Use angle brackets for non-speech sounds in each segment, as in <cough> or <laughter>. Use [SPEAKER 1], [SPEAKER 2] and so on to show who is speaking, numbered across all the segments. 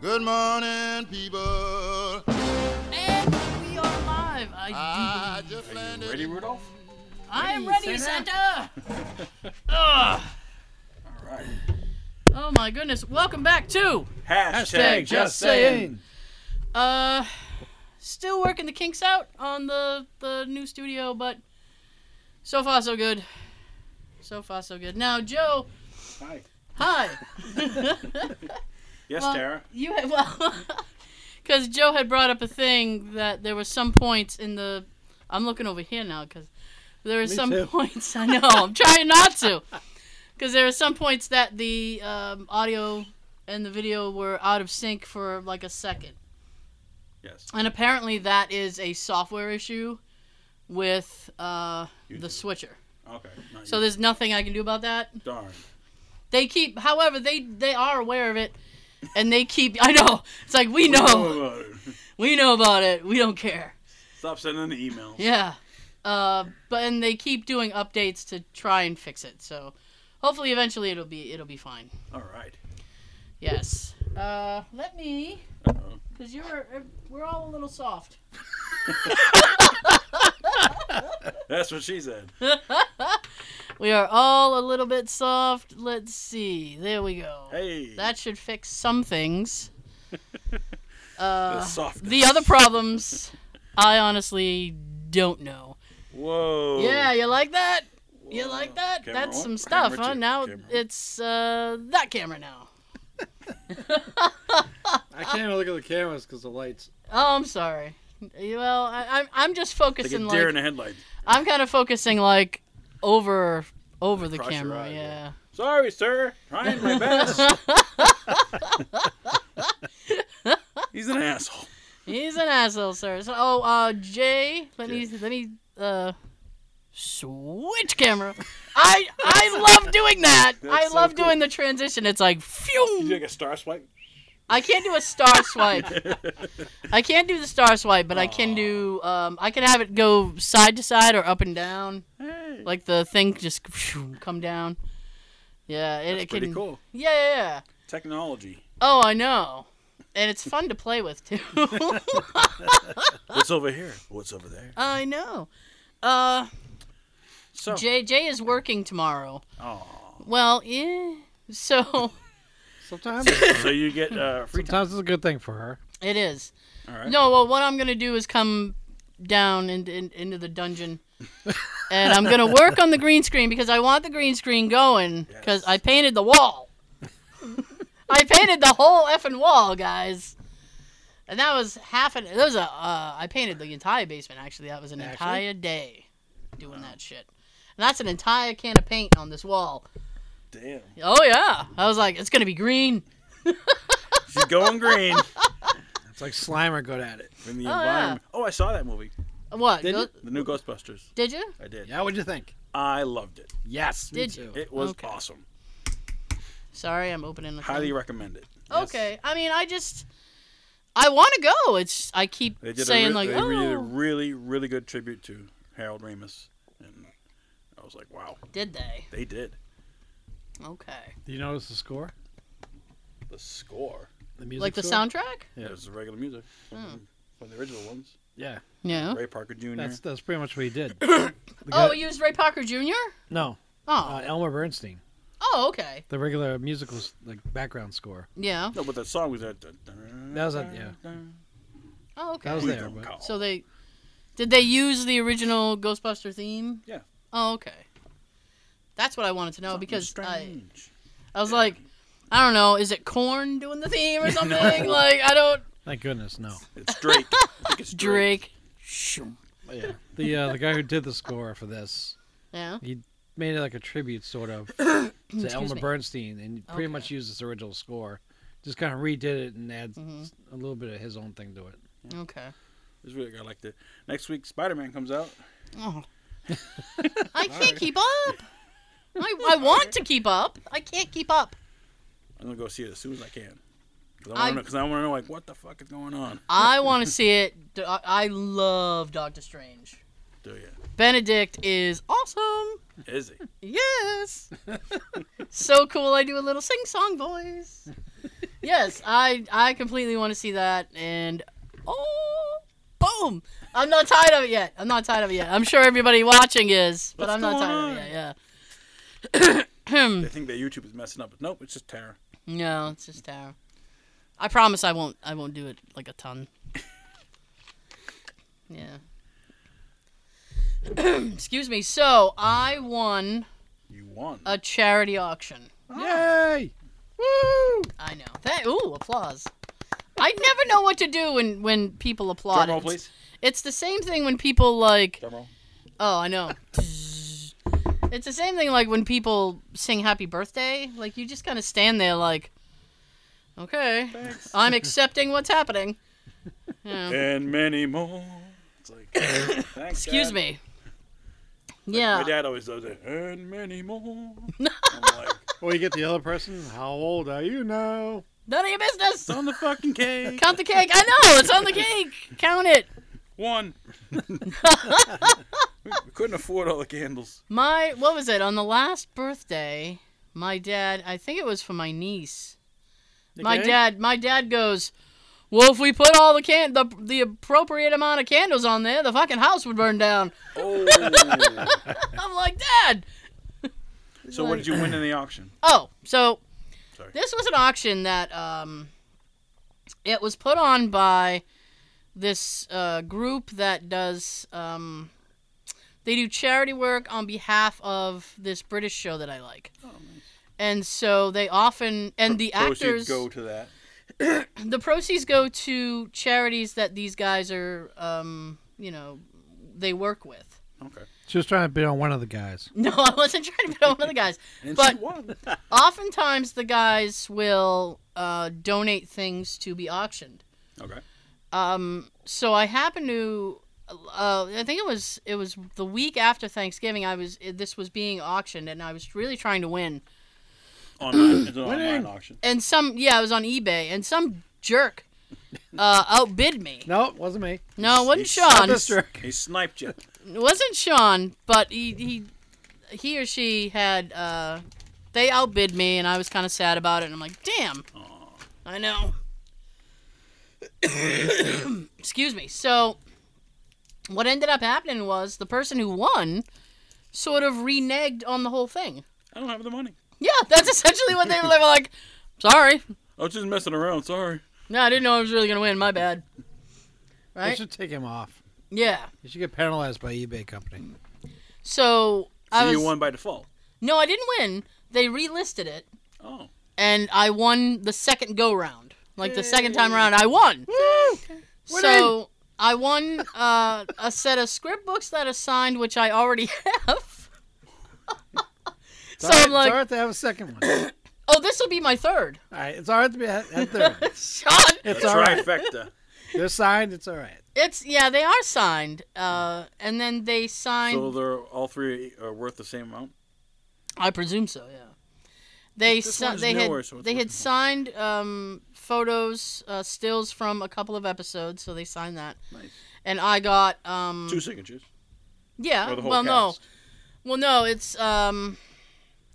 [SPEAKER 1] Good morning, people.
[SPEAKER 2] And we are live. I,
[SPEAKER 1] I just
[SPEAKER 3] Are
[SPEAKER 1] landed.
[SPEAKER 3] you ready, Rudolph?
[SPEAKER 2] I am
[SPEAKER 3] Ah, Ready,
[SPEAKER 2] ready, Santa.
[SPEAKER 3] Santa. <laughs> Ah.
[SPEAKER 2] Ugh.
[SPEAKER 3] All right.
[SPEAKER 2] Oh my goodness. Welcome back to
[SPEAKER 3] Hashtag just saying.
[SPEAKER 2] uh still working the kinks out on the the new studio, but so far so good. So far so good. Now, Joe,
[SPEAKER 3] Hi. <laughs>
[SPEAKER 2] hi. <laughs>
[SPEAKER 3] Yes,
[SPEAKER 2] Well,
[SPEAKER 3] Tara.
[SPEAKER 2] You had, well, <laughs> because Joe had brought up a thing that there were some points in the. I'm looking over here now because there were
[SPEAKER 4] Me
[SPEAKER 2] some
[SPEAKER 4] too.
[SPEAKER 2] <laughs> points. I know I'm trying not to, because there were some points that the um, audio and the video were out of sync for like a second,
[SPEAKER 3] Yes.
[SPEAKER 2] and apparently that is a software issue with uh, the
[SPEAKER 3] YouTube.
[SPEAKER 2] switcher.
[SPEAKER 3] Okay. not
[SPEAKER 2] So
[SPEAKER 3] you.
[SPEAKER 2] there's nothing I can do about that.
[SPEAKER 3] darn.
[SPEAKER 2] They keep, however, they they are aware of it, and they keep. I know it's like we <laughs>
[SPEAKER 3] Don't
[SPEAKER 2] know.
[SPEAKER 3] worry about it.
[SPEAKER 2] We know about it. We don't care.
[SPEAKER 3] Stop sending the emails.
[SPEAKER 2] Yeah. Uh, but and they keep doing updates to try and fix it. So hopefully eventually it'll be it'll be fine.
[SPEAKER 3] All right.
[SPEAKER 2] Yes. Uh, let me
[SPEAKER 3] Uh-oh.
[SPEAKER 2] cuz you're we're all a little soft.
[SPEAKER 3] That's what she said.
[SPEAKER 2] We are all a little bit soft. Let's see. There we go.
[SPEAKER 3] Hey.
[SPEAKER 2] That should fix some
[SPEAKER 3] <laughs>
[SPEAKER 2] things. Uh,
[SPEAKER 3] softness.
[SPEAKER 2] the other problems I honestly don't know.
[SPEAKER 3] Whoa.
[SPEAKER 2] Yeah, you like that? You
[SPEAKER 3] Whoa.
[SPEAKER 2] like that?
[SPEAKER 3] Camera
[SPEAKER 2] That's
[SPEAKER 3] one,
[SPEAKER 2] some stuff,
[SPEAKER 3] camera
[SPEAKER 2] huh?
[SPEAKER 3] two,
[SPEAKER 2] Now
[SPEAKER 3] camera one.
[SPEAKER 2] it's uh, that camera now.
[SPEAKER 4] <laughs> I can't look at the cameras because the lights.
[SPEAKER 2] Oh, I'm sorry. Well, I, I'm I'm just
[SPEAKER 3] like a
[SPEAKER 2] focusing
[SPEAKER 3] deer
[SPEAKER 2] like,
[SPEAKER 3] in the headlights.
[SPEAKER 2] I'm kind of focusing like over over the
[SPEAKER 3] Across your
[SPEAKER 2] camera.
[SPEAKER 3] eye,
[SPEAKER 2] Yeah.
[SPEAKER 3] Sorry, sir.
[SPEAKER 2] <laughs>
[SPEAKER 3] Trying my best. He's an asshole.
[SPEAKER 2] He's an asshole, sir. So, oh, uh, Jay, let me let me uh, switch camera. I
[SPEAKER 3] <laughs>
[SPEAKER 2] I love doing that. I
[SPEAKER 3] That's so
[SPEAKER 2] love
[SPEAKER 3] cool.
[SPEAKER 2] doing the transition. It's like,
[SPEAKER 3] You
[SPEAKER 2] phew.
[SPEAKER 3] like a star swipe?
[SPEAKER 2] I can't do a
[SPEAKER 3] <laughs>
[SPEAKER 2] star swipe. I can't do the star swipe, but I can
[SPEAKER 3] Aw.
[SPEAKER 2] do. Um, I can have it go side to side or up and down,
[SPEAKER 3] Hey.
[SPEAKER 2] like the thing just phew, come down. Yeah, it,
[SPEAKER 3] That's
[SPEAKER 2] it
[SPEAKER 3] pretty
[SPEAKER 2] can.
[SPEAKER 3] cool.
[SPEAKER 2] Yeah, yeah, yeah.
[SPEAKER 3] Technology.
[SPEAKER 2] Oh, I know, and it's fun to play with
[SPEAKER 3] <laughs>
[SPEAKER 2] too. <laughs>
[SPEAKER 3] What's over here? What's over there?
[SPEAKER 2] I know. Uh,
[SPEAKER 3] So.
[SPEAKER 2] Jay Jay is working tomorrow.
[SPEAKER 3] Aw.
[SPEAKER 2] Well, yeah. So <laughs>
[SPEAKER 4] Sometimes,
[SPEAKER 3] so you get uh, free time.
[SPEAKER 4] sometimes it's a good thing for her.
[SPEAKER 2] it is.
[SPEAKER 3] All right.
[SPEAKER 2] No, well, what I'm gonna do is come down in, in, into the dungeon, and I'm gonna work on the green screen because I want the green screen going because
[SPEAKER 3] Yes.
[SPEAKER 2] I painted the wall. <laughs> I painted the whole effing wall, guys, and that was half an. That was a. Uh, I painted the entire basement. Actually, that was an
[SPEAKER 4] Actually?
[SPEAKER 2] entire day doing that shit, and that's an entire can of paint on this wall.
[SPEAKER 3] Damn.
[SPEAKER 2] Oh yeah, I was like, it's gonna be green.
[SPEAKER 3] She's going
[SPEAKER 2] <laughs>
[SPEAKER 3] green
[SPEAKER 4] It's like Slimer good at it.
[SPEAKER 3] from the
[SPEAKER 2] Oh,
[SPEAKER 3] environment. Oh, I saw that movie,
[SPEAKER 2] What?
[SPEAKER 4] Did
[SPEAKER 2] go-
[SPEAKER 4] you?
[SPEAKER 3] the new Ghostbusters.
[SPEAKER 2] did you?
[SPEAKER 3] I did.
[SPEAKER 4] Yeah, what'd you think?
[SPEAKER 3] I loved it.
[SPEAKER 4] Yes, me
[SPEAKER 2] Did you?
[SPEAKER 4] too.
[SPEAKER 3] It was
[SPEAKER 2] Okay.
[SPEAKER 3] awesome.
[SPEAKER 2] Sorry, I'm opening the.
[SPEAKER 3] Highly
[SPEAKER 2] thing.
[SPEAKER 3] recommend it.
[SPEAKER 4] Yes.
[SPEAKER 2] Okay. I mean, I just I want to go. It's I keep
[SPEAKER 3] They did
[SPEAKER 2] saying
[SPEAKER 3] a, re-
[SPEAKER 2] like,
[SPEAKER 3] they
[SPEAKER 2] oh,
[SPEAKER 3] did a really, really good tribute to Harold Ramis, and I was like, wow,
[SPEAKER 2] did they?
[SPEAKER 3] they did
[SPEAKER 2] Okay.
[SPEAKER 4] Do you notice the score?
[SPEAKER 3] the score.
[SPEAKER 4] The music.
[SPEAKER 2] like the
[SPEAKER 4] score?
[SPEAKER 2] soundtrack?
[SPEAKER 4] Yeah.
[SPEAKER 3] It was the regular music
[SPEAKER 2] Hmm.
[SPEAKER 3] from the original ones.
[SPEAKER 4] Yeah,
[SPEAKER 2] Yeah.
[SPEAKER 3] Ray Parker Jr.
[SPEAKER 4] that's that's pretty much what he <coughs> did. The guy-
[SPEAKER 2] Oh, we used Ray Parker Jr.
[SPEAKER 4] no,
[SPEAKER 2] Oh.
[SPEAKER 4] uh, Elmer Bernstein,
[SPEAKER 2] oh, okay.
[SPEAKER 4] the regular musical s- like background score.
[SPEAKER 2] Yeah.
[SPEAKER 3] no, but that song was that.
[SPEAKER 4] That was a- yeah.
[SPEAKER 2] Oh, okay.
[SPEAKER 4] That was
[SPEAKER 3] We
[SPEAKER 4] there,
[SPEAKER 3] don't
[SPEAKER 4] but-
[SPEAKER 3] call.
[SPEAKER 2] So they did they use the original Ghostbuster theme?
[SPEAKER 3] Yeah.
[SPEAKER 2] Oh, okay. That's what I wanted to know
[SPEAKER 3] Something
[SPEAKER 2] because uh, I,
[SPEAKER 3] strange.
[SPEAKER 2] I was like, I don't know, is it Corn doing the theme
[SPEAKER 3] <laughs>
[SPEAKER 2] or something? Like I don't
[SPEAKER 4] Thank goodness, no.
[SPEAKER 3] it's Drake. I
[SPEAKER 2] <laughs>
[SPEAKER 3] think it's Drake.
[SPEAKER 2] Drake. Shoo.
[SPEAKER 4] But yeah, the uh, the guy who did the score for this
[SPEAKER 2] Yeah.
[SPEAKER 4] made it like a tribute sort
[SPEAKER 2] <coughs>
[SPEAKER 4] of to
[SPEAKER 2] Excuse
[SPEAKER 4] Elmer
[SPEAKER 2] me.
[SPEAKER 4] Bernstein, and pretty
[SPEAKER 2] Okay.
[SPEAKER 4] much used his original score. Just kind of redid it and adds
[SPEAKER 2] Mhm.
[SPEAKER 4] a little bit of his own thing to it.
[SPEAKER 2] Okay.
[SPEAKER 3] It's really good. I liked it. Next week, Spider Man comes out.
[SPEAKER 2] Oh. I can't keep up. I, I want to keep up. I can't keep up.
[SPEAKER 3] I'm gonna go see it as soon as I can. Cause
[SPEAKER 2] I-
[SPEAKER 3] I want to know, like what the fuck is going on.
[SPEAKER 2] I want to see it. Do- I I love Doctor Strange.
[SPEAKER 3] Do you?
[SPEAKER 2] Benedict is awesome.
[SPEAKER 3] Is he?
[SPEAKER 2] Yes. so cool. I do a little sing song voice. yes, I I completely want to see that. And oh, boom! I'm not tired of it yet. I'm not tired of it yet. I'm sure everybody watching is, but
[SPEAKER 3] What's
[SPEAKER 2] I'm not
[SPEAKER 3] going
[SPEAKER 2] tired of
[SPEAKER 3] on?
[SPEAKER 2] it yet.
[SPEAKER 3] They
[SPEAKER 2] Yeah. <clears throat> Hmm.
[SPEAKER 3] think that YouTube is messing up, but nope, it's just terror.
[SPEAKER 2] no, it's just Tara. I promise I won't. I won't do it like a ton. Yeah. <clears throat> Excuse me. So I won
[SPEAKER 3] You won.
[SPEAKER 2] a charity auction.
[SPEAKER 4] Ah. Yay!
[SPEAKER 3] Woo!
[SPEAKER 2] I know. That, ooh, applause. I never know what to do when when people applaud.
[SPEAKER 3] Drum roll,
[SPEAKER 2] It's-
[SPEAKER 3] please.
[SPEAKER 2] It's the same thing when people like.
[SPEAKER 3] Drum roll.
[SPEAKER 2] Oh, I know. <laughs> It's the same thing like when people sing "Happy Birthday." Like you just kind of stand there, like, okay,
[SPEAKER 3] Thanks.
[SPEAKER 2] I'm accepting what's
[SPEAKER 3] <laughs>
[SPEAKER 2] happening. Yeah.
[SPEAKER 3] and many more.
[SPEAKER 2] <coughs>
[SPEAKER 3] It's like, thank
[SPEAKER 2] Excuse
[SPEAKER 3] God.
[SPEAKER 2] me.
[SPEAKER 3] Like, My
[SPEAKER 2] Yeah.
[SPEAKER 3] dad always does it. And many
[SPEAKER 2] <laughs>
[SPEAKER 3] more. I'm like,
[SPEAKER 4] Well, you get the other person. How old are you now?
[SPEAKER 2] None of your business.
[SPEAKER 3] it's on the fucking cake.
[SPEAKER 2] <laughs> Count the cake. I know it's on the cake. Count it. <laughs>
[SPEAKER 3] One. we we couldn't afford all the candles.
[SPEAKER 2] My what was it on the last birthday? My dad, I think it was for my niece. My
[SPEAKER 3] Okay?
[SPEAKER 2] dad, my dad goes, "Well, if we put all the can the the appropriate amount of candles on there, the fucking house would burn down."
[SPEAKER 3] Oh.
[SPEAKER 2] I'm like, "Dad."
[SPEAKER 3] <laughs> so what did you win in the auction?
[SPEAKER 2] Oh, so
[SPEAKER 3] Sorry.
[SPEAKER 2] this was an auction that um it was put on by this uh, group that does um they do charity work on behalf of this British show that I like. And so they often and the actors
[SPEAKER 3] Oh, Proceeds go to that.
[SPEAKER 2] the proceeds go to charities that these guys are um, you know they work with. <laughs>
[SPEAKER 3] Okay.
[SPEAKER 4] She was trying to be on one of the guys.
[SPEAKER 2] No, I wasn't trying to be one of the guys.
[SPEAKER 3] And
[SPEAKER 2] But- <laughs>
[SPEAKER 3] she won.
[SPEAKER 2] Oftentimes the guys will uh, donate things to be auctioned.
[SPEAKER 3] Okay.
[SPEAKER 2] Um, so I happened to uh, I think it was it was the week after Thanksgiving I was this was being auctioned and I was really trying to win.
[SPEAKER 3] Online. It's an online
[SPEAKER 4] Winning.
[SPEAKER 3] auction.
[SPEAKER 2] And some yeah, it was on eBay and some jerk uh, outbid me.
[SPEAKER 4] No, it wasn't me.
[SPEAKER 2] No, it wasn't
[SPEAKER 3] He's-
[SPEAKER 2] Sean.
[SPEAKER 4] This jerk.
[SPEAKER 3] He sniped you.
[SPEAKER 2] It wasn't Sean, but he he he or she had uh they outbid me and I was kind of sad about it and I'm like, "Damn." I know. <coughs> Excuse me. So what ended up happening was the person who won sort of reneged on the whole thing.
[SPEAKER 3] I don't have the money.
[SPEAKER 2] Yeah, that's <laughs> essentially what they were they were like, "Sorry.
[SPEAKER 3] I was just messing around. Sorry.
[SPEAKER 2] No, I didn't know I was really going to win. My bad."
[SPEAKER 4] You
[SPEAKER 2] Right?
[SPEAKER 4] should take him off.
[SPEAKER 2] Yeah.
[SPEAKER 4] You should get penalized by eBay company.
[SPEAKER 2] So I
[SPEAKER 3] So
[SPEAKER 2] was
[SPEAKER 3] you won by default.
[SPEAKER 2] No, I didn't win. They relisted it.
[SPEAKER 3] Oh.
[SPEAKER 2] and I won the second go round. Like the second time around, I won. So I won uh, a set of script books that are signed, which I already <laughs> have. so
[SPEAKER 4] It's all right-
[SPEAKER 2] I'm like,
[SPEAKER 4] it's all right to have a second one. All
[SPEAKER 2] oh, this will be my third.
[SPEAKER 4] right, it's all right to be at, at third.
[SPEAKER 2] <laughs> Sean,
[SPEAKER 4] It's
[SPEAKER 3] the
[SPEAKER 4] all right.
[SPEAKER 3] trifecta.
[SPEAKER 4] They're signed. It's all right.
[SPEAKER 2] it's yeah, they are signed. Uh, and then they signed.
[SPEAKER 3] so they're all three are worth the same amount.
[SPEAKER 2] I presume so. Yeah. They
[SPEAKER 3] This
[SPEAKER 2] si-
[SPEAKER 3] one's
[SPEAKER 2] they
[SPEAKER 3] newer,
[SPEAKER 2] had
[SPEAKER 3] so it's
[SPEAKER 2] they had
[SPEAKER 3] worth
[SPEAKER 2] signed um, photos uh, stills from a couple of episodes, so they signed that.
[SPEAKER 3] Nice.
[SPEAKER 2] And I got um,
[SPEAKER 3] Two signatures.
[SPEAKER 2] Yeah.
[SPEAKER 3] Or the
[SPEAKER 2] Uh,
[SPEAKER 3] whole
[SPEAKER 2] Well, no.
[SPEAKER 3] cast.
[SPEAKER 2] Well, no. It's um,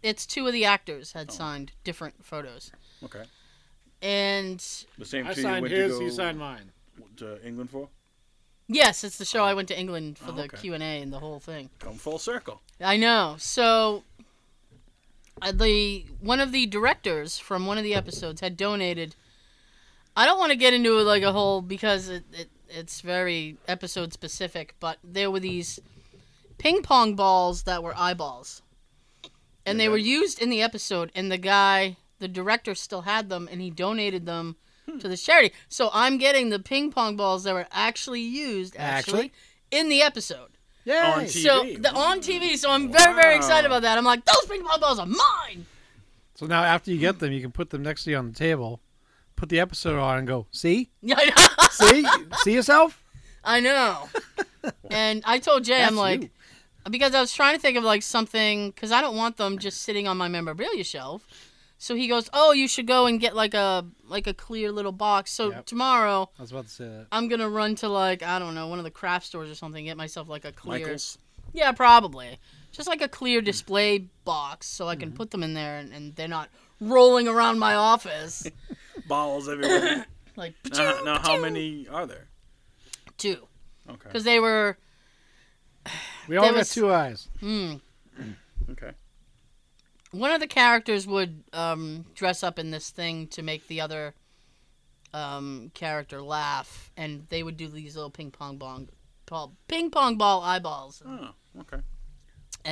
[SPEAKER 2] it's two of the actors
[SPEAKER 3] Oh.
[SPEAKER 2] had signed different photos,
[SPEAKER 3] Okay.
[SPEAKER 2] and
[SPEAKER 3] The same
[SPEAKER 4] I
[SPEAKER 3] two you
[SPEAKER 4] signed
[SPEAKER 3] went
[SPEAKER 4] his.
[SPEAKER 3] to go
[SPEAKER 4] You signed mine.
[SPEAKER 3] to England for.
[SPEAKER 2] yes, it's the show I went to England for
[SPEAKER 3] Oh,
[SPEAKER 2] the
[SPEAKER 3] okay.
[SPEAKER 2] Q and A and the whole thing.
[SPEAKER 3] Come full circle.
[SPEAKER 2] I know. So uh, the one of the directors from one of the episodes had donated. I don't want to get into like a whole because it, it it's very episode specific, but there were these ping pong balls that were eyeballs, and they
[SPEAKER 3] Okay.
[SPEAKER 2] were used in the episode. And the guy, the director, still had them, and he donated them. To the charity, so I'm getting the ping pong balls that were actually used actually,
[SPEAKER 4] Actually?
[SPEAKER 2] in the episode.
[SPEAKER 4] Yeah.
[SPEAKER 3] On TV.
[SPEAKER 2] So the, on TV, so I'm very, very excited
[SPEAKER 3] Wow.
[SPEAKER 2] about that. I'm like, those ping pong balls are mine. <laughs>
[SPEAKER 4] So now after you get them, you can put them next to you on the table, put the episode on, and go see,
[SPEAKER 2] Yeah, I know. <laughs>
[SPEAKER 4] see, see yourself. <laughs>
[SPEAKER 2] I know. and I told Jay,
[SPEAKER 4] That's
[SPEAKER 2] I'm like,
[SPEAKER 4] you.
[SPEAKER 2] because I was trying to think of like something, because I don't want them just sitting on my memorabilia shelf. So he goes, oh, you should go and get like a like a clear little box. So
[SPEAKER 4] Yep.
[SPEAKER 2] tomorrow
[SPEAKER 4] I was about to say that.
[SPEAKER 2] I'm gonna run to like I don't know one of the craft stores or something, get myself like a clear.
[SPEAKER 3] Michaels.
[SPEAKER 2] Yeah, probably. Just like a clear
[SPEAKER 4] Mm-hmm.
[SPEAKER 2] display box so I can put them in there and, and they're not rolling around my office.
[SPEAKER 3] balls everywhere.
[SPEAKER 2] Like
[SPEAKER 3] now, now how many are there?
[SPEAKER 2] two
[SPEAKER 3] Okay.
[SPEAKER 2] because they were
[SPEAKER 4] We all
[SPEAKER 2] There
[SPEAKER 4] got
[SPEAKER 2] was-
[SPEAKER 4] two eyes.
[SPEAKER 2] mm,
[SPEAKER 3] Okay.
[SPEAKER 2] one of the characters would um, dress up in this thing to make the other um, character laugh, and they would do these little ping pong bong, ball, ping pong ball eyeballs. And,
[SPEAKER 3] Oh, okay.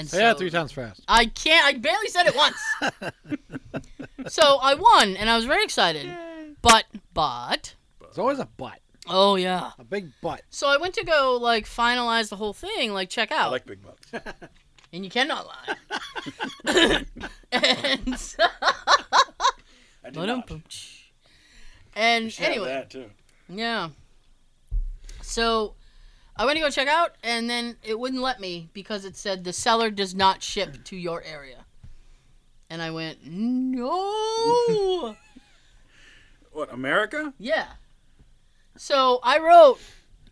[SPEAKER 4] Say that three times fast.
[SPEAKER 2] I can't. I barely said it once. <laughs> so I won, and I was very excited. But but
[SPEAKER 4] It's always a butt,
[SPEAKER 2] oh yeah.
[SPEAKER 4] a big butt.
[SPEAKER 2] So I went to go like finalize the whole thing, like check
[SPEAKER 3] I
[SPEAKER 2] out,
[SPEAKER 3] like big bucks.
[SPEAKER 2] and you cannot lie. and so,
[SPEAKER 3] <laughs> I did not. You
[SPEAKER 2] and
[SPEAKER 3] should have
[SPEAKER 2] anyway.
[SPEAKER 3] that too.
[SPEAKER 2] Yeah. So I went to go check out, and then it wouldn't let me because it said the seller does not ship to your area. And I went,
[SPEAKER 3] <laughs>
[SPEAKER 2] no.
[SPEAKER 3] What America?
[SPEAKER 2] yeah. So I wrote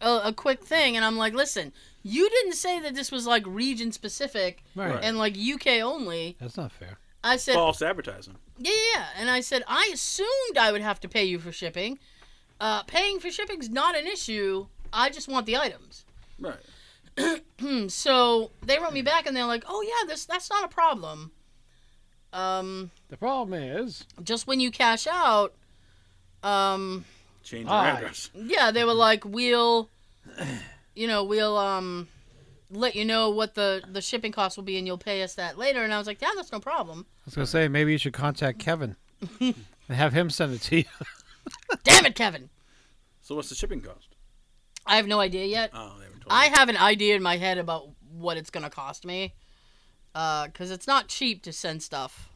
[SPEAKER 2] a, a quick thing, and I'm like, listen, you didn't say that this was like region specific
[SPEAKER 4] Right.
[SPEAKER 3] Right.
[SPEAKER 2] and like UK only.
[SPEAKER 4] That's not fair.
[SPEAKER 2] I said,
[SPEAKER 3] False advertising.
[SPEAKER 2] Yeah, yeah, yeah. And I said, I assumed I would have to pay you for shipping. Uh, paying for shipping's not an issue. I just want the items. Hmm,
[SPEAKER 3] Right.
[SPEAKER 2] so they wrote me back and they're like, oh, yeah, this, that's not a problem. Um,
[SPEAKER 4] The problem is,
[SPEAKER 2] just when you cash out, um,
[SPEAKER 3] Change
[SPEAKER 4] Ah.
[SPEAKER 3] your address.
[SPEAKER 2] yeah, they were like, we'll, you know, we'll um, let you know what the, the shipping cost will be and you'll pay us that later. And I was like, yeah, that's no problem.
[SPEAKER 4] I was gonna say maybe you should contact <laughs> Kevin and have him send it to you. <laughs>
[SPEAKER 2] Damn it, Kevin.
[SPEAKER 3] So what's the shipping cost?
[SPEAKER 2] I have no idea yet.
[SPEAKER 3] Oh, they haven't told
[SPEAKER 2] I
[SPEAKER 3] me.
[SPEAKER 2] have an idea in my head about what it's gonna cost me, because it's not cheap to send stuff.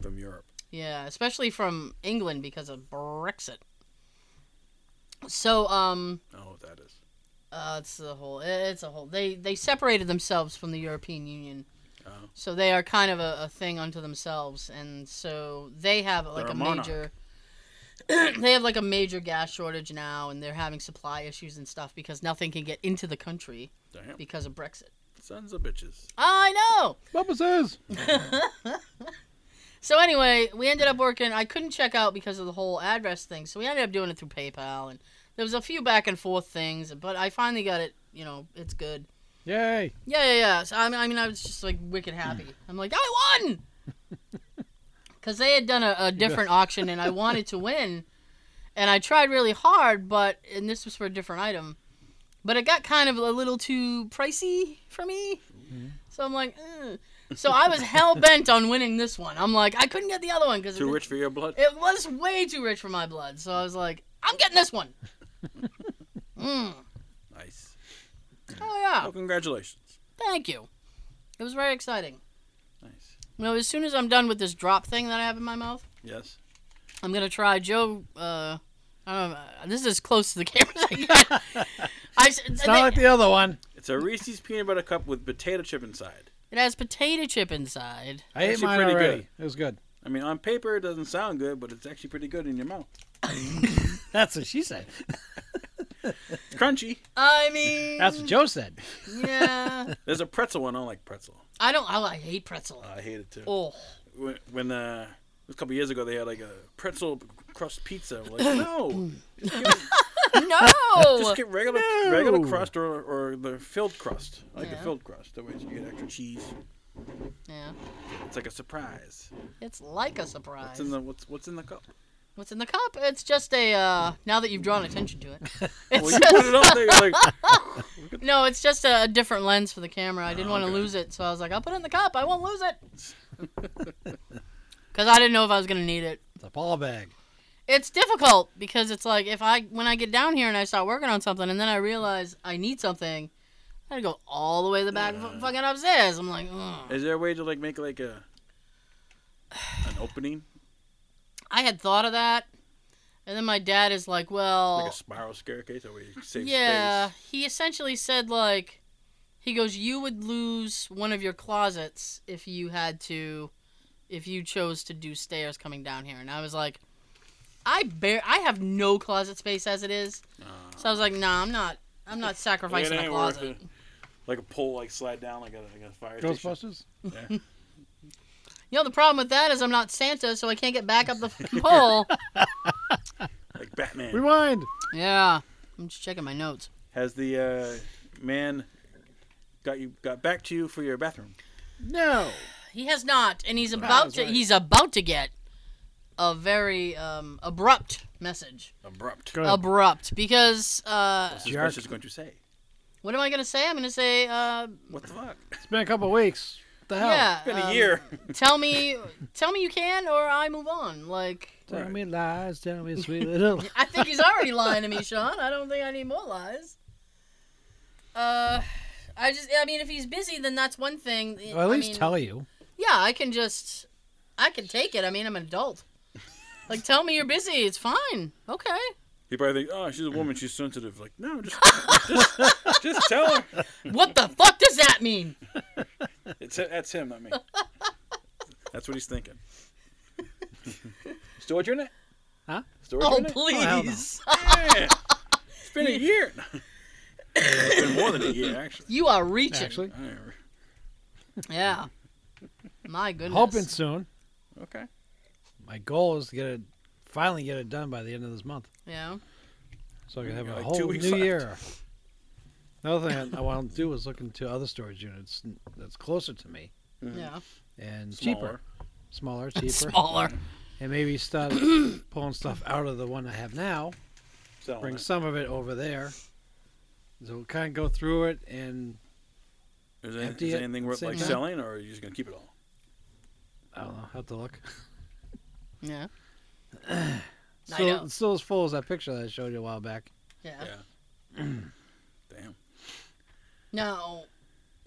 [SPEAKER 3] from Europe.
[SPEAKER 2] Yeah, especially from England because of Brexit. So um,
[SPEAKER 3] I don't know what that is.
[SPEAKER 2] uh, it's a whole. It's a whole. They they separated themselves from the European Union,
[SPEAKER 3] Oh.
[SPEAKER 2] so they are kind of a, a thing unto themselves, and so they have like
[SPEAKER 3] They're
[SPEAKER 2] a,
[SPEAKER 3] a monarch.
[SPEAKER 2] major. <clears throat> they have like a major gas shortage now, and they're having supply issues and stuff because nothing can get into the country
[SPEAKER 3] Damn.
[SPEAKER 2] because of Brexit.
[SPEAKER 3] Sons of bitches.
[SPEAKER 2] I know.
[SPEAKER 4] Bubba says
[SPEAKER 2] So anyway, we ended up working. I couldn't check out because of the whole address thing, so we ended up doing it through PayPal, and there was a few back and forth things, but I finally got it. You know, it's good.
[SPEAKER 4] <laughs> Yay!
[SPEAKER 2] Yeah, yeah, yeah. So I mean, I mean, I was just like wicked happy.
[SPEAKER 3] Mm.
[SPEAKER 2] I'm like, I won,
[SPEAKER 3] <laughs>
[SPEAKER 2] because they had done a, a different auction, and I wanted to win, and I tried really hard, but and this was for a different item, but it got kind of a little too pricey for me.
[SPEAKER 3] Mm-hmm.
[SPEAKER 2] So I'm like, eh. so I was hell bent on winning this one. I'm like, I couldn't get the other one because
[SPEAKER 3] Too rich for your blood.
[SPEAKER 2] it was way too rich for my blood. So I was like, I'm getting this
[SPEAKER 3] <laughs>
[SPEAKER 2] one. mm.
[SPEAKER 3] Nice.
[SPEAKER 2] Oh yeah,
[SPEAKER 3] Oh, congratulations.
[SPEAKER 2] thank you. It was very exciting.
[SPEAKER 3] Nice.
[SPEAKER 2] No, as soon as I'm done with this drop thing that I have in my mouth,
[SPEAKER 3] Yes.
[SPEAKER 2] I'm gonna try Joe. Uh, I don't know. This is as close to the <laughs> camera as I got. I,
[SPEAKER 3] <laughs>
[SPEAKER 2] s-
[SPEAKER 4] It's not like the other one.
[SPEAKER 3] It's a Reese's peanut butter cup with potato chip inside.
[SPEAKER 2] it has potato chip inside.
[SPEAKER 4] I ate
[SPEAKER 3] Actually
[SPEAKER 4] mine
[SPEAKER 3] pretty
[SPEAKER 4] already.
[SPEAKER 3] good.
[SPEAKER 4] It was good.
[SPEAKER 3] I mean, on paper, it doesn't sound good, but it's actually pretty good in your mouth.
[SPEAKER 4] That's what she said.
[SPEAKER 3] It's crunchy.
[SPEAKER 2] I mean,
[SPEAKER 3] <laughs>
[SPEAKER 4] That's what Joe said.
[SPEAKER 2] yeah.
[SPEAKER 3] There's a pretzel one. I don't like pretzel.
[SPEAKER 2] I don't. I, I hate pretzel.
[SPEAKER 3] I hate it too.
[SPEAKER 2] Oh,
[SPEAKER 3] When, when uh, a couple years ago, they had like a pretzel crust pizza. I'm Like,
[SPEAKER 2] <clears throat>
[SPEAKER 3] no,
[SPEAKER 2] no.
[SPEAKER 3] <laughs> just get regular regular
[SPEAKER 4] No.
[SPEAKER 3] crust or, or the filled crust. I like
[SPEAKER 2] Yeah.
[SPEAKER 3] the filled crust. That way you get extra cheese.
[SPEAKER 2] yeah.
[SPEAKER 3] It's like a surprise.
[SPEAKER 2] It's like a surprise.
[SPEAKER 3] What's in the what's what's in the cup?
[SPEAKER 2] What's in the cup? It's just a. Uh, now that you've drawn attention to it,
[SPEAKER 3] <laughs> Well,
[SPEAKER 2] it's
[SPEAKER 3] you put it on there. You're like,
[SPEAKER 2] No, it's just a, a different lens for the camera. I didn't want to
[SPEAKER 3] Oh, okay.
[SPEAKER 2] lose it, so I was like, I'll put it in the cup. I won't lose it.
[SPEAKER 3] <laughs>
[SPEAKER 2] <laughs> Because I didn't know if I was going to need it.
[SPEAKER 4] It's a ball bag.
[SPEAKER 2] It's difficult because it's like if I when I get down here and I start working on something and then I realize I need something, I gotta go all the way to the back fu- fucking upstairs. I'm like, Ugh.
[SPEAKER 3] is there a way to like make like a an opening,
[SPEAKER 2] I had thought of that, and then my dad is like, well,
[SPEAKER 3] like a spiral staircase, or we save
[SPEAKER 2] yeah
[SPEAKER 3] space?
[SPEAKER 2] he essentially said like he goes you would lose one of your closets if you had to if you chose to do stairs coming down here and i was like i bear i have no closet space as it is
[SPEAKER 3] Uh,
[SPEAKER 2] so i was like nah i'm not i'm
[SPEAKER 3] <laughs>
[SPEAKER 2] not sacrificing a
[SPEAKER 3] ain't worth
[SPEAKER 2] closet
[SPEAKER 3] it. Like a pole, like slide down, like a, like a fire station.
[SPEAKER 4] Ghostbusters.
[SPEAKER 3] <laughs>
[SPEAKER 2] you know the problem with that is i'm not santa so i can't get back up the fucking pole
[SPEAKER 3] like Batman.
[SPEAKER 4] Rewind.
[SPEAKER 2] Yeah. I'm just checking my notes.
[SPEAKER 3] Has the uh, man got you got back to you for your bathroom?
[SPEAKER 4] No.
[SPEAKER 2] He has not, and he's
[SPEAKER 3] I
[SPEAKER 2] about
[SPEAKER 3] was
[SPEAKER 2] to.
[SPEAKER 3] right.
[SPEAKER 2] He's about to get a very um, abrupt message.
[SPEAKER 3] Abrupt.
[SPEAKER 4] Go ahead.
[SPEAKER 2] Abrupt, because uh,
[SPEAKER 3] What's this
[SPEAKER 4] Jerk.
[SPEAKER 3] message going to say?
[SPEAKER 2] what am I gonna say? I'm gonna say, uh,
[SPEAKER 3] What the fuck?
[SPEAKER 4] it's been a couple of weeks. What the hell?
[SPEAKER 2] yeah.
[SPEAKER 3] It's been a
[SPEAKER 2] um,
[SPEAKER 3] year.
[SPEAKER 2] <laughs> tell me, tell me you can, or I move on. Like
[SPEAKER 4] Tell
[SPEAKER 3] Right.
[SPEAKER 4] me lies. Tell <laughs> me sweet little.
[SPEAKER 2] I think
[SPEAKER 4] <laughs>
[SPEAKER 2] he's already lying to me, Sean. I don't think I need more lies. Uh, I just, I mean, if he's busy, then that's one thing.
[SPEAKER 4] well, at least
[SPEAKER 2] I mean,
[SPEAKER 4] tell you.
[SPEAKER 2] Yeah, I can just, I can take it. I mean, I'm an
[SPEAKER 4] <laughs>
[SPEAKER 2] adult. Like, tell me you're busy. It's fine. Okay.
[SPEAKER 3] You probably think, oh, she's a woman, she's sensitive. Like, no, <laughs> just, just, just tell her.
[SPEAKER 2] What the fuck does that mean?
[SPEAKER 3] It's that's him, not me. <laughs> That's what he's <laughs> thinking. Still watching it?
[SPEAKER 4] Huh?
[SPEAKER 3] Still
[SPEAKER 2] Oh, <laughs>
[SPEAKER 3] watching it?
[SPEAKER 4] hell no.
[SPEAKER 2] please.
[SPEAKER 3] Yeah. It's been a year. it's been more than a year, actually.
[SPEAKER 2] You are reaching.
[SPEAKER 4] Actually,
[SPEAKER 3] I don't-
[SPEAKER 2] Yeah. My goodness.
[SPEAKER 4] hoping soon.
[SPEAKER 3] Okay.
[SPEAKER 4] My goal is to get it, finally get it done by the end of this month,
[SPEAKER 2] Yeah.
[SPEAKER 4] so I can have a
[SPEAKER 3] got like two
[SPEAKER 4] whole new
[SPEAKER 3] weeks left.
[SPEAKER 4] year. Another thing I, I want to do is look into other storage units that's closer to me
[SPEAKER 2] <laughs>
[SPEAKER 3] Mm.
[SPEAKER 2] Yeah.
[SPEAKER 4] and cheaper,
[SPEAKER 3] Smaller.
[SPEAKER 4] <laughs> smaller, cheaper,
[SPEAKER 2] Smaller.
[SPEAKER 4] and maybe <clears throat> start pulling stuff out of the one I have now.
[SPEAKER 3] Selling
[SPEAKER 4] Bring
[SPEAKER 3] it.
[SPEAKER 4] some of it over there. So kind of go through it and
[SPEAKER 3] Is, there,
[SPEAKER 4] empty
[SPEAKER 3] is
[SPEAKER 4] it
[SPEAKER 3] there
[SPEAKER 4] at
[SPEAKER 3] anything
[SPEAKER 4] the
[SPEAKER 3] worth
[SPEAKER 4] same
[SPEAKER 3] like
[SPEAKER 4] time.
[SPEAKER 3] selling, or are you just gonna keep it all?
[SPEAKER 4] I don't know, have to look.
[SPEAKER 3] <clears throat>
[SPEAKER 2] Yeah. I
[SPEAKER 4] Still,
[SPEAKER 2] know.
[SPEAKER 4] it's still as full as that picture that I showed you a while back.
[SPEAKER 2] Yeah.
[SPEAKER 3] Yeah. Damn.
[SPEAKER 2] No.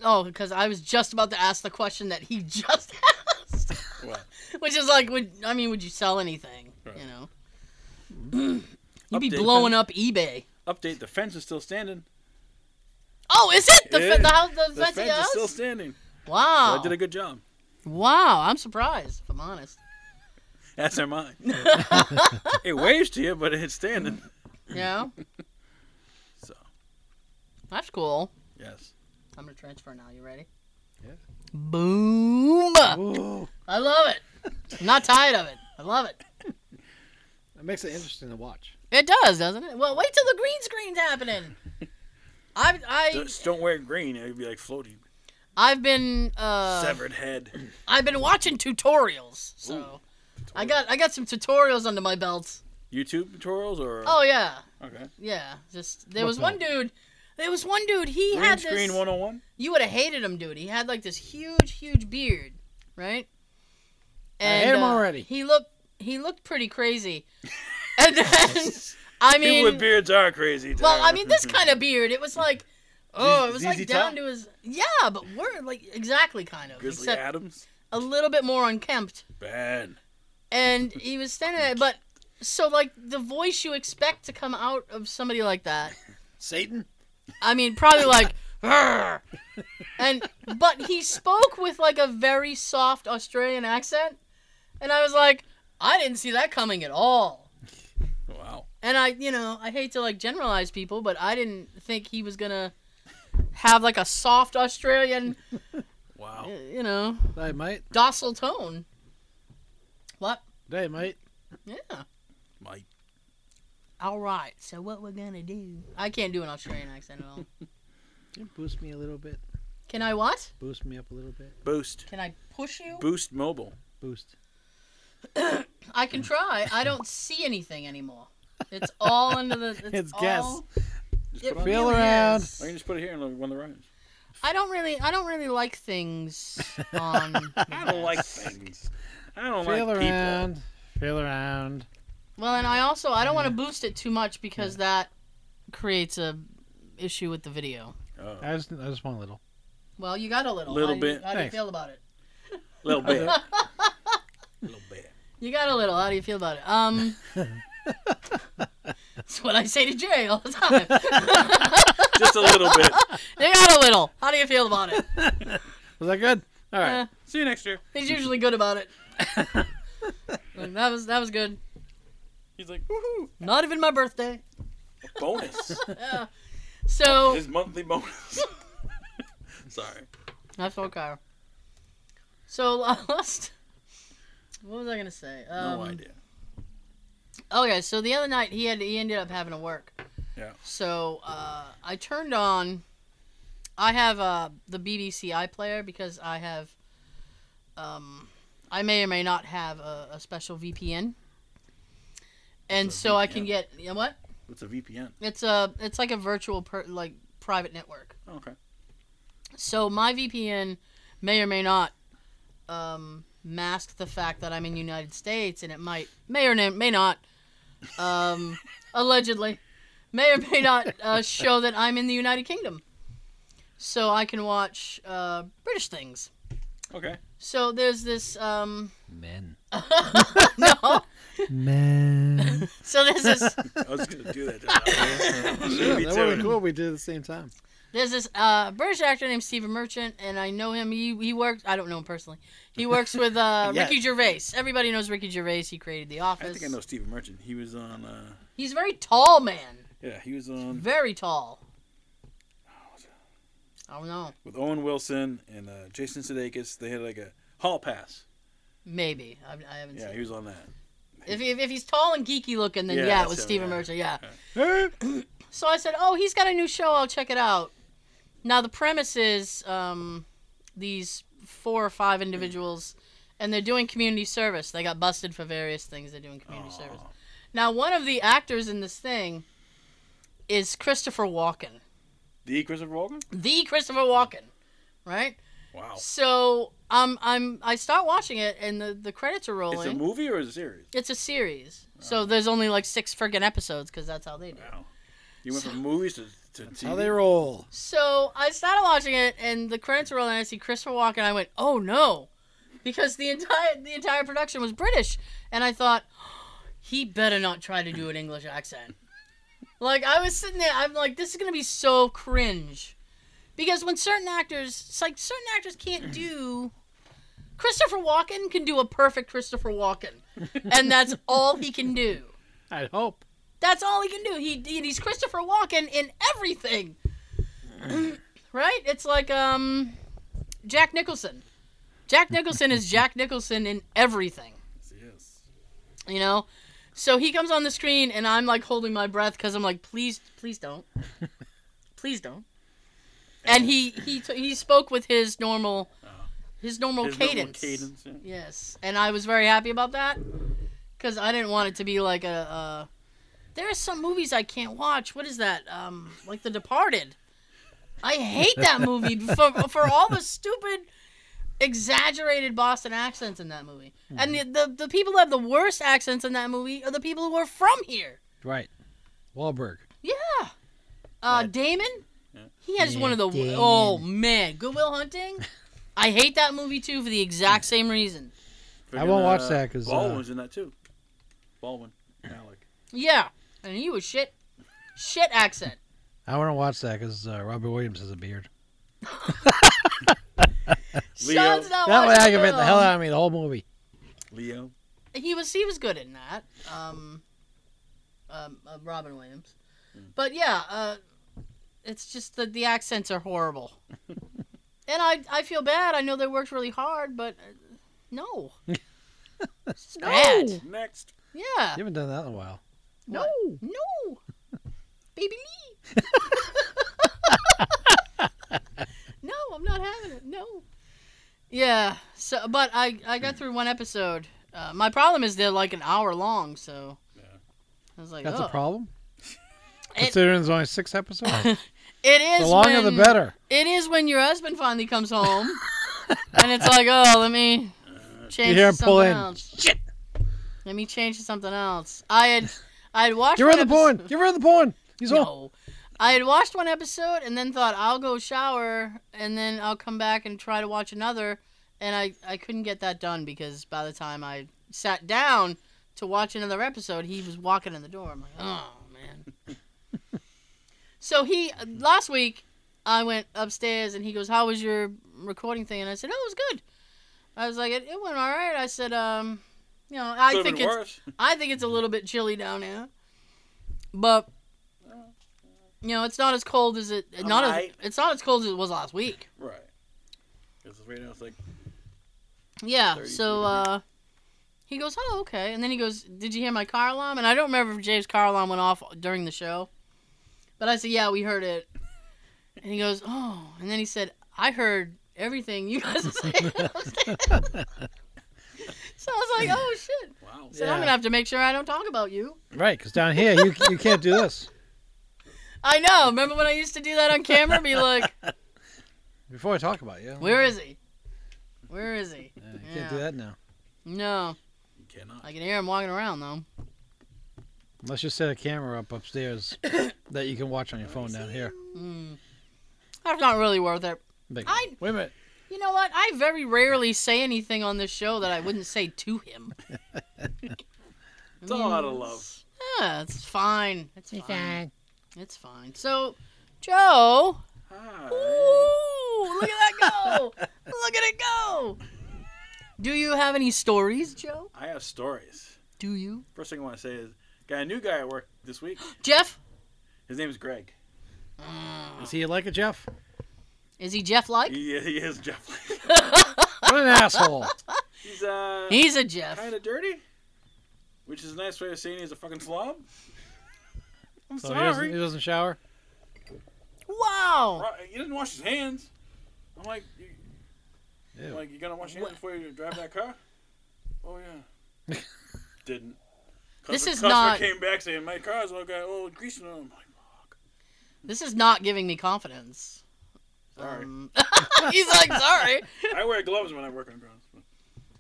[SPEAKER 2] Oh, because I was just about to ask the question that he <laughs> just asked,
[SPEAKER 3] Well,
[SPEAKER 2] <laughs> which is like, would I mean, would you sell anything?
[SPEAKER 3] Right.
[SPEAKER 2] You know. <clears throat> You'd be
[SPEAKER 3] Update.
[SPEAKER 2] blowing up eBay.
[SPEAKER 3] update. The fence is still standing.
[SPEAKER 2] Oh, is it the
[SPEAKER 3] Yeah.
[SPEAKER 2] fe- the house? The,
[SPEAKER 3] The
[SPEAKER 2] fence of
[SPEAKER 3] fence
[SPEAKER 2] the
[SPEAKER 3] is still
[SPEAKER 2] house?
[SPEAKER 3] standing. So
[SPEAKER 2] wow.
[SPEAKER 3] I did a good job.
[SPEAKER 2] wow. I'm surprised. If I'm
[SPEAKER 3] <laughs>
[SPEAKER 2] honest.
[SPEAKER 3] That's our mind. it waves to you, but
[SPEAKER 2] <laughs>
[SPEAKER 3] it's standing.
[SPEAKER 2] Yeah.
[SPEAKER 3] So
[SPEAKER 2] That's cool.
[SPEAKER 3] yes.
[SPEAKER 2] I'm gonna transfer now. You ready?
[SPEAKER 4] Yeah.
[SPEAKER 2] Boom.
[SPEAKER 4] Uh. Ooh,
[SPEAKER 2] I love it. I'm not tired of it. I love it.
[SPEAKER 4] that makes it interesting to watch.
[SPEAKER 2] It does, doesn't it? Well, wait till the green screen's happening. I've I,
[SPEAKER 3] Just don't wear green. It'd be like floating.
[SPEAKER 2] I've been uh,
[SPEAKER 3] Severed head.
[SPEAKER 2] I've been watching tutorials, so
[SPEAKER 3] Ooh,
[SPEAKER 2] I got I got some tutorials under my belt.
[SPEAKER 3] YouTube tutorials or
[SPEAKER 2] Oh yeah,
[SPEAKER 3] okay.
[SPEAKER 2] yeah. Just there
[SPEAKER 4] What
[SPEAKER 2] was one dude. There was one dude. He
[SPEAKER 3] Green
[SPEAKER 2] had this.
[SPEAKER 3] screen 101.
[SPEAKER 2] You would have hated him, dude. He had like this huge, huge beard, right? uh,
[SPEAKER 4] hate him already.
[SPEAKER 2] He looked he looked pretty crazy. and
[SPEAKER 3] <laughs>
[SPEAKER 2] then I
[SPEAKER 3] People with
[SPEAKER 2] mean,
[SPEAKER 3] beards are crazy.
[SPEAKER 2] well, I mean this kind of beard. It was like, oh, it was like
[SPEAKER 3] ZZ
[SPEAKER 2] down
[SPEAKER 3] Top?
[SPEAKER 2] to his yeah, but we're like exactly kind of
[SPEAKER 3] <laughs> Grizzly
[SPEAKER 2] except
[SPEAKER 3] Adams.
[SPEAKER 2] a little bit more unkempt.
[SPEAKER 3] Bad.
[SPEAKER 2] And he was standing there, but so like the voice you expect to come out of somebody like that
[SPEAKER 4] Satan.
[SPEAKER 2] I mean, probably like, "Arr!" and but he spoke with like a very soft Australian accent, and I was like, I didn't see that coming at all.
[SPEAKER 3] Wow.
[SPEAKER 2] And I, you know, I hate to like generalize people, but I didn't think he was gonna have like a soft Australian, uh,
[SPEAKER 3] Wow.
[SPEAKER 2] you know,
[SPEAKER 4] They might.
[SPEAKER 2] docile tone. What?
[SPEAKER 4] They might.
[SPEAKER 2] Yeah.
[SPEAKER 3] Mike.
[SPEAKER 2] All right. So what we're gonna do? I can't do an Australian accent at all.
[SPEAKER 4] You boost me a little bit.
[SPEAKER 2] Can I what?
[SPEAKER 4] Boost me up a little bit.
[SPEAKER 3] Boost.
[SPEAKER 2] Can I push you?
[SPEAKER 3] Boost Mobile.
[SPEAKER 4] Boost.
[SPEAKER 2] I can try. I don't see anything anymore. It's all under the. It's,
[SPEAKER 4] It's guess.
[SPEAKER 2] all,
[SPEAKER 3] Just
[SPEAKER 2] It
[SPEAKER 3] put on.
[SPEAKER 4] Feel
[SPEAKER 2] really
[SPEAKER 4] around.
[SPEAKER 2] is.
[SPEAKER 3] I can just put it here and look one of the rhymes.
[SPEAKER 2] I don't really. I don't really like things on. the
[SPEAKER 3] I don't like <laughs>
[SPEAKER 2] guess.
[SPEAKER 3] things. I don't
[SPEAKER 4] Feel
[SPEAKER 3] like
[SPEAKER 4] around. Feel around.
[SPEAKER 2] Well, and I also I don't want to boost it too much because that creates a issue with the video.
[SPEAKER 3] people. Oh,
[SPEAKER 4] I just, I just want a little.
[SPEAKER 2] Well, you got a little.
[SPEAKER 3] Little
[SPEAKER 2] how Do you,
[SPEAKER 3] bit. Oh,
[SPEAKER 2] how do you
[SPEAKER 4] Thanks.
[SPEAKER 2] feel about it?
[SPEAKER 3] little bit. little bit.
[SPEAKER 2] <laughs> You got a little. How do you feel about it? Um. That's what I say to Jay all the time. <laughs>
[SPEAKER 3] Just a little bit.
[SPEAKER 2] they got a little. How do you feel about it?
[SPEAKER 4] Was that good? All right.
[SPEAKER 2] Eh.
[SPEAKER 3] See you next year.
[SPEAKER 2] He's usually good about it. Like, that was that was good.
[SPEAKER 3] He's like, woohoo.
[SPEAKER 2] Not even my birthday. <laughs>
[SPEAKER 3] A bonus.
[SPEAKER 2] So
[SPEAKER 3] His monthly bonus. <laughs> Sorry.
[SPEAKER 2] that's okay. <laughs> So last, what was I gonna say? Um,
[SPEAKER 3] no idea.
[SPEAKER 2] Okay, so the other night he had he ended up having to work.
[SPEAKER 3] Yeah.
[SPEAKER 2] So uh, I turned on. I have uh, the BBC iPlayer because I have. Um, I may or may not have a, a special VPN. And
[SPEAKER 3] What's a
[SPEAKER 2] so I can
[SPEAKER 3] VPN?
[SPEAKER 2] get you know what
[SPEAKER 3] It's a VPN.
[SPEAKER 2] it's a it's like a virtual per, like private network.
[SPEAKER 3] Oh, okay.
[SPEAKER 2] So my VPN may or may not um, mask the fact that I'm in the United States, and it might may or na- may not um, <laughs> allegedly may or may not uh, show that I'm in the United Kingdom. So I can watch uh, British things.
[SPEAKER 3] Okay.
[SPEAKER 2] So there's this um, <laughs>
[SPEAKER 5] Men.
[SPEAKER 2] no.
[SPEAKER 4] <laughs> Man.
[SPEAKER 2] So there's this
[SPEAKER 3] I was gonna
[SPEAKER 2] <laughs>
[SPEAKER 3] do that. Just now.
[SPEAKER 4] yeah,
[SPEAKER 3] Me
[SPEAKER 4] that would be
[SPEAKER 3] too.
[SPEAKER 4] cool. if We did it at the same time.
[SPEAKER 2] There's this uh, British actor named Stephen Merchant, and I know him. He he works. I don't know him personally. He works with
[SPEAKER 3] <laughs>
[SPEAKER 2] uh,
[SPEAKER 4] Yes.
[SPEAKER 2] Ricky Gervais. Everybody knows Ricky Gervais. He created The
[SPEAKER 3] I
[SPEAKER 2] Office.
[SPEAKER 3] think I know Stephen Merchant. He was on. uh
[SPEAKER 2] He's a very tall, man.
[SPEAKER 3] Yeah, he was on
[SPEAKER 2] Very tall. I don't know.
[SPEAKER 3] with Owen Wilson and uh, Jason Sudeikis. They had like a hall pass.
[SPEAKER 2] Maybe I, I haven't
[SPEAKER 3] Yeah,
[SPEAKER 2] seen.
[SPEAKER 3] he was on that.
[SPEAKER 2] If, he, if he's tall and geeky looking, then
[SPEAKER 3] Yeah,
[SPEAKER 2] yeah, it
[SPEAKER 3] that's
[SPEAKER 2] was
[SPEAKER 3] him,
[SPEAKER 2] Stephen
[SPEAKER 3] yeah.
[SPEAKER 2] Merchant. Yeah.
[SPEAKER 3] Yeah.
[SPEAKER 2] So I said, "Oh, he's got a new show. I'll check it out." Now the premise is um, these four or five individuals, and they're doing community service. They got busted for various things. They're doing community service.
[SPEAKER 3] Oh,
[SPEAKER 2] Now, one of the actors in this thing is Christopher Walken,
[SPEAKER 3] the Christopher Walken.
[SPEAKER 2] the Christopher Walken, right?
[SPEAKER 3] Wow.
[SPEAKER 2] So um, I'm I start watching it, and the the credits are rolling.
[SPEAKER 3] It's a movie or is it a series?
[SPEAKER 2] It's a series, so there's only like six friggin' episodes because that's how they do. it.
[SPEAKER 3] Wow. You went from movies to, to TV.
[SPEAKER 4] How they roll.
[SPEAKER 2] So I started watching it, and the credits were rolling. And I see Christopher Walken. And I went, "Oh no," because the entire the entire production was British, and I thought <gasps> he better not try to do an English accent. like I was sitting there, I'm like, "This is gonna be so cringe," because when certain actors, it's like certain actors can't do. Christopher Walken can do a perfect Christopher Walken, and that's all he can do.
[SPEAKER 4] I hope.
[SPEAKER 2] That's all he can do. He he's Christopher Walken in everything. <clears throat> right? It's like um Jack Nicholson. Jack Nicholson is Jack Nicholson in everything,
[SPEAKER 3] Yes.
[SPEAKER 2] you know? So he comes on the screen and I'm like holding my breath cuz I'm like please please don't. please don't. And he he t- he spoke with his normal his normal
[SPEAKER 3] His normal
[SPEAKER 2] cadence.
[SPEAKER 3] cadence, yeah.
[SPEAKER 2] Yes, and I was very happy about that because I didn't want it to be like a. Uh, there are some movies I can't watch. What is that? Um, like The Departed. I hate
[SPEAKER 5] <laughs>
[SPEAKER 2] that movie for, for all the stupid, exaggerated Boston accents in that movie. And
[SPEAKER 5] Mm-hmm.
[SPEAKER 2] the, the the people who have the worst accents in that movie are the people who are from here.
[SPEAKER 5] Right. Wahlberg.
[SPEAKER 2] Yeah. Uh, Damon.
[SPEAKER 3] Yeah.
[SPEAKER 2] He has
[SPEAKER 5] Yeah,
[SPEAKER 2] one of the.
[SPEAKER 5] Damon.
[SPEAKER 2] Oh man, Goodwill
[SPEAKER 5] <laughs>
[SPEAKER 2] Hunting. I hate that movie too for the exact same reason.
[SPEAKER 4] I won't watch that 'cause, uh,
[SPEAKER 3] Baldwin's in that too. Baldwin, Alec.
[SPEAKER 2] Yeah, and you a shit, shit accent.
[SPEAKER 4] I want to watch that because
[SPEAKER 5] Uh, Robert Williams has a beard.
[SPEAKER 3] Leo.
[SPEAKER 2] Sean's not
[SPEAKER 4] that would
[SPEAKER 2] watching
[SPEAKER 4] aggravate the hell
[SPEAKER 2] film.
[SPEAKER 4] out of me the whole movie.
[SPEAKER 3] Leo.
[SPEAKER 2] um, He was he was good in that. Um, um uh, Robin Williams, but yeah, uh, it's just that the accents
[SPEAKER 4] <laughs>
[SPEAKER 2] are horrible, and I I feel bad. I know they worked really hard, but uh,
[SPEAKER 4] <laughs>
[SPEAKER 2] no, it's just bad.
[SPEAKER 3] Next.
[SPEAKER 2] Yeah,
[SPEAKER 4] You haven't done that in a while.
[SPEAKER 2] Uh, no, no, baby Lee. no, I'm not having it. No. Yeah. So, but I I got through one episode. Uh, my problem is they're like an hour long, so
[SPEAKER 3] Yeah.
[SPEAKER 2] I was like,
[SPEAKER 4] That's
[SPEAKER 2] oh.
[SPEAKER 4] a problem.
[SPEAKER 2] <laughs> It-
[SPEAKER 4] Considering there's only six
[SPEAKER 2] <laughs>
[SPEAKER 4] episodes,
[SPEAKER 2] It is
[SPEAKER 4] the longer the
[SPEAKER 2] when-
[SPEAKER 4] better.
[SPEAKER 2] It is when your husband finally comes home, <laughs> and it's like, oh, let me
[SPEAKER 4] You
[SPEAKER 2] change
[SPEAKER 4] hear him
[SPEAKER 2] to
[SPEAKER 4] pull
[SPEAKER 2] something
[SPEAKER 4] in.
[SPEAKER 2] else.
[SPEAKER 4] Shit!
[SPEAKER 2] Let me change to something else. I had I had watched.
[SPEAKER 4] Get
[SPEAKER 2] one
[SPEAKER 4] rid of the porn. Get rid of the porn. He's
[SPEAKER 2] no.
[SPEAKER 4] all.
[SPEAKER 2] I had watched one episode and then thought I'll go shower and then I'll come back and try to watch another and I, I couldn't get that done because by the time I sat down to watch another episode he was walking in the door. I'm like, "Oh, man." so he last week I went upstairs and he goes, "How was your recording thing?" and I said, "Oh, it was good." I was like, "It, it went all right." I said, um, you know, I
[SPEAKER 3] Could've
[SPEAKER 2] think
[SPEAKER 3] been
[SPEAKER 2] it's
[SPEAKER 3] <laughs> worse.
[SPEAKER 2] I think it's a little bit chilly down here, but you know it's not as cold as it not as,
[SPEAKER 3] Alright.
[SPEAKER 2] it's not as cold as it was last week.
[SPEAKER 3] Right. Because right now it's like
[SPEAKER 2] Yeah,
[SPEAKER 3] 30
[SPEAKER 2] so uh, He goes, oh, okay. And then he goes, did you hear my car alarm? And I don't remember if James' car alarm went off during the show. But I said, yeah, we heard it. And he goes, oh. And then he said, I heard everything you guys were
[SPEAKER 4] <laughs>
[SPEAKER 2] saying. <laughs> so I was like, oh, shit.
[SPEAKER 3] Wow.
[SPEAKER 2] So I'm going to have to make sure I don't talk about you.
[SPEAKER 5] Right, because down here you you can't do this.
[SPEAKER 2] I know. Remember when I used to do that on camera? Be like,
[SPEAKER 5] Before I talk about you,
[SPEAKER 2] where is he? Where is he?
[SPEAKER 5] Yeah, you can't do
[SPEAKER 2] Yeah.
[SPEAKER 5] that now.
[SPEAKER 2] No.
[SPEAKER 3] You cannot.
[SPEAKER 2] I can hear him walking around, though.
[SPEAKER 5] Unless you set a camera up upstairs that you can watch on your phone down here.
[SPEAKER 2] Mm. That's not really worth it.
[SPEAKER 5] Like,
[SPEAKER 2] I-
[SPEAKER 5] Wait a minute.
[SPEAKER 2] You know what? I very rarely say anything on this show that I wouldn't say to him.
[SPEAKER 3] It's all out of love.
[SPEAKER 2] Yeah, it's fine. It's fine. It's fine. So, Joe.
[SPEAKER 3] Hi.
[SPEAKER 2] Ooh, look at that go. look at it go. Do you have any stories, Joe?
[SPEAKER 3] I have stories.
[SPEAKER 2] Do you?
[SPEAKER 3] First thing I want to say is, got a new guy at work this week.
[SPEAKER 2] Jeff?
[SPEAKER 3] His name is Greg.
[SPEAKER 5] Is he like a Jeff?
[SPEAKER 2] Is he Jeff like?
[SPEAKER 3] He, he is Jeff. Lake.
[SPEAKER 2] <laughs>
[SPEAKER 5] What an asshole!
[SPEAKER 3] <laughs> He's uh
[SPEAKER 2] He's a Jeff.
[SPEAKER 3] kind of dirty, which is a nice way of saying he's a fucking slob. I'm
[SPEAKER 5] So he doesn't,
[SPEAKER 3] sorry.
[SPEAKER 5] he doesn't shower.
[SPEAKER 2] Wow.
[SPEAKER 3] Right, He didn't wash his hands. I'm like, you,
[SPEAKER 5] Ew.
[SPEAKER 3] like you gonna wash your hands before you drive that car? Oh yeah.
[SPEAKER 5] <laughs>
[SPEAKER 3] Didn't.
[SPEAKER 2] This
[SPEAKER 3] Customer-
[SPEAKER 2] is
[SPEAKER 3] customer
[SPEAKER 2] not-
[SPEAKER 3] Came back saying my car's all got old grease on. it." I'm like, fuck.
[SPEAKER 2] This is not giving me confidence.
[SPEAKER 3] Sorry.
[SPEAKER 2] Um, <laughs> he's like, sorry.
[SPEAKER 3] <laughs> I wear gloves when I work on grounds. but,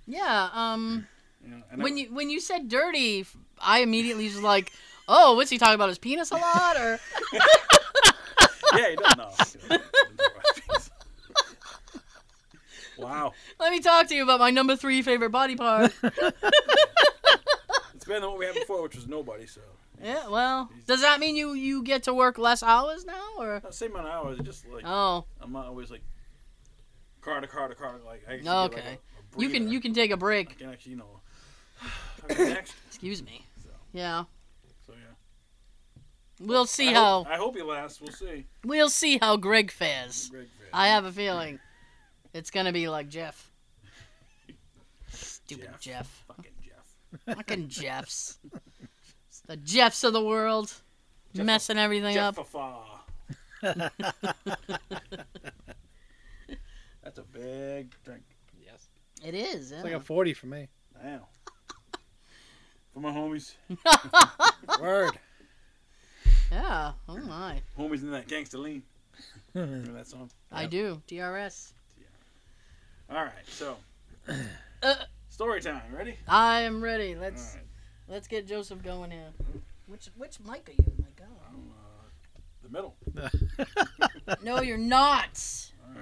[SPEAKER 2] Yeah, um.
[SPEAKER 3] You know, and I-
[SPEAKER 2] When you when you said dirty, f- I immediately was like, "Oh, what's he talking about? His penis a lot?" Or
[SPEAKER 3] <laughs> yeah,
[SPEAKER 2] <laughs>
[SPEAKER 3] you don't know. <laughs> wow,
[SPEAKER 2] let me talk to you about my number three favorite body part.
[SPEAKER 3] <laughs> it's better than what we had before, which was nobody. So
[SPEAKER 2] yeah, well, does that mean you you get to work less hours now, or
[SPEAKER 3] Not same amount of hours. Just like
[SPEAKER 2] oh,
[SPEAKER 3] I'm not always like car to car to car. Like I can
[SPEAKER 2] Okay. you can you can take a
[SPEAKER 3] I
[SPEAKER 2] break?
[SPEAKER 3] can actually you know. <sighs> okay, next.
[SPEAKER 2] Excuse me.
[SPEAKER 3] So,
[SPEAKER 2] Yeah,
[SPEAKER 3] so yeah.
[SPEAKER 2] we'll see
[SPEAKER 3] I
[SPEAKER 2] how
[SPEAKER 3] Hope, I hope he lasts. We'll see.
[SPEAKER 2] we'll see how Greg fares.
[SPEAKER 3] Greg
[SPEAKER 2] I have a feeling it's gonna be like Jeff. Stupid
[SPEAKER 3] Jeff.
[SPEAKER 2] Jeff.
[SPEAKER 3] Fucking
[SPEAKER 2] <laughs>
[SPEAKER 3] Jeff.
[SPEAKER 2] Fucking Jeffs. The Jeffs of the world. messing everything
[SPEAKER 3] Jeff
[SPEAKER 2] up. <laughs>
[SPEAKER 3] That's a big drink.
[SPEAKER 5] Yes.
[SPEAKER 2] It
[SPEAKER 4] It's
[SPEAKER 2] is. yeah.
[SPEAKER 4] like a 40 for me.
[SPEAKER 3] Now. For my homies,
[SPEAKER 2] <laughs>
[SPEAKER 5] Word. <laughs>
[SPEAKER 2] Yeah. Oh my.
[SPEAKER 3] homies in that gangster lean. Remember that song?
[SPEAKER 2] I do. DRS.
[SPEAKER 3] All right, so
[SPEAKER 2] Uh.
[SPEAKER 3] story time. Ready?
[SPEAKER 2] I am ready.
[SPEAKER 3] All
[SPEAKER 2] Let's
[SPEAKER 3] right.
[SPEAKER 2] let's get Joseph going here. Which which mic are you? My God.
[SPEAKER 3] I'm, uh, the middle.
[SPEAKER 2] No, you're not.
[SPEAKER 3] All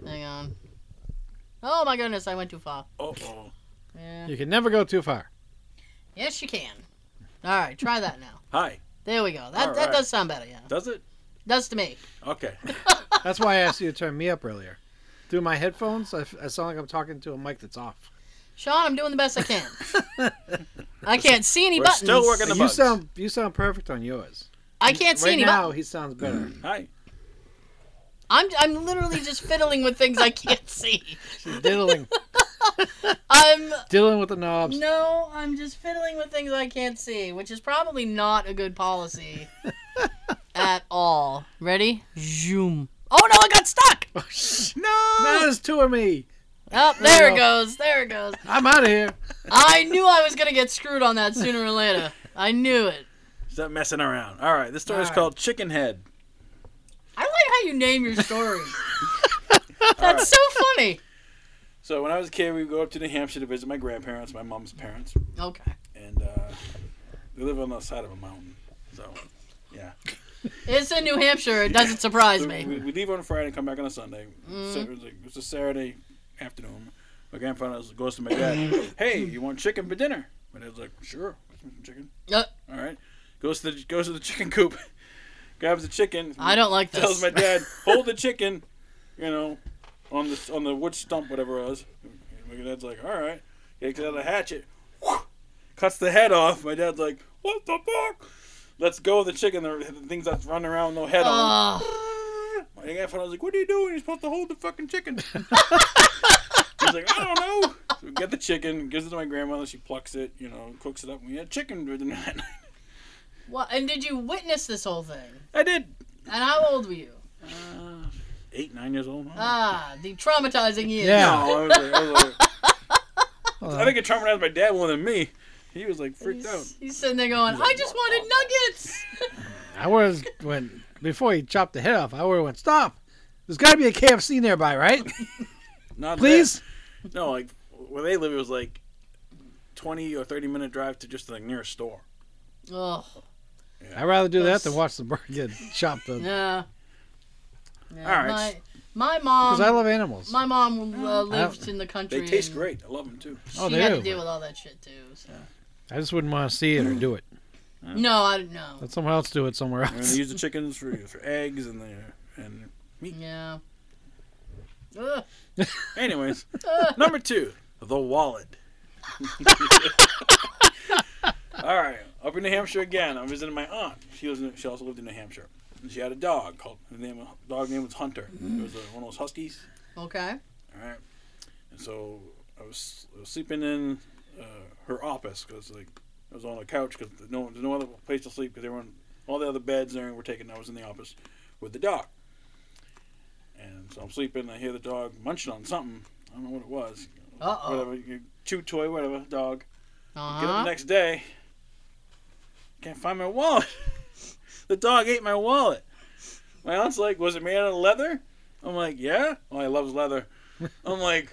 [SPEAKER 3] right.
[SPEAKER 2] Hang on. Oh my goodness, I went too far.
[SPEAKER 3] Uh oh.
[SPEAKER 2] Yeah.
[SPEAKER 4] You can never go too far.
[SPEAKER 2] Yes, you can. All right, try that now.
[SPEAKER 3] Hi.
[SPEAKER 2] There we go. That
[SPEAKER 3] All
[SPEAKER 2] that
[SPEAKER 3] right.
[SPEAKER 2] does sound better. Yeah,
[SPEAKER 3] Does it?
[SPEAKER 2] does to me. <laughs>
[SPEAKER 3] Okay.
[SPEAKER 4] That's why I asked you to turn me up earlier. Through my headphones, I, f- I sound like I'm talking to a mic that's
[SPEAKER 2] <laughs>
[SPEAKER 4] off.
[SPEAKER 2] Sean, I'm doing the best I can. I can't see any
[SPEAKER 3] We're
[SPEAKER 2] buttons.
[SPEAKER 3] still working
[SPEAKER 4] But
[SPEAKER 3] the
[SPEAKER 4] you
[SPEAKER 3] bugs.
[SPEAKER 4] sound you sound perfect on yours.
[SPEAKER 2] I can't see
[SPEAKER 4] right
[SPEAKER 2] any
[SPEAKER 4] now,
[SPEAKER 2] buttons.
[SPEAKER 4] he sounds better.
[SPEAKER 3] Hi.
[SPEAKER 2] I'm I'm literally just fiddling with things I can't <laughs> see.
[SPEAKER 4] She's diddling,
[SPEAKER 2] I'm
[SPEAKER 4] diddling with the knobs.
[SPEAKER 2] No, I'm just fiddling with things I can't see, which is probably not a good
[SPEAKER 3] <laughs>
[SPEAKER 2] policy at all. Ready? Zoom. Oh no, I got stuck.
[SPEAKER 5] <laughs>
[SPEAKER 4] No, there's two of me.
[SPEAKER 2] Oh, there
[SPEAKER 4] no.
[SPEAKER 2] it goes. There it goes.
[SPEAKER 4] I'm out of here.
[SPEAKER 2] I knew I was gonna get screwed on that sooner or later. I knew it.
[SPEAKER 3] Stop messing around. All right. This story is
[SPEAKER 2] All right.
[SPEAKER 3] called Chicken Head.
[SPEAKER 2] I like how you name your
[SPEAKER 3] <laughs>
[SPEAKER 2] stories.
[SPEAKER 3] All right.
[SPEAKER 2] That's so funny.
[SPEAKER 3] So when I was a kid, we would go up to New Hampshire to visit my grandparents, my mom's parents,
[SPEAKER 2] Okay.
[SPEAKER 3] and uh, they live on the side of a mountain. So
[SPEAKER 2] It's in New Hampshire. It doesn't surprise
[SPEAKER 3] we,
[SPEAKER 2] me.
[SPEAKER 3] we- we leave on Friday and come back on a Sunday.
[SPEAKER 2] Mm.
[SPEAKER 3] So it was like- it was a Saturday afternoon. My grandfather was- goes to my
[SPEAKER 2] Mm-hmm.
[SPEAKER 3] dad. hey, you want chicken for dinner? My dad's like, sure, let's make some chicken.
[SPEAKER 2] Uh.
[SPEAKER 3] All right. Goes to the goes to the chicken coop, <laughs> grabs the chicken.
[SPEAKER 2] I don't like
[SPEAKER 3] <laughs> tells
[SPEAKER 2] this.
[SPEAKER 3] my dad, "Hold the chicken," you know, on the on the wood stump, whatever it was. And my dad's like, "All right." He takes out a hatchet, <laughs> cuts the head off. My dad's like, "What the fuck?" Let's go with the chicken. The, the things that's running around, no head on.
[SPEAKER 2] Ugh. <laughs>
[SPEAKER 3] My grandfather was like, "What are you doing? You're supposed to hold the fucking chicken." He's like, "I don't know." So get the chicken, gives it to my grandmother. She plucks it, you know, cooks it up. We had chicken for dinner that <laughs> night.
[SPEAKER 2] Well, and did you witness this whole thing?
[SPEAKER 3] I did.
[SPEAKER 2] And how old were you?
[SPEAKER 3] Uh, eight, nine years old. huh?
[SPEAKER 2] Ah, the traumatizing years.
[SPEAKER 5] Yeah.
[SPEAKER 3] No, I, was like, I, was like,
[SPEAKER 5] Hold
[SPEAKER 3] I
[SPEAKER 5] on.
[SPEAKER 3] think it traumatized my dad more than me. He was like freaked out.
[SPEAKER 2] He's, he's sitting there going, I just wanted nuggets. <laughs>
[SPEAKER 5] I was when before he chopped the head off. I would have went stop. There's got to be a KFC nearby,
[SPEAKER 2] <laughs>
[SPEAKER 5] right?
[SPEAKER 3] Not
[SPEAKER 5] Please.
[SPEAKER 3] that- No, like where they live, it was like twenty or thirty minute drive to just the nearest store.
[SPEAKER 2] oh,
[SPEAKER 5] I'd rather do that than
[SPEAKER 2] Yes.
[SPEAKER 5] watch the bird get chopped. Because
[SPEAKER 2] yeah. yeah.
[SPEAKER 3] All right.
[SPEAKER 2] My, my mom.
[SPEAKER 5] I love animals.
[SPEAKER 2] Um, My mom uh, lived in the
[SPEAKER 3] They
[SPEAKER 2] country.
[SPEAKER 3] taste
[SPEAKER 2] and
[SPEAKER 3] great. I love them too.
[SPEAKER 2] She
[SPEAKER 5] Oh, they
[SPEAKER 2] had to
[SPEAKER 5] do.
[SPEAKER 2] deal with all that shit too. So.
[SPEAKER 5] I just wouldn't want to see it or do it.
[SPEAKER 2] No, I don't know.
[SPEAKER 5] Let someone else do it somewhere
[SPEAKER 3] And they
[SPEAKER 5] else.
[SPEAKER 3] use the chickens for for eggs and the and
[SPEAKER 2] Yeah. Ugh.
[SPEAKER 3] anyways. number two, the wallet. All right, up in New Hampshire again. I'm visiting my aunt. She lives. In, she also lived in New Hampshire. And she had a dog called. The name of dog name was Hunter. It was uh, one of those huskies.
[SPEAKER 2] Okay.
[SPEAKER 3] All right. And so I was, I was sleeping in uh, her office because like I was on a couch because no there's no other place to sleep because everyone all the other beds and everything were taken. I was in the office with the dog. And so I'm sleeping. I hear the dog munching on something. I don't know what it was.
[SPEAKER 2] Uh-oh.
[SPEAKER 3] Whatever, you chew toy, whatever, dog. Get up
[SPEAKER 5] Uh-huh.
[SPEAKER 2] Uh
[SPEAKER 3] the
[SPEAKER 2] huh.
[SPEAKER 3] next day. Can't find my wallet. <laughs> the dog ate my wallet. My aunt's like, was it made out of leather? I'm like, yeah. Oh, he loves leather. I'm
[SPEAKER 5] <laughs>
[SPEAKER 3] like,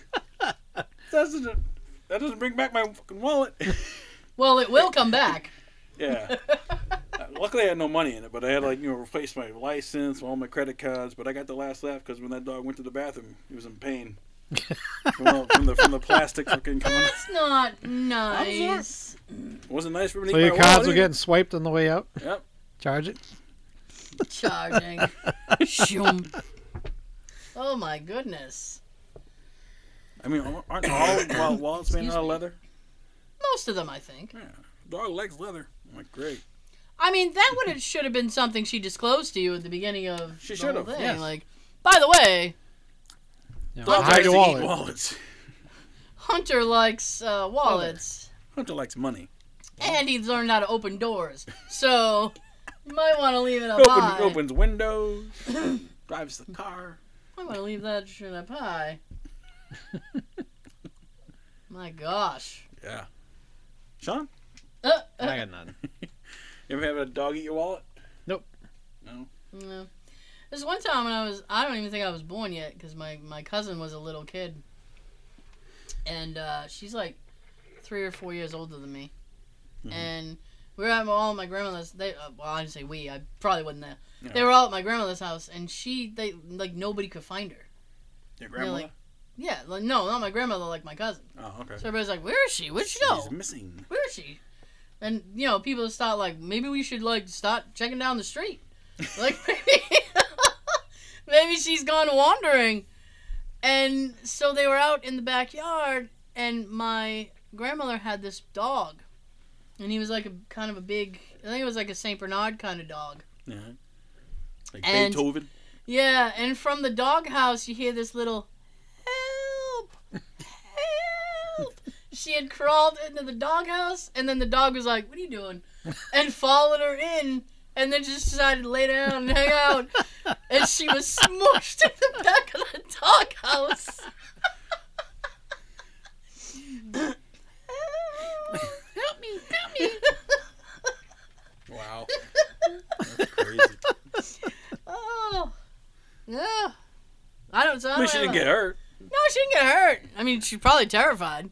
[SPEAKER 3] that's a, that doesn't bring back my fucking wallet. <laughs>
[SPEAKER 2] Well, it will come back.
[SPEAKER 5] <laughs>
[SPEAKER 3] yeah. Uh, Luckily, I had no money in it, but I had like you know replace my license, all my credit cards. But I got the last laugh because when that dog went to the bathroom, he was
[SPEAKER 5] <laughs>
[SPEAKER 3] in pain from, the, from the from the plastic fucking coming. out.
[SPEAKER 2] That's not nice.
[SPEAKER 3] It wasn't nice for me
[SPEAKER 5] <laughs>
[SPEAKER 3] to
[SPEAKER 5] So
[SPEAKER 3] eat
[SPEAKER 5] your
[SPEAKER 3] my
[SPEAKER 5] cards
[SPEAKER 3] wallet
[SPEAKER 5] were
[SPEAKER 3] either.
[SPEAKER 5] getting swiped on the way out.
[SPEAKER 3] Yep.
[SPEAKER 5] Charge it.
[SPEAKER 2] Charging. Shoom. Oh my goodness.
[SPEAKER 3] I mean, aren't all wall- wallets made
[SPEAKER 2] Excuse
[SPEAKER 3] out of
[SPEAKER 2] me.
[SPEAKER 3] leather?
[SPEAKER 2] Most of them, I think.
[SPEAKER 3] Dog likes leather. I'm like, great.
[SPEAKER 2] I mean, that would have should have been something she disclosed to you at the beginning of
[SPEAKER 3] She
[SPEAKER 2] the
[SPEAKER 3] should
[SPEAKER 2] whole
[SPEAKER 3] have,
[SPEAKER 2] thing.
[SPEAKER 5] yes.
[SPEAKER 2] Like, by the way,
[SPEAKER 5] You know,
[SPEAKER 2] Don't
[SPEAKER 5] hide
[SPEAKER 3] likes
[SPEAKER 5] your
[SPEAKER 3] to eat
[SPEAKER 5] wallet.
[SPEAKER 3] wallets. <laughs>
[SPEAKER 2] Hunter likes uh, wallets,
[SPEAKER 3] Hunter likes money.
[SPEAKER 2] and he's learned how to open doors. So, you might want to leave it up
[SPEAKER 3] Open,
[SPEAKER 2] high. <clears throat>
[SPEAKER 3] opens windows, drives the car.
[SPEAKER 2] I want to leave that shit up high.
[SPEAKER 3] <laughs>
[SPEAKER 2] My gosh.
[SPEAKER 3] Yeah. Sean,
[SPEAKER 2] Uh, uh,
[SPEAKER 5] I got
[SPEAKER 2] <laughs>
[SPEAKER 5] none.
[SPEAKER 3] you ever have a dog eat your wallet?
[SPEAKER 2] no. There's one time when I was, I don't even think I was born yet because my, my cousin was a little kid. And uh, she's like three or four years older than me.
[SPEAKER 3] Mm-hmm.
[SPEAKER 2] And we were at my- all my grandmother's, they, uh, well, I didn't say we, I probably wasn't there. They
[SPEAKER 3] Yeah.
[SPEAKER 2] were all at my grandmother's house and she, they, like, nobody could find her. They're
[SPEAKER 3] Your grandma?
[SPEAKER 2] like- yeah, like, no, not my grandmother, like my cousin.
[SPEAKER 3] oh, okay.
[SPEAKER 2] So everybody's like, where is she? Where'd she go?
[SPEAKER 3] She's missing.
[SPEAKER 2] where is she? And you know, people start like, maybe we should like start checking down the street. Like maybe, <laughs> maybe she's gone wandering. And so they were out in the backyard, and my grandmother had this dog, and he was like a kind of a big, I think it was like a Saint Bernard kind of dog.
[SPEAKER 3] Yeah. Like
[SPEAKER 2] And-
[SPEAKER 3] Beethoven.
[SPEAKER 2] Yeah, and from the doghouse, you hear this little help, help. She had crawled into the doghouse, and then the dog was like, "What are you doing?" and followed her in, and then just decided to lay down and hang out. And she was smushed in the back of the doghouse. help me! Help me!
[SPEAKER 3] Wow. That's crazy.
[SPEAKER 2] <laughs> oh, yeah. I don't. So I
[SPEAKER 3] At
[SPEAKER 2] don't
[SPEAKER 3] least she
[SPEAKER 2] have
[SPEAKER 3] didn't
[SPEAKER 2] a-
[SPEAKER 3] get hurt.
[SPEAKER 2] No, she didn't get hurt. I mean, she's probably terrified.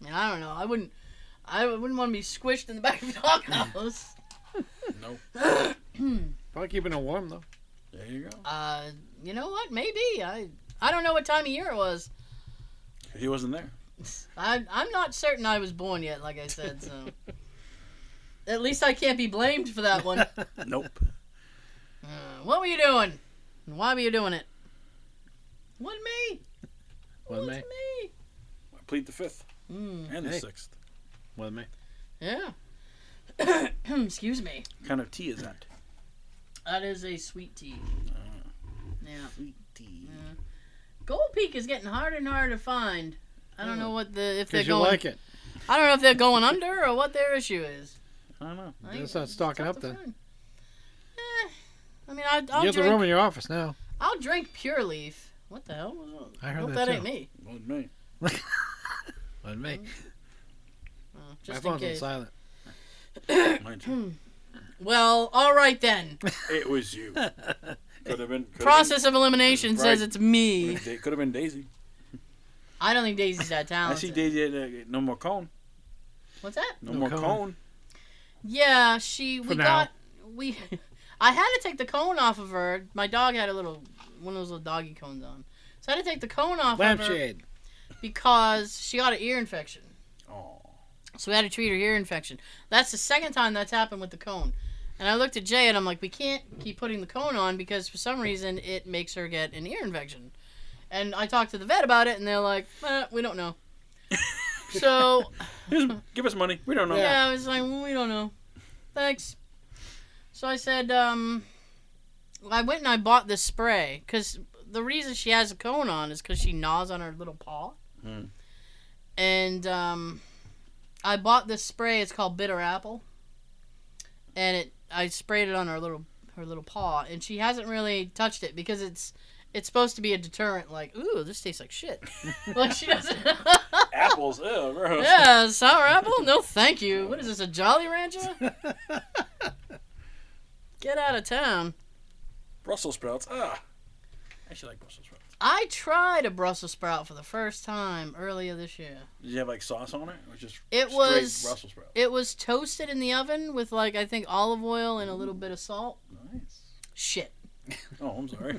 [SPEAKER 2] I mean, I don't know. I wouldn't. I wouldn't want to be squished in the back of a doghouse.
[SPEAKER 3] Nope.
[SPEAKER 5] Probably keeping it warm though.
[SPEAKER 3] There you go.
[SPEAKER 2] <clears throat> Uh, you know what? Maybe I. I don't know what time of year it was.
[SPEAKER 3] He wasn't there.
[SPEAKER 2] I, I'm not certain I was born yet. Like I said, so at least I can't be blamed for
[SPEAKER 4] <laughs>
[SPEAKER 2] that one. Uh,
[SPEAKER 3] Nope.
[SPEAKER 2] what were you doing? And why were you doing it? What me?
[SPEAKER 5] Wasn't me.
[SPEAKER 2] What's me?
[SPEAKER 3] I plead the fifth
[SPEAKER 2] Mm,
[SPEAKER 3] and the
[SPEAKER 5] Hey.
[SPEAKER 3] sixth.
[SPEAKER 5] Wasn't me.
[SPEAKER 2] yeah. Excuse me.
[SPEAKER 3] What kind of tea is that?
[SPEAKER 2] That is a sweet tea. yeah.
[SPEAKER 3] Sweet tea.
[SPEAKER 2] Gold Peak is getting harder and harder to find. I I don't know what the if they're
[SPEAKER 5] Because Oh. you
[SPEAKER 2] going.
[SPEAKER 5] like it.
[SPEAKER 2] I don't know if they're going under or what their issue is.
[SPEAKER 3] I don't know.
[SPEAKER 2] I think
[SPEAKER 5] That's not
[SPEAKER 2] it's
[SPEAKER 5] stocking
[SPEAKER 2] tough
[SPEAKER 5] up
[SPEAKER 2] to
[SPEAKER 5] then.
[SPEAKER 2] find. Eh, I mean, I, I'll
[SPEAKER 5] You have the
[SPEAKER 2] drink.
[SPEAKER 5] room in your office now.
[SPEAKER 2] I'll drink Pure Leaf. What the hell? was that?
[SPEAKER 5] I
[SPEAKER 2] I
[SPEAKER 5] heard
[SPEAKER 2] hope
[SPEAKER 5] that,
[SPEAKER 2] that,
[SPEAKER 5] too.
[SPEAKER 2] ain't me.
[SPEAKER 3] Wasn't me.
[SPEAKER 5] Wasn't me.
[SPEAKER 2] Mm. Uh,
[SPEAKER 5] My
[SPEAKER 2] just in
[SPEAKER 5] phone's on
[SPEAKER 2] case. <laughs>
[SPEAKER 5] silent. <laughs>
[SPEAKER 3] Mine
[SPEAKER 2] Hmm.
[SPEAKER 3] too.
[SPEAKER 2] <coughs> Well, all right then.
[SPEAKER 3] it was you.
[SPEAKER 2] <laughs>
[SPEAKER 3] Could have been. Could
[SPEAKER 2] Process of elimination says
[SPEAKER 3] Right.
[SPEAKER 2] it's me.
[SPEAKER 3] Have been, could have been Daisy.
[SPEAKER 2] I don't think Daisy's that
[SPEAKER 3] <laughs> I
[SPEAKER 2] talented.
[SPEAKER 3] see Daisy. At, uh, no more cone.
[SPEAKER 2] What's that?
[SPEAKER 3] No,
[SPEAKER 5] No
[SPEAKER 3] more
[SPEAKER 5] cone.
[SPEAKER 3] cone.
[SPEAKER 2] Yeah, she.
[SPEAKER 5] For
[SPEAKER 2] we
[SPEAKER 5] now.
[SPEAKER 2] got. We. I had to take the cone off of her. My dog had a little one of those little doggy cones on, so I had to take the cone off of her
[SPEAKER 5] Lampshade.
[SPEAKER 2] because she got an ear infection.
[SPEAKER 3] Oh,
[SPEAKER 2] So we had to treat her ear infection. That's the second time that's happened with the cone. And I looked at Jay and I'm like, we can't keep putting the cone on because for some reason it makes her get an ear infection. And I talked to the vet about it and they're like, eh, we
[SPEAKER 5] <laughs>
[SPEAKER 2] don't know. so
[SPEAKER 3] Here's, give us money. We don't know.
[SPEAKER 2] yeah, I was like, well, we don't know. Thanks. So I said, um, I went and I bought this spray because the reason she has a cone on is because she gnaws on her little paw.
[SPEAKER 3] Hmm.
[SPEAKER 2] And um, I bought this spray. It's called Bitter Apple, and it I sprayed it on her little her little paw, and she hasn't really touched it because it's it's supposed to be a deterrent. Like, ooh, this tastes like shit. <laughs> like she doesn't.
[SPEAKER 3] <laughs>
[SPEAKER 2] <laughs>
[SPEAKER 3] Apples. Ew, gross.
[SPEAKER 2] Yeah, sour apple? No, thank you. What is this, a Jolly Rancher?
[SPEAKER 3] <laughs>
[SPEAKER 2] Get out of town.
[SPEAKER 3] Brussels sprouts. Ah, I should like Brussels sprouts.
[SPEAKER 2] I tried a Brussels sprout for the first time earlier this year.
[SPEAKER 3] Did you have like sauce on it? It was just
[SPEAKER 2] It
[SPEAKER 3] straight
[SPEAKER 2] was-
[SPEAKER 3] Brussels sprouts.
[SPEAKER 2] It was toasted in the oven with, like, I think olive oil and a little bit of salt.
[SPEAKER 3] Nice.
[SPEAKER 2] Shit.
[SPEAKER 3] Oh,
[SPEAKER 2] <laughs>
[SPEAKER 3] I'm sorry. <laughs>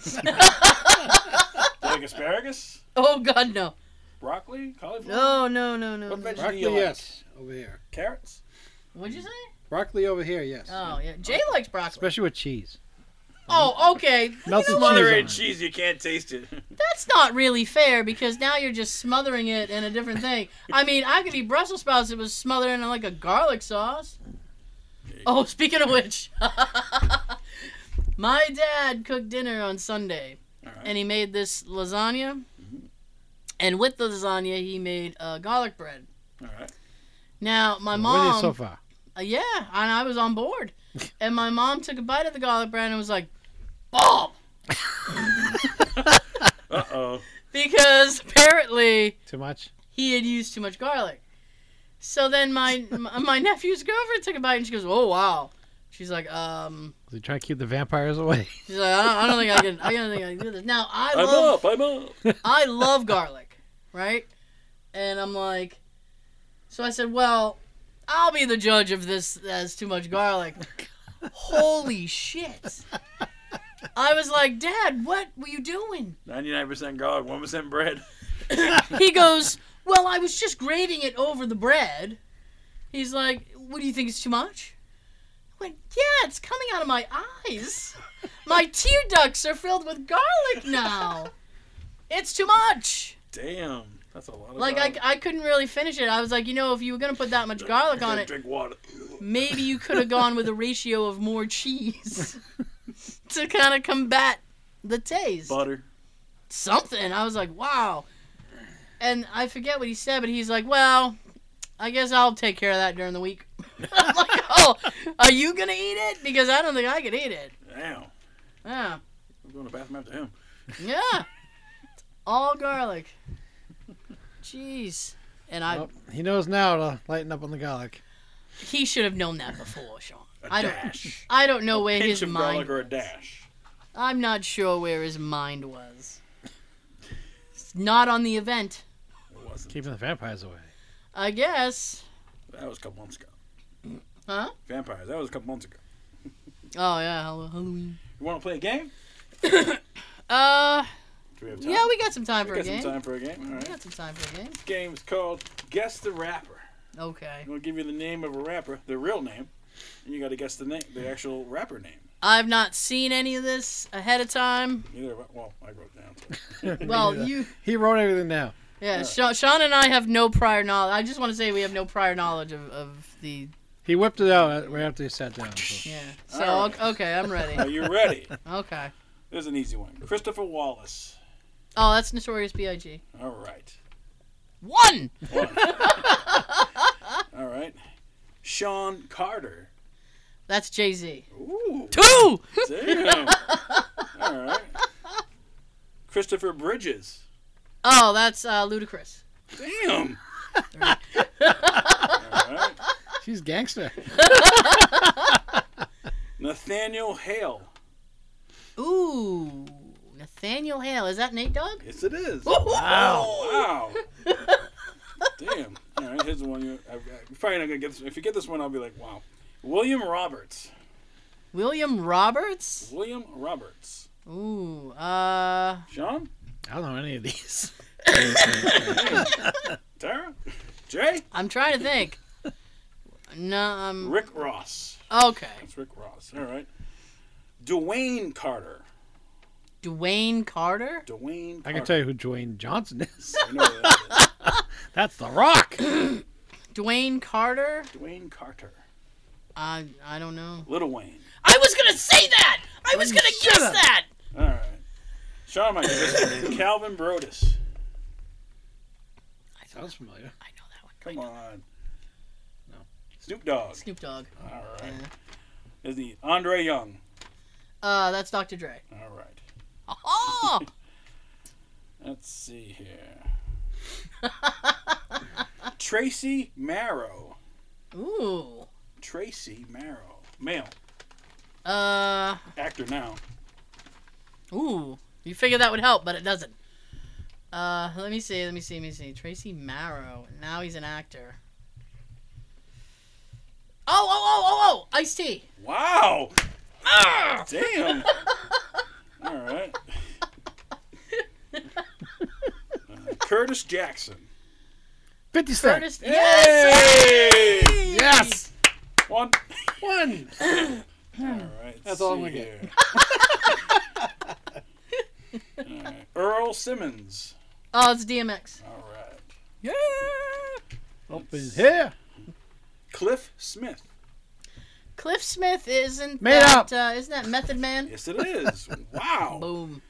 [SPEAKER 3] like asparagus,
[SPEAKER 2] Oh, God, no.
[SPEAKER 3] broccoli,
[SPEAKER 2] No,
[SPEAKER 3] cauliflower.
[SPEAKER 2] no, no, no.
[SPEAKER 3] What
[SPEAKER 2] no.
[SPEAKER 3] vegetable do you
[SPEAKER 5] Broccoli,
[SPEAKER 3] like?
[SPEAKER 5] yes. Over here.
[SPEAKER 3] Carrots.
[SPEAKER 2] What'd you say?
[SPEAKER 5] Broccoli over here, yes.
[SPEAKER 2] Oh, yeah. Jay likes broccoli.
[SPEAKER 5] Especially with cheese.
[SPEAKER 2] Oh, okay.
[SPEAKER 5] Melted
[SPEAKER 3] Butter and
[SPEAKER 5] cheese.
[SPEAKER 3] cheese. You can't taste it. <laughs>
[SPEAKER 2] That's not really fair because now you're just smothering it in a different thing. I mean, I could eat Brussels sprouts if it was smothered in like a garlic sauce. Oh, speaking of which, <laughs> my dad cooked dinner on Sunday
[SPEAKER 3] All right.
[SPEAKER 2] and he made this lasagna.
[SPEAKER 5] Mm-hmm.
[SPEAKER 2] And with the lasagna, he made uh, garlic bread.
[SPEAKER 3] All right.
[SPEAKER 2] Now, my
[SPEAKER 5] What are
[SPEAKER 2] mom.
[SPEAKER 5] you so far?
[SPEAKER 2] Uh, yeah, and I was
[SPEAKER 5] <laughs>
[SPEAKER 2] on board. And my mom took a bite of the garlic bread and was like, "Bob,"
[SPEAKER 3] Uh oh.
[SPEAKER 2] because apparently
[SPEAKER 5] <laughs> Too much?
[SPEAKER 2] he had used too much garlic. So then my <laughs> my my nephew's girlfriend took a bite and she goes, "Oh wow." She's like, um,
[SPEAKER 5] Is he trying to keep the vampires away? <laughs>
[SPEAKER 2] she's like, I don't, I don't think I can, I don't think I can do this. Now I
[SPEAKER 3] I'm
[SPEAKER 2] love,
[SPEAKER 3] up. I'm up.
[SPEAKER 2] I love garlic, right? And I'm like, so I said, well, I'll be the judge of this as too much garlic. Holy shit! I was like, Dad, what were you doing?
[SPEAKER 3] Ninety-nine percent garlic, one percent bread.
[SPEAKER 2] <laughs> he goes, Well, I was just grating it over the bread. He's like, What do you think? It's too much? I went, Yeah, it's coming out of my eyes. My tear ducts are filled with garlic now. It's too much.
[SPEAKER 3] Damn, that's a lot of.
[SPEAKER 2] Like, I,
[SPEAKER 3] garlic.
[SPEAKER 2] I couldn't really finish it. I was like, You know, if you were going to put that much garlic on
[SPEAKER 3] gotta
[SPEAKER 2] it,
[SPEAKER 3] Drink water.
[SPEAKER 2] maybe you could have gone with a ratio of more cheese <laughs> to kind of combat the taste
[SPEAKER 3] Butter.
[SPEAKER 2] something. I was like, wow. And I forget what he said, but he's like, well, I guess I'll take care of that during the week. <laughs> I'm like, oh, are you going to eat it? Because I don't think I could eat it.
[SPEAKER 3] Damn.
[SPEAKER 2] Yeah.
[SPEAKER 3] We're going to the bathroom after him.
[SPEAKER 2] Yeah. It's all garlic. Jeez. And I,
[SPEAKER 5] Well, he knows now to lighten up on the garlic.
[SPEAKER 2] he should have known that before, Sean.
[SPEAKER 3] A
[SPEAKER 2] I don't,
[SPEAKER 3] dash.
[SPEAKER 2] I don't know where
[SPEAKER 3] Pinch
[SPEAKER 2] his
[SPEAKER 3] of
[SPEAKER 2] mind.
[SPEAKER 3] garlic or a dash.
[SPEAKER 2] I'm not sure where his mind was. It's not on the event,
[SPEAKER 3] It wasn't.
[SPEAKER 5] Keeping the vampires away.
[SPEAKER 2] I guess.
[SPEAKER 3] That was a couple months ago.
[SPEAKER 2] Huh?
[SPEAKER 3] Vampires. That was a couple months ago.
[SPEAKER 2] Oh yeah, Hall- Halloween.
[SPEAKER 3] You want to play a game?
[SPEAKER 2] Uh,
[SPEAKER 3] Do we have time?
[SPEAKER 2] yeah, we got some time for
[SPEAKER 3] We
[SPEAKER 2] a game.
[SPEAKER 3] got some time for a game. All
[SPEAKER 2] We
[SPEAKER 3] right.
[SPEAKER 2] got some time for a game.
[SPEAKER 3] This game is called Guess the Rapper.
[SPEAKER 2] Okay.
[SPEAKER 3] I'm gonna give you the name of a rapper, their real name, and you gotta guess the name, the actual rapper name.
[SPEAKER 2] I've not seen any of this ahead of
[SPEAKER 3] <laughs>
[SPEAKER 2] time.
[SPEAKER 3] Neither of us- well, I wrote it down. So.
[SPEAKER 2] Well, you,
[SPEAKER 5] He wrote everything now.
[SPEAKER 2] yeah, Sha Sean and I have no prior knowledge. I just want to say we have no prior knowledge of, of the,
[SPEAKER 5] He whipped it out right after he sat
[SPEAKER 2] <laughs>
[SPEAKER 5] down. so-
[SPEAKER 2] yeah. So,
[SPEAKER 3] All
[SPEAKER 2] okay, okay, I'm
[SPEAKER 3] Are
[SPEAKER 2] ready.
[SPEAKER 3] you
[SPEAKER 2] <laughs>
[SPEAKER 3] ready?
[SPEAKER 2] Okay.
[SPEAKER 3] There's an easy one. Christopher Wallace.
[SPEAKER 2] <laughs> Oh, that's Notorious B.I.G.
[SPEAKER 3] All right.
[SPEAKER 2] One.
[SPEAKER 3] All right. Sean Carter.
[SPEAKER 2] That's Jay Z.
[SPEAKER 3] Ooh.
[SPEAKER 2] Two.
[SPEAKER 3] Damn. All right. Christopher Bridges.
[SPEAKER 2] Oh, that's uh, ludicrous.
[SPEAKER 3] Damn. All right.
[SPEAKER 5] She's gangster.
[SPEAKER 3] Nathaniel Hale.
[SPEAKER 2] Ooh, Nathaniel Hale. Is that Nate Dogg?
[SPEAKER 3] Yes, it is.
[SPEAKER 2] Wow.
[SPEAKER 3] Wow. Damn. All right, here's the one. You, I, I'm probably not gonna get this. If you get this one, I'll be like, wow. William Roberts.
[SPEAKER 2] William Roberts.
[SPEAKER 3] William Roberts.
[SPEAKER 2] Ooh, uh,
[SPEAKER 3] Sean.
[SPEAKER 5] I don't know any of
[SPEAKER 2] <laughs>
[SPEAKER 5] these.
[SPEAKER 3] Tara. Jay.
[SPEAKER 2] I'm trying to think. No, um,
[SPEAKER 3] Rick Ross.
[SPEAKER 2] okay.
[SPEAKER 3] That's Rick Ross. All right. Dwayne Carter.
[SPEAKER 2] Dwayne Carter.
[SPEAKER 3] Dwayne.
[SPEAKER 5] I can tell you who Dwayne Johnson is. <laughs>
[SPEAKER 3] you. Know that.
[SPEAKER 5] That's The
[SPEAKER 2] <laughs>
[SPEAKER 5] Rock.
[SPEAKER 2] Dwayne Carter.
[SPEAKER 3] Dwayne Carter.
[SPEAKER 2] I I don't know.
[SPEAKER 3] Little Wayne.
[SPEAKER 2] I was gonna say that. I was gonna guess that.
[SPEAKER 3] All right. Sean might get this one. Calvin Brodus.
[SPEAKER 5] Sounds familiar.
[SPEAKER 2] I know that one.
[SPEAKER 3] Come on.
[SPEAKER 5] No.
[SPEAKER 3] Snoop Dogg.
[SPEAKER 2] Snoop Dogg.
[SPEAKER 3] All right.
[SPEAKER 2] Yeah.
[SPEAKER 3] Is the Andre Young.
[SPEAKER 2] Uh, that's Dr. Dre.
[SPEAKER 3] All right.
[SPEAKER 2] Oh,
[SPEAKER 3] Let's see here. Tracy Marrow.
[SPEAKER 2] ooh.
[SPEAKER 3] Tracy Marrow. Male.
[SPEAKER 2] Uh,
[SPEAKER 3] Actor now.
[SPEAKER 2] ooh. You figure that would help, but it doesn't. Uh, let me see. Let me see. Let me see. Tracy Marrow. Now he's an actor. Oh, oh, oh, oh, oh! Ice T.
[SPEAKER 3] Wow. Damn. All right. <laughs> Uh, Curtis Jackson.
[SPEAKER 5] 50 Cent.
[SPEAKER 2] Curtis. Yes.
[SPEAKER 3] Hey!
[SPEAKER 5] Yes.
[SPEAKER 3] One.
[SPEAKER 5] One.
[SPEAKER 3] All right.
[SPEAKER 5] That's all I'm gonna
[SPEAKER 3] see
[SPEAKER 5] get.
[SPEAKER 3] here. All right. Earl Simmons.
[SPEAKER 2] Oh, it's DMX.
[SPEAKER 3] All right.
[SPEAKER 5] Yeah. Up in here.
[SPEAKER 3] Cliff Smith.
[SPEAKER 2] Cliff Smith isn't
[SPEAKER 5] Made
[SPEAKER 2] that? Uh, isn't that Method Man?
[SPEAKER 3] Yes, it is.
[SPEAKER 5] <laughs>
[SPEAKER 3] Wow.
[SPEAKER 2] Boom.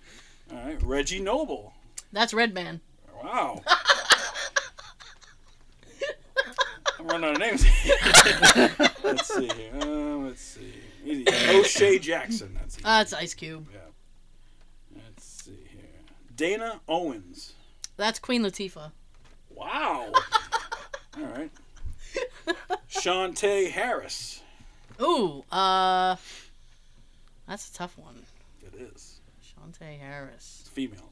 [SPEAKER 3] All right. Reggie Noble.
[SPEAKER 2] That's Red Man.
[SPEAKER 3] Wow. I'm running out of names. <laughs> let's see. Uh, let's see. Easy. O'Shea Jackson. That's easy.
[SPEAKER 2] Uh, it's Ice Cube.
[SPEAKER 3] Let's see here. Dana Owens.
[SPEAKER 2] That's Queen Latifah.
[SPEAKER 3] Wow. All right. Shantae Harris.
[SPEAKER 2] Ooh, uh, that's a tough one.
[SPEAKER 3] It is.
[SPEAKER 2] Shantae Harris.
[SPEAKER 3] It's female.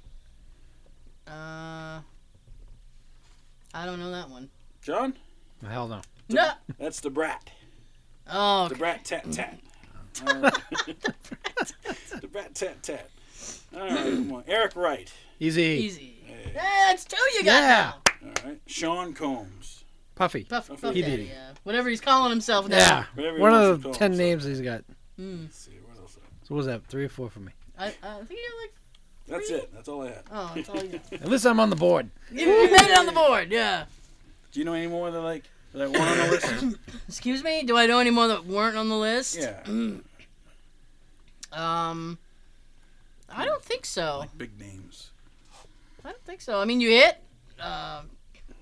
[SPEAKER 2] Uh, I don't know that one.
[SPEAKER 3] John.
[SPEAKER 5] Hell no.
[SPEAKER 2] No.
[SPEAKER 3] That's the brat.
[SPEAKER 2] Oh,
[SPEAKER 3] The brat tat tat.
[SPEAKER 2] Mm. <laughs>
[SPEAKER 3] All right. the brat tat tat. All right. Come on. Eric Wright.
[SPEAKER 5] Easy.
[SPEAKER 2] easy. Yeah, it's two you got
[SPEAKER 5] Yeah.
[SPEAKER 2] now.
[SPEAKER 3] All right. Sean Combs.
[SPEAKER 5] Puffy.
[SPEAKER 2] Puff,
[SPEAKER 3] Puff
[SPEAKER 2] Puff
[SPEAKER 5] He
[SPEAKER 2] Daddy,
[SPEAKER 5] did it.
[SPEAKER 2] yeah. Whatever he's calling himself
[SPEAKER 5] Yeah.
[SPEAKER 2] now.
[SPEAKER 3] Whatever he
[SPEAKER 5] One
[SPEAKER 3] wants
[SPEAKER 5] of the
[SPEAKER 3] to call
[SPEAKER 5] ten
[SPEAKER 3] himself.
[SPEAKER 5] names he's got.
[SPEAKER 2] Yeah. Mm.
[SPEAKER 3] Let's see. What else? I-
[SPEAKER 5] So what was that? Three or four for me.
[SPEAKER 2] I, I think you
[SPEAKER 3] That's it. That's all I had.
[SPEAKER 2] got like. Oh, it's all you.
[SPEAKER 5] At least I'm on the board.
[SPEAKER 2] you you made it on the board. Yeah.
[SPEAKER 3] Do you know any more that like that one on the
[SPEAKER 2] <laughs>
[SPEAKER 3] list?
[SPEAKER 2] Excuse me. Do I know any more that weren't on the list?
[SPEAKER 3] Yeah.
[SPEAKER 2] Um, I don't think so.
[SPEAKER 3] Big names.
[SPEAKER 2] I don't think so. I mean, you hit uh,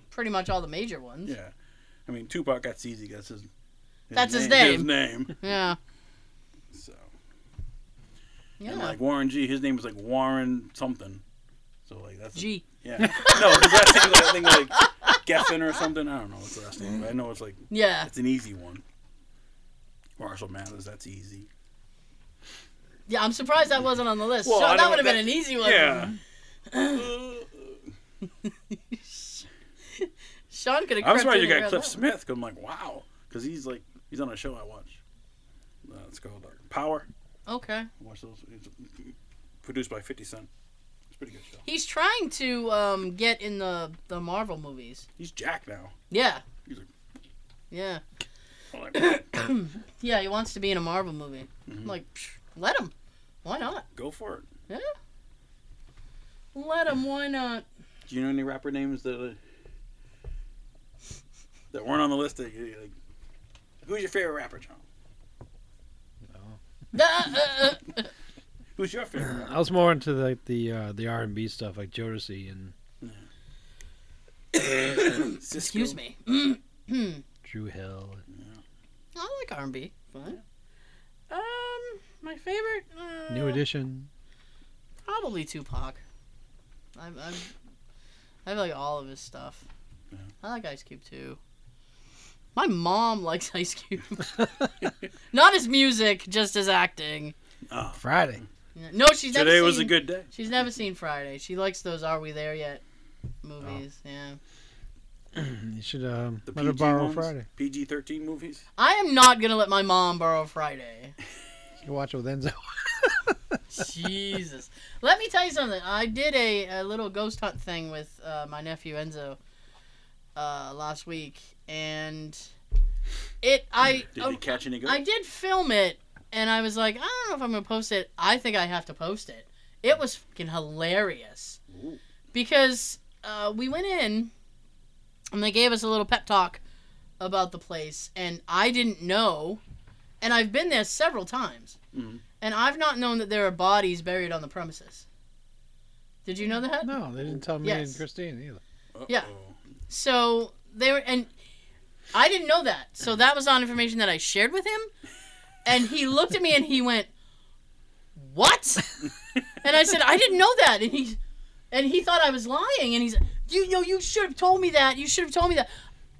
[SPEAKER 2] pretty much all the major ones.
[SPEAKER 3] Yeah. I mean, Tupac got CZ. That's his. his
[SPEAKER 2] That's his <laughs>
[SPEAKER 3] His name.
[SPEAKER 2] Yeah.
[SPEAKER 3] So.
[SPEAKER 2] Yeah.
[SPEAKER 3] And like Warren G, his name was like Warren something. So like that's.
[SPEAKER 2] G.
[SPEAKER 3] Yeah. No, his last name was, I think like Geffen or something. I don't know what's the last name. But I know it's like
[SPEAKER 2] Yeah.
[SPEAKER 3] it's an easy one. Marshall Mathers. That's easy.
[SPEAKER 2] Yeah. I'm surprised that wasn't on the list.
[SPEAKER 3] Well,
[SPEAKER 2] so
[SPEAKER 3] I
[SPEAKER 2] that
[SPEAKER 3] don't-
[SPEAKER 2] would have been
[SPEAKER 3] that-
[SPEAKER 2] an easy one. um,
[SPEAKER 3] Yeah.
[SPEAKER 2] <laughs> Sean could have.
[SPEAKER 3] I'm surprised you got Cliff Smith. Cause I'm like, wow, because he's like he's on a show I watch. Uh, it's called uh, Power.
[SPEAKER 2] Okay.
[SPEAKER 3] I watch those. It's produced by Fifty Cent. It's a pretty good show.
[SPEAKER 2] He's trying to um, get in the the Marvel movies.
[SPEAKER 3] He's Jack now.
[SPEAKER 2] Yeah.
[SPEAKER 3] He's like-
[SPEAKER 2] Yeah.
[SPEAKER 3] I'm like,
[SPEAKER 2] Yeah. He wants to be in a Marvel movie.
[SPEAKER 3] Mm-hmm.
[SPEAKER 2] I'm like, psh, let him. Why not?
[SPEAKER 3] go for it.
[SPEAKER 2] Let him. Why not?
[SPEAKER 3] Do you know any rapper names that uh, that weren't on the list? That, you- like, who's your favorite rapper, John?
[SPEAKER 2] Uh, uh, uh.
[SPEAKER 3] Who's your favorite? rapper?
[SPEAKER 5] I was more into like the uh, the R and B stuff, like Jodeci and
[SPEAKER 3] <coughs> Cisco.
[SPEAKER 2] Excuse me. Mm,
[SPEAKER 4] Drew Hill.
[SPEAKER 2] I like R&B. Fine. Um, my favorite. Uh,
[SPEAKER 4] New Edition.
[SPEAKER 3] <laughs>
[SPEAKER 2] Probably Tupac. I'm, I'm, I like all of his stuff. I like Ice Cube too. My mom likes <laughs> Ice Cube. Not his music, just his acting.
[SPEAKER 5] Friday. <clears throat>
[SPEAKER 2] No, she's never
[SPEAKER 3] Oh. Today was a
[SPEAKER 2] seen-
[SPEAKER 3] good day.
[SPEAKER 2] She's never seen Friday. She likes those "Are We There Yet" movies. Yeah,
[SPEAKER 5] You should um,
[SPEAKER 3] The
[SPEAKER 5] let her
[SPEAKER 3] PG
[SPEAKER 5] borrow
[SPEAKER 3] ones,
[SPEAKER 5] Friday.
[SPEAKER 3] PG thirteen movies.
[SPEAKER 2] I am not gonna let my mom borrow Friday.
[SPEAKER 5] You can watch it with
[SPEAKER 2] <laughs>
[SPEAKER 5] Enzo.
[SPEAKER 2] Jesus. Let me tell you something. I did a, a little ghost hunt thing with uh, my nephew Enzo uh, last week, and it I
[SPEAKER 3] Did they catch any good?
[SPEAKER 2] Oh, I did film it, and I was like, I don't know if I'm gonna post it. I think I have to post it. It was fucking hilarious
[SPEAKER 3] Ooh.
[SPEAKER 2] because uh, we went in, and they gave us a little pep talk about the place, and I didn't know, and I've been there several times,
[SPEAKER 3] Mhm.
[SPEAKER 2] and I've not known that there are bodies buried on the premises. Did you know that?
[SPEAKER 5] No, they didn't tell me
[SPEAKER 2] Yes.
[SPEAKER 5] and Christine either.
[SPEAKER 2] yeah.
[SPEAKER 3] Uh-oh.
[SPEAKER 2] So they were, and I didn't know that. So that was on information that I shared with him. And he looked at me and he went, "What?" And I said, "I didn't know that." And he, and he thought I was lying. And he's, "You know, you should have told me that. You should have told me that."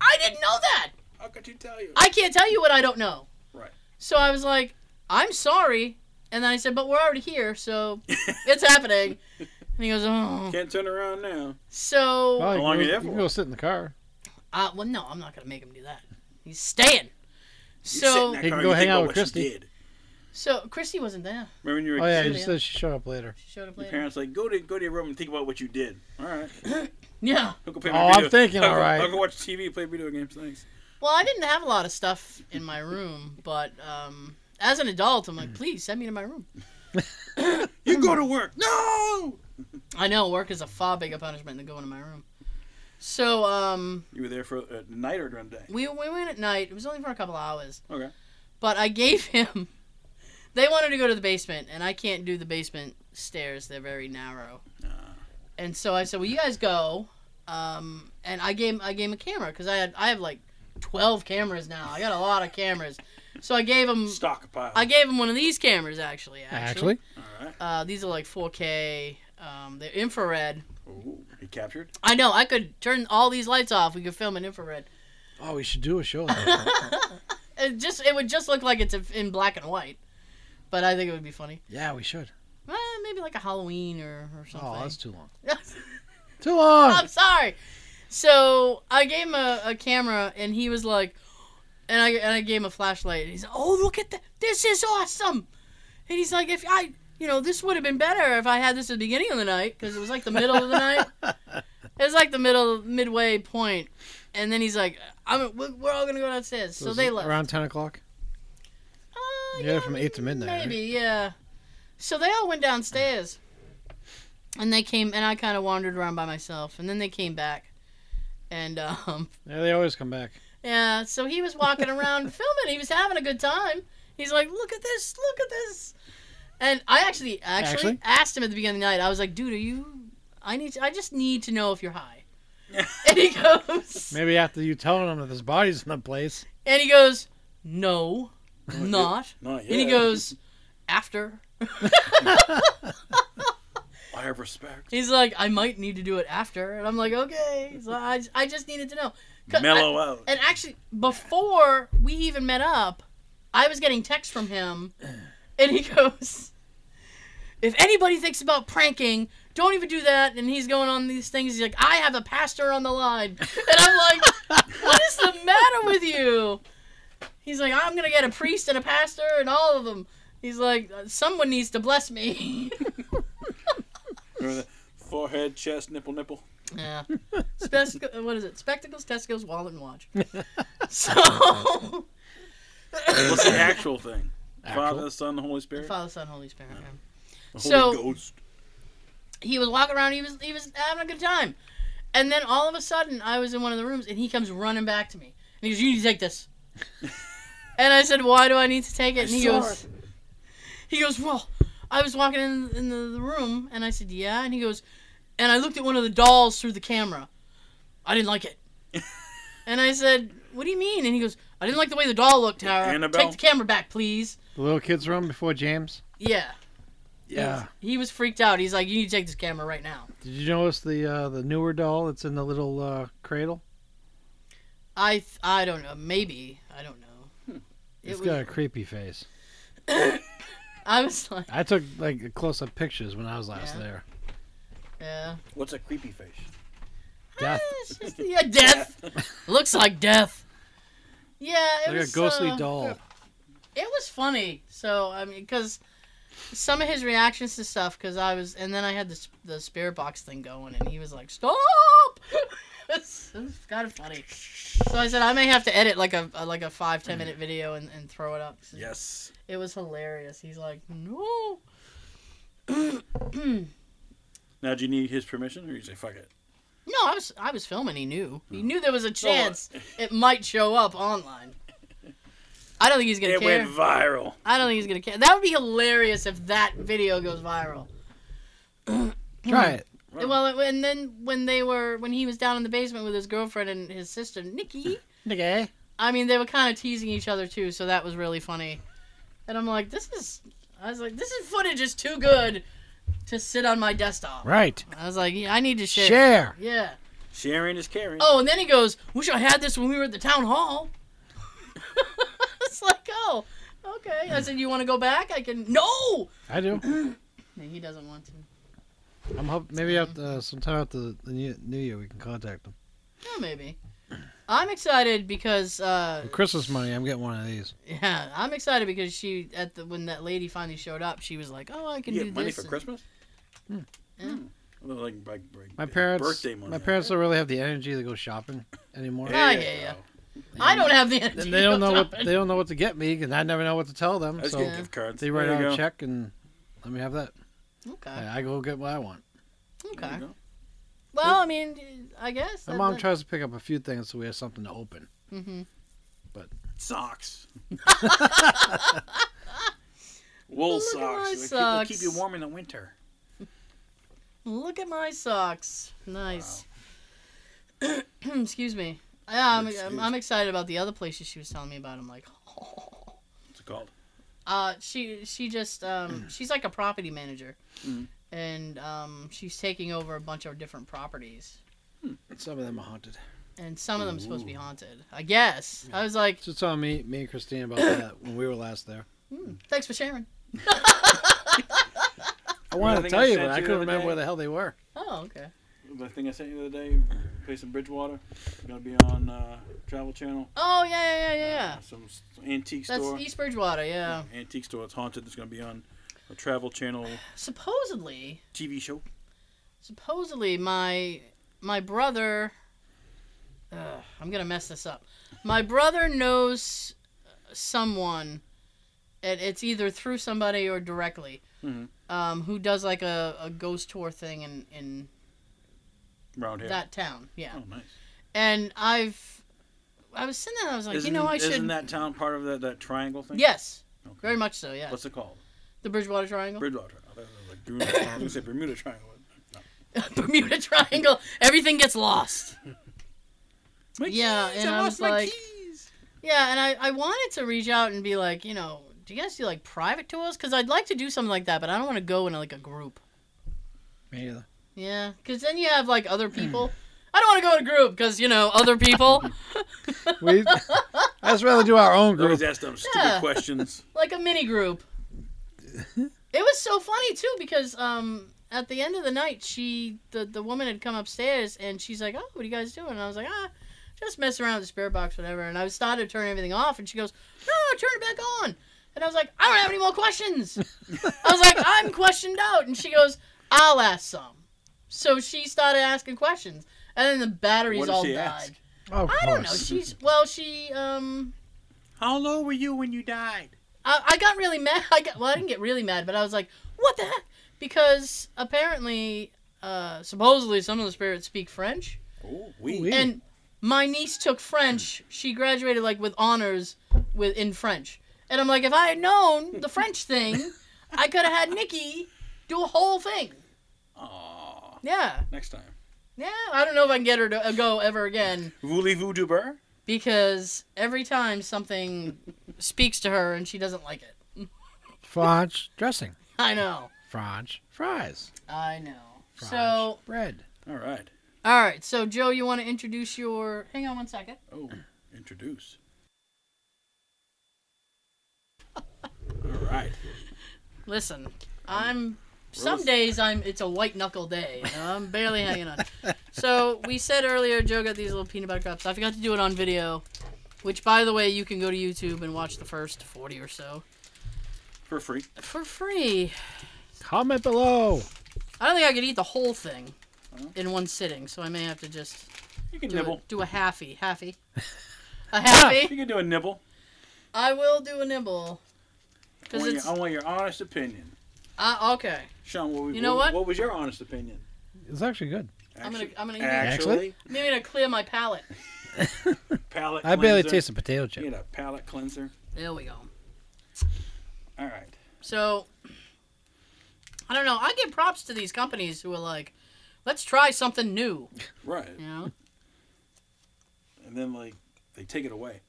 [SPEAKER 2] I didn't know that.
[SPEAKER 3] How could you tell you?
[SPEAKER 2] I can't tell you what I don't know.
[SPEAKER 3] Right.
[SPEAKER 2] So I was like, "I'm sorry." And then I said, "But we're already here, so it's happening." And he goes, "Oh."
[SPEAKER 3] Can't turn around now.
[SPEAKER 2] So
[SPEAKER 5] Well, you
[SPEAKER 3] long
[SPEAKER 5] can
[SPEAKER 3] you
[SPEAKER 5] go-
[SPEAKER 3] there
[SPEAKER 5] You
[SPEAKER 3] for?
[SPEAKER 5] can go sit in the car.
[SPEAKER 2] Uh, well, no, I'm not gonna make him do that. He's staying.
[SPEAKER 3] You sit in
[SPEAKER 2] So,
[SPEAKER 3] that
[SPEAKER 5] They can
[SPEAKER 3] car,
[SPEAKER 5] go
[SPEAKER 3] you
[SPEAKER 5] hang
[SPEAKER 3] think
[SPEAKER 5] out with
[SPEAKER 3] about what you
[SPEAKER 5] Christy.
[SPEAKER 3] did.
[SPEAKER 2] so Christy wasn't there.
[SPEAKER 3] Remember when you were
[SPEAKER 5] Oh
[SPEAKER 3] a
[SPEAKER 5] yeah,
[SPEAKER 3] kid?
[SPEAKER 5] you said she showed up
[SPEAKER 3] <laughs>
[SPEAKER 5] later.
[SPEAKER 2] She showed up
[SPEAKER 3] Your
[SPEAKER 2] later.
[SPEAKER 3] parents like go to go to your room and think about what you did. All right.
[SPEAKER 2] Yeah.
[SPEAKER 3] I'll go play
[SPEAKER 5] Oh,
[SPEAKER 3] my
[SPEAKER 5] I'm
[SPEAKER 3] video.
[SPEAKER 5] thinking,
[SPEAKER 3] I'll
[SPEAKER 5] all
[SPEAKER 3] go-
[SPEAKER 5] right.
[SPEAKER 3] I'll go watch TV, play video games. Thanks.
[SPEAKER 2] Well, I didn't have a lot of stuff in my room, but um, as an adult, I'm like, please send me to my room.
[SPEAKER 3] You go to work. No.
[SPEAKER 2] I know work is a far bigger punishment than going to my room. So um,
[SPEAKER 3] You were there for a night or during the day.
[SPEAKER 2] we we went at night. It was only for a couple hours.
[SPEAKER 3] Okay.
[SPEAKER 2] But I gave him. They wanted to go to the basement, and I can't do the basement stairs. They're very narrow. And so I said, "Well, you guys go." Um, and I gave I gave him a camera because I had I have like twelve cameras now. I got a lot of cameras. So I gave him
[SPEAKER 3] Stockpile.
[SPEAKER 2] Mm. I gave him one of these cameras actually. Actually,
[SPEAKER 5] Actually,
[SPEAKER 3] all right.
[SPEAKER 2] Uh, these are like 4K. Um, they're infrared.
[SPEAKER 3] Ooh, he captured.
[SPEAKER 2] I know I could turn all these lights off. We could film in infrared.
[SPEAKER 5] oh, we should do a show.
[SPEAKER 3] <laughs>
[SPEAKER 5] There.
[SPEAKER 2] It just it would just look like it's in black and white. But I think it would be funny.
[SPEAKER 5] yeah, we should.
[SPEAKER 2] Uh, maybe like a Halloween or, or something.
[SPEAKER 5] Oh, that's too long. Too long.
[SPEAKER 2] <laughs> I'm sorry. So I gave him a, a camera, and he was like, and I and I gave him a flashlight, and he's like, oh look at that, this is awesome, and he's like, if I, you know, this would have been better if I had this at the beginning of the night because it was like the middle of
[SPEAKER 5] <laughs>
[SPEAKER 2] the night. It was like the middle midway point, and then he's like, I'm we're we're all gonna go downstairs. So,
[SPEAKER 5] Was
[SPEAKER 2] they
[SPEAKER 5] it
[SPEAKER 2] left.
[SPEAKER 5] around ten o'clock.
[SPEAKER 2] Uh,
[SPEAKER 5] Yeah, from 8 to midnight, right?
[SPEAKER 2] Maybe, yeah. So they all went downstairs, and they came, and I kind of wandered around by myself, and then they came back, and um, <laughs>
[SPEAKER 5] Yeah, they always come back.
[SPEAKER 2] yeah. So he
[SPEAKER 5] <laughs>
[SPEAKER 2] was walking around filming. He was having a good time. He's like, "Look at this! Look at this!" And I actually, actually,
[SPEAKER 5] Actually?
[SPEAKER 2] asked him at the beginning of the night. I was like, "Dude, are you? I need. To, I just need to know if you're high." and he goes,
[SPEAKER 5] Maybe after you telling them that there's bodies in the
[SPEAKER 2] <laughs>
[SPEAKER 5] place.
[SPEAKER 2] and he goes, "No, not."
[SPEAKER 3] Not yet.
[SPEAKER 2] And he goes, "After."
[SPEAKER 3] I have respect.
[SPEAKER 2] He's like, I might need to do it after. And I'm like, okay. So I, I just needed to know. 'Cause
[SPEAKER 3] Mellow
[SPEAKER 2] I-
[SPEAKER 3] out.
[SPEAKER 2] and actually, before we even met up, I was getting texts from him. And he <laughs> goes, if anybody thinks about pranking, don't even do that. And he's going on these things. He's like, I have a pastor on the line. And I'm like, what is the matter with you? He's like, I'm going to get a priest and a pastor and all of them. He's like, someone needs to bless me. <laughs>
[SPEAKER 3] Remember that? Forehead, chest, nipple, nipple.
[SPEAKER 2] Yeah. Spec- what is it? Spectacles, testicles, wallet, and watch. So,
[SPEAKER 3] What's the actual thing? Father,
[SPEAKER 5] Actual?
[SPEAKER 3] Son, the Holy Spirit.
[SPEAKER 2] Father, Son, Holy Spirit. yeah.
[SPEAKER 3] The
[SPEAKER 2] So-
[SPEAKER 3] Holy Ghost.
[SPEAKER 2] He was walking around. He was he was having a good time, and then all of a sudden, I was in one of the rooms, and he comes running back to me, and he goes, "You need to take this." and I said, "Why do I need to take it?" And he
[SPEAKER 3] saw
[SPEAKER 2] goes, "He goes, well, I was walking in in the, the room, and I said, yeah,' and he goes, and I looked at one of the dolls through the camera. I didn't like it. and I said, What do you mean? And he goes, I didn't like the way the doll looked, Tara.
[SPEAKER 3] Annabelle?
[SPEAKER 2] Take the camera back, please.
[SPEAKER 4] The little kid's room before James.
[SPEAKER 2] Yeah.
[SPEAKER 5] Yeah.
[SPEAKER 2] He was freaked out. He's like, You need to take this camera right now.
[SPEAKER 4] Did you notice the uh, the newer doll that's in the little uh, cradle?
[SPEAKER 2] I th- I don't know. Maybe. I don't know. It
[SPEAKER 4] Hmm. It's
[SPEAKER 2] was-
[SPEAKER 4] got a creepy face.
[SPEAKER 2] <coughs> I was like,
[SPEAKER 4] I took like close up pictures when I was last
[SPEAKER 2] Yeah.
[SPEAKER 4] there.
[SPEAKER 2] Yeah. Eh,
[SPEAKER 3] What's a creepy face?
[SPEAKER 4] Death.
[SPEAKER 2] It's just- yeah, death. Looks like death. Yeah, it
[SPEAKER 4] Like a
[SPEAKER 2] was
[SPEAKER 4] ghostly
[SPEAKER 2] uh, <laughs>
[SPEAKER 4] doll.
[SPEAKER 2] It was funny. So I mean, because some of his reactions to stuff, because I was, and then I had this the spirit box thing going, and he was like, "Stop!" <laughs> it's, it's kind of funny. So I said I may have to edit like a, a- like a five
[SPEAKER 4] Hmm.
[SPEAKER 2] ten minute video and, and throw it up.
[SPEAKER 3] <laughs> Yes.
[SPEAKER 2] It was hilarious. He's like, <clears throat> "No."
[SPEAKER 3] Now, do you need his permission, or you say fuck it?
[SPEAKER 2] No, I was I was filming. He knew.
[SPEAKER 3] Oh.
[SPEAKER 2] He knew there was a chance it might show up online. I don't think he's gonna
[SPEAKER 3] It
[SPEAKER 2] care.
[SPEAKER 3] went viral.
[SPEAKER 2] I don't think he's gonna care. That would be hilarious if that video goes viral.
[SPEAKER 4] Try it.
[SPEAKER 2] Well, it- and then when they were when he was down in the basement with his girlfriend and his sister
[SPEAKER 3] <laughs>
[SPEAKER 2] Nikki,
[SPEAKER 4] Okay.
[SPEAKER 2] I mean they were kind of teasing each other too, so that was really funny. And I'm like, this is, I was like, this is footage is too good to sit on my desktop.
[SPEAKER 4] Right.
[SPEAKER 2] I was like, yeah, I need to share.
[SPEAKER 4] Share.
[SPEAKER 2] Yeah.
[SPEAKER 3] Sharing is caring.
[SPEAKER 2] Oh, and then he goes, "Wish I had this when we were at the town hall." <laughs> it's like, oh, okay. I said, "You want to go back? I can." No.
[SPEAKER 4] I
[SPEAKER 2] <laughs>
[SPEAKER 4] do.
[SPEAKER 2] And he doesn't want to.
[SPEAKER 4] I'm hoping maybe after uh, sometime after the new, new year we can contact them.
[SPEAKER 2] Yeah, maybe. I'm excited because uh,
[SPEAKER 4] For Christmas money, I'm getting one of these.
[SPEAKER 2] yeah, I'm excited because she at the when that lady finally showed up, she was like, "Oh, I can
[SPEAKER 3] you
[SPEAKER 2] do
[SPEAKER 3] get money
[SPEAKER 2] this."
[SPEAKER 3] for
[SPEAKER 2] and-
[SPEAKER 3] Christmas? Mm.
[SPEAKER 2] Yeah.
[SPEAKER 3] Well, Like, like, like
[SPEAKER 4] My parents,
[SPEAKER 3] Birthday money.
[SPEAKER 4] my parents don't really have the energy to go shopping anymore.
[SPEAKER 2] Oh, Yeah, yeah,
[SPEAKER 3] yeah.
[SPEAKER 2] yeah. I don't have <laughs> the energy.
[SPEAKER 4] And they don't know what
[SPEAKER 2] to-
[SPEAKER 4] they don't know what to get me, and I never know what to tell them.
[SPEAKER 3] Let's
[SPEAKER 4] so
[SPEAKER 3] get gift cards.
[SPEAKER 4] they write
[SPEAKER 3] There you
[SPEAKER 4] out
[SPEAKER 3] go.
[SPEAKER 4] a check and let me have that.
[SPEAKER 2] Okay.
[SPEAKER 4] I I go get what I want.
[SPEAKER 3] There you
[SPEAKER 2] Okay.
[SPEAKER 3] go.
[SPEAKER 2] Well, I mean, I guess.
[SPEAKER 4] My mom tries to pick up a few things so we have something to open.
[SPEAKER 2] hmm <laughs>
[SPEAKER 3] Socks. Wool
[SPEAKER 2] Look at my
[SPEAKER 3] socks. They keep- They keep,
[SPEAKER 2] socks.
[SPEAKER 3] you warm in the winter.
[SPEAKER 2] Look at my socks. Nice. <clears throat> Excuse me. Yeah, I'm,
[SPEAKER 3] Excuse.
[SPEAKER 2] I'm, I'm excited about the other places she was telling me about. I'm like,
[SPEAKER 3] What's it called?
[SPEAKER 2] Uh, she she just um she's like a property manager,
[SPEAKER 3] Mhm.
[SPEAKER 2] and um she's taking over a bunch of different properties,
[SPEAKER 4] Some of them are haunted.
[SPEAKER 2] and some of them supposed to be haunted. I guess I was like,
[SPEAKER 4] Just telling me, me and Christine about that when we were last there.
[SPEAKER 2] hmm, thanks for sharing.
[SPEAKER 4] I wanted
[SPEAKER 3] thing
[SPEAKER 4] to
[SPEAKER 3] I
[SPEAKER 4] tell you,
[SPEAKER 3] sent
[SPEAKER 4] but I
[SPEAKER 3] you the
[SPEAKER 4] couldn't
[SPEAKER 3] other
[SPEAKER 4] remember
[SPEAKER 3] day?
[SPEAKER 4] where the hell they were.
[SPEAKER 2] Oh okay.
[SPEAKER 3] The thing I sent you the other day, place in Bridgewater. Gonna be on uh, Travel Channel.
[SPEAKER 2] Oh yeah yeah yeah yeah.
[SPEAKER 3] Uh, some s- antique
[SPEAKER 2] That's
[SPEAKER 3] store.
[SPEAKER 2] East Bridgewater. Yeah.
[SPEAKER 3] Antique store. It's haunted. It's gonna be on a Travel Channel
[SPEAKER 2] Supposedly,
[SPEAKER 3] TV show.
[SPEAKER 2] supposedly my my brother. Ugh, I'm gonna mess this up. My brother knows someone. It, it's either through somebody or directly.
[SPEAKER 3] Mhm.
[SPEAKER 2] Um, who does like a, a ghost tour thing in in
[SPEAKER 3] Round here.
[SPEAKER 2] that town? Yeah.
[SPEAKER 3] oh, nice.
[SPEAKER 2] And I've I was sitting there. and I was like, you know, I
[SPEAKER 3] isn't
[SPEAKER 2] should.
[SPEAKER 3] that town part of that, that triangle thing?
[SPEAKER 2] Yes.
[SPEAKER 3] Okay.
[SPEAKER 2] Very much so. Yeah.
[SPEAKER 3] What's it called?
[SPEAKER 2] the Bridgewater Triangle.
[SPEAKER 3] Bridgewater. I thought it was like Bermuda- I was gonna say Bermuda Triangle.
[SPEAKER 2] <laughs> Bermuda Triangle. Everything gets lost.
[SPEAKER 3] My
[SPEAKER 2] Yeah,
[SPEAKER 3] keys!
[SPEAKER 2] and I was
[SPEAKER 3] lost my
[SPEAKER 2] like-
[SPEAKER 3] keys!
[SPEAKER 2] Yeah, and I, I wanted to reach out and be like, you know, do you guys do like private tours? Because I'd like to do something like that, but I don't want to go in like a group.
[SPEAKER 4] Me either.
[SPEAKER 2] Yeah, because then you have like other people. I don't want to go in a group because you know other people.
[SPEAKER 4] We, I just rather do our own
[SPEAKER 3] They always
[SPEAKER 4] group.
[SPEAKER 3] ask them stupid
[SPEAKER 2] Yeah.
[SPEAKER 3] questions.
[SPEAKER 2] like a mini group. it was so funny too because um at the end of the night she the the woman had come upstairs and she's like, "Oh, what are you guys doing?" And I was like, "Ah, just messing around with the spirit box, whatever." And I started to turn everything off, and she goes, "No, no, turn it back on." And I was like, "I don't have any more questions." I was like, "I'm questioned out," and she goes, "I'll ask some." So she started asking questions, and then the batteries
[SPEAKER 3] What did
[SPEAKER 2] all
[SPEAKER 3] she
[SPEAKER 2] died.
[SPEAKER 3] ask?
[SPEAKER 4] Oh, Of course.
[SPEAKER 2] I don't know. She's well, she um
[SPEAKER 3] How low were you when you died?
[SPEAKER 2] I, I got really mad. <laughs> I got well, I didn't get really mad, but I was like, "What the heck?" Because apparently, uh, supposedly, some of the spirits speak French,
[SPEAKER 3] Oh, we.
[SPEAKER 4] Oui.
[SPEAKER 2] and my niece took French. She graduated like with honors with in French, and I'm like, if I had known the French thing, I could have had Nikki do a whole thing.
[SPEAKER 3] Aw,
[SPEAKER 2] Yeah,
[SPEAKER 3] next time.
[SPEAKER 2] Yeah, I don't know if I can get her to uh, go ever again
[SPEAKER 3] Voulez-vous du beurre?
[SPEAKER 2] because every time something speaks to her and she doesn't like it.
[SPEAKER 5] French dressing,
[SPEAKER 2] I know.
[SPEAKER 5] French fries,
[SPEAKER 2] I know.
[SPEAKER 5] French
[SPEAKER 2] So,
[SPEAKER 5] bread.
[SPEAKER 3] All right.
[SPEAKER 2] all right. So, Joe, you want to introduce your. Hang on one second.
[SPEAKER 3] Oh, introduce. All right.
[SPEAKER 2] Listen, I'm. Some days I'm. It's a white knuckle day. and I'm barely hanging <laughs> on. So we said earlier, Joe got these little peanut butter cups. I forgot to do it on video, which, by the way, you can go to YouTube and watch the first 40 or so
[SPEAKER 3] For free.
[SPEAKER 2] for free.
[SPEAKER 5] Comment below.
[SPEAKER 2] I don't think I could eat the whole thing in one sitting, so I may have to just
[SPEAKER 3] You can
[SPEAKER 2] do a,
[SPEAKER 3] nibble.
[SPEAKER 2] do a halfy, <laughs> halfy, a halfy.
[SPEAKER 3] You can do
[SPEAKER 2] <laughs>
[SPEAKER 3] a nibble.
[SPEAKER 2] I will do a nibble.
[SPEAKER 3] I
[SPEAKER 2] Cause
[SPEAKER 3] want,
[SPEAKER 2] it's
[SPEAKER 3] your, I want your honest opinion.
[SPEAKER 2] uh, okay.
[SPEAKER 3] Sean, what, we-
[SPEAKER 2] You know what?
[SPEAKER 3] what was your honest opinion?
[SPEAKER 5] It's actually good.
[SPEAKER 2] I'm gonna-
[SPEAKER 3] Actu-
[SPEAKER 2] I'm gonna eat it.
[SPEAKER 3] actually,
[SPEAKER 2] Maybe I'm gonna clear my palate.
[SPEAKER 3] palate.
[SPEAKER 5] I barely
[SPEAKER 3] cleanser.
[SPEAKER 5] taste the potato chip.
[SPEAKER 3] You know, palate cleanser.
[SPEAKER 2] There we go.
[SPEAKER 3] All right.
[SPEAKER 2] So I don't know. I give props to these companies who are like, let's try something new.
[SPEAKER 3] Right.
[SPEAKER 2] You
[SPEAKER 5] <laughs>
[SPEAKER 2] know?
[SPEAKER 3] And then like they take it away.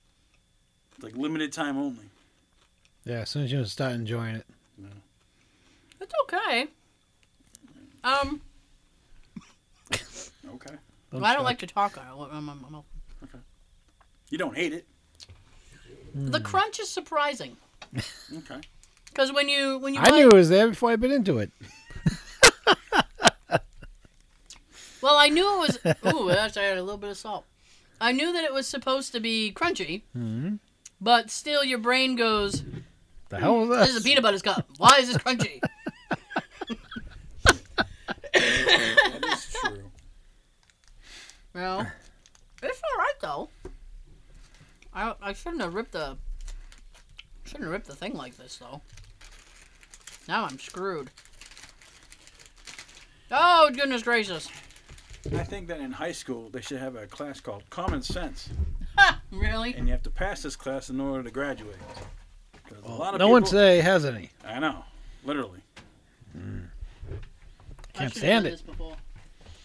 [SPEAKER 3] Like limited time only.
[SPEAKER 5] Yeah, as soon as you start enjoying it.
[SPEAKER 2] It's okay. Um,
[SPEAKER 3] Okay.
[SPEAKER 5] Don't
[SPEAKER 2] I don't
[SPEAKER 5] stop.
[SPEAKER 2] like to talk on it. Well, um, um, um,
[SPEAKER 3] You don't hate it.
[SPEAKER 5] Hmm.
[SPEAKER 2] The crunch is surprising
[SPEAKER 3] Okay.
[SPEAKER 2] because when you when you
[SPEAKER 5] I
[SPEAKER 2] bite-
[SPEAKER 5] knew it was there before I bit into it.
[SPEAKER 2] well, I
[SPEAKER 5] <laughs>
[SPEAKER 2] knew it was. Ooh, actually, I had a little bit of salt. I knew that it was supposed to be crunchy,
[SPEAKER 5] Mhm.
[SPEAKER 2] but still, your brain goes,
[SPEAKER 5] The hell was that?
[SPEAKER 2] "This
[SPEAKER 5] <laughs>
[SPEAKER 2] is a peanut butter cup. Why is this crunchy?"
[SPEAKER 3] that is true.
[SPEAKER 2] No. It's all right though. I I shouldn't have ripped the shouldn't have ripped the thing like this though. Now I'm screwed. Oh goodness gracious!
[SPEAKER 3] I think that in high school they should have a class called Common Sense,
[SPEAKER 2] Ha! Really?
[SPEAKER 3] and you have to pass this class in order to graduate. 'Cause a lot of
[SPEAKER 5] no
[SPEAKER 3] people,
[SPEAKER 5] one today has any.
[SPEAKER 3] I know, literally.
[SPEAKER 5] Can't
[SPEAKER 2] should've
[SPEAKER 5] stand
[SPEAKER 2] done
[SPEAKER 5] it.
[SPEAKER 2] This before.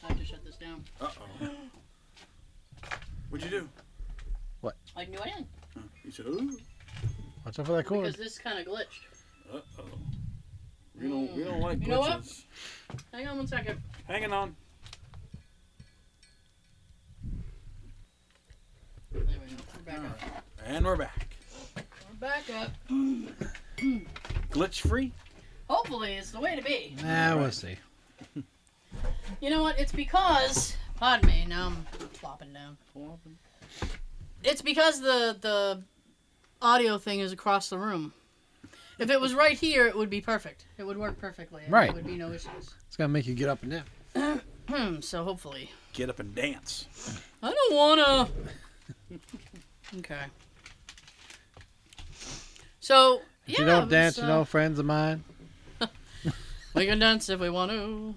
[SPEAKER 2] I have to shut this down.
[SPEAKER 3] Uh oh. What'd you do?
[SPEAKER 2] I can do anything
[SPEAKER 3] You said, "Ooh."
[SPEAKER 5] Watch out for that cord.
[SPEAKER 2] because this kind of glitched.
[SPEAKER 3] Uh oh. We don't. We don't like
[SPEAKER 2] You know what?
[SPEAKER 3] glitches.
[SPEAKER 2] Hang on one second.
[SPEAKER 3] Hanging on.
[SPEAKER 2] There we go. We're back up.
[SPEAKER 3] And we're back.
[SPEAKER 2] We're back up.
[SPEAKER 3] Glitch free.
[SPEAKER 2] Hopefully, it's the way to be.
[SPEAKER 5] Nah, we'll see.
[SPEAKER 2] You know what? It's because. Pardon me. Now I'm flopping down. It's because the the audio thing is across the room. If it was right here, it would be perfect. It would work perfectly. and
[SPEAKER 5] Right.
[SPEAKER 2] It would be no issues.
[SPEAKER 5] It's gonna make you get up and nap.
[SPEAKER 2] Hmm. So hopefully,
[SPEAKER 3] Get up and dance.
[SPEAKER 2] I
[SPEAKER 5] <laughs>
[SPEAKER 2] don't wanna. Okay. So
[SPEAKER 5] If
[SPEAKER 2] yeah,
[SPEAKER 5] you don't dance,
[SPEAKER 2] so,
[SPEAKER 5] you know, friends of mine.
[SPEAKER 2] We
[SPEAKER 5] <laughs>
[SPEAKER 2] can dance if we want to.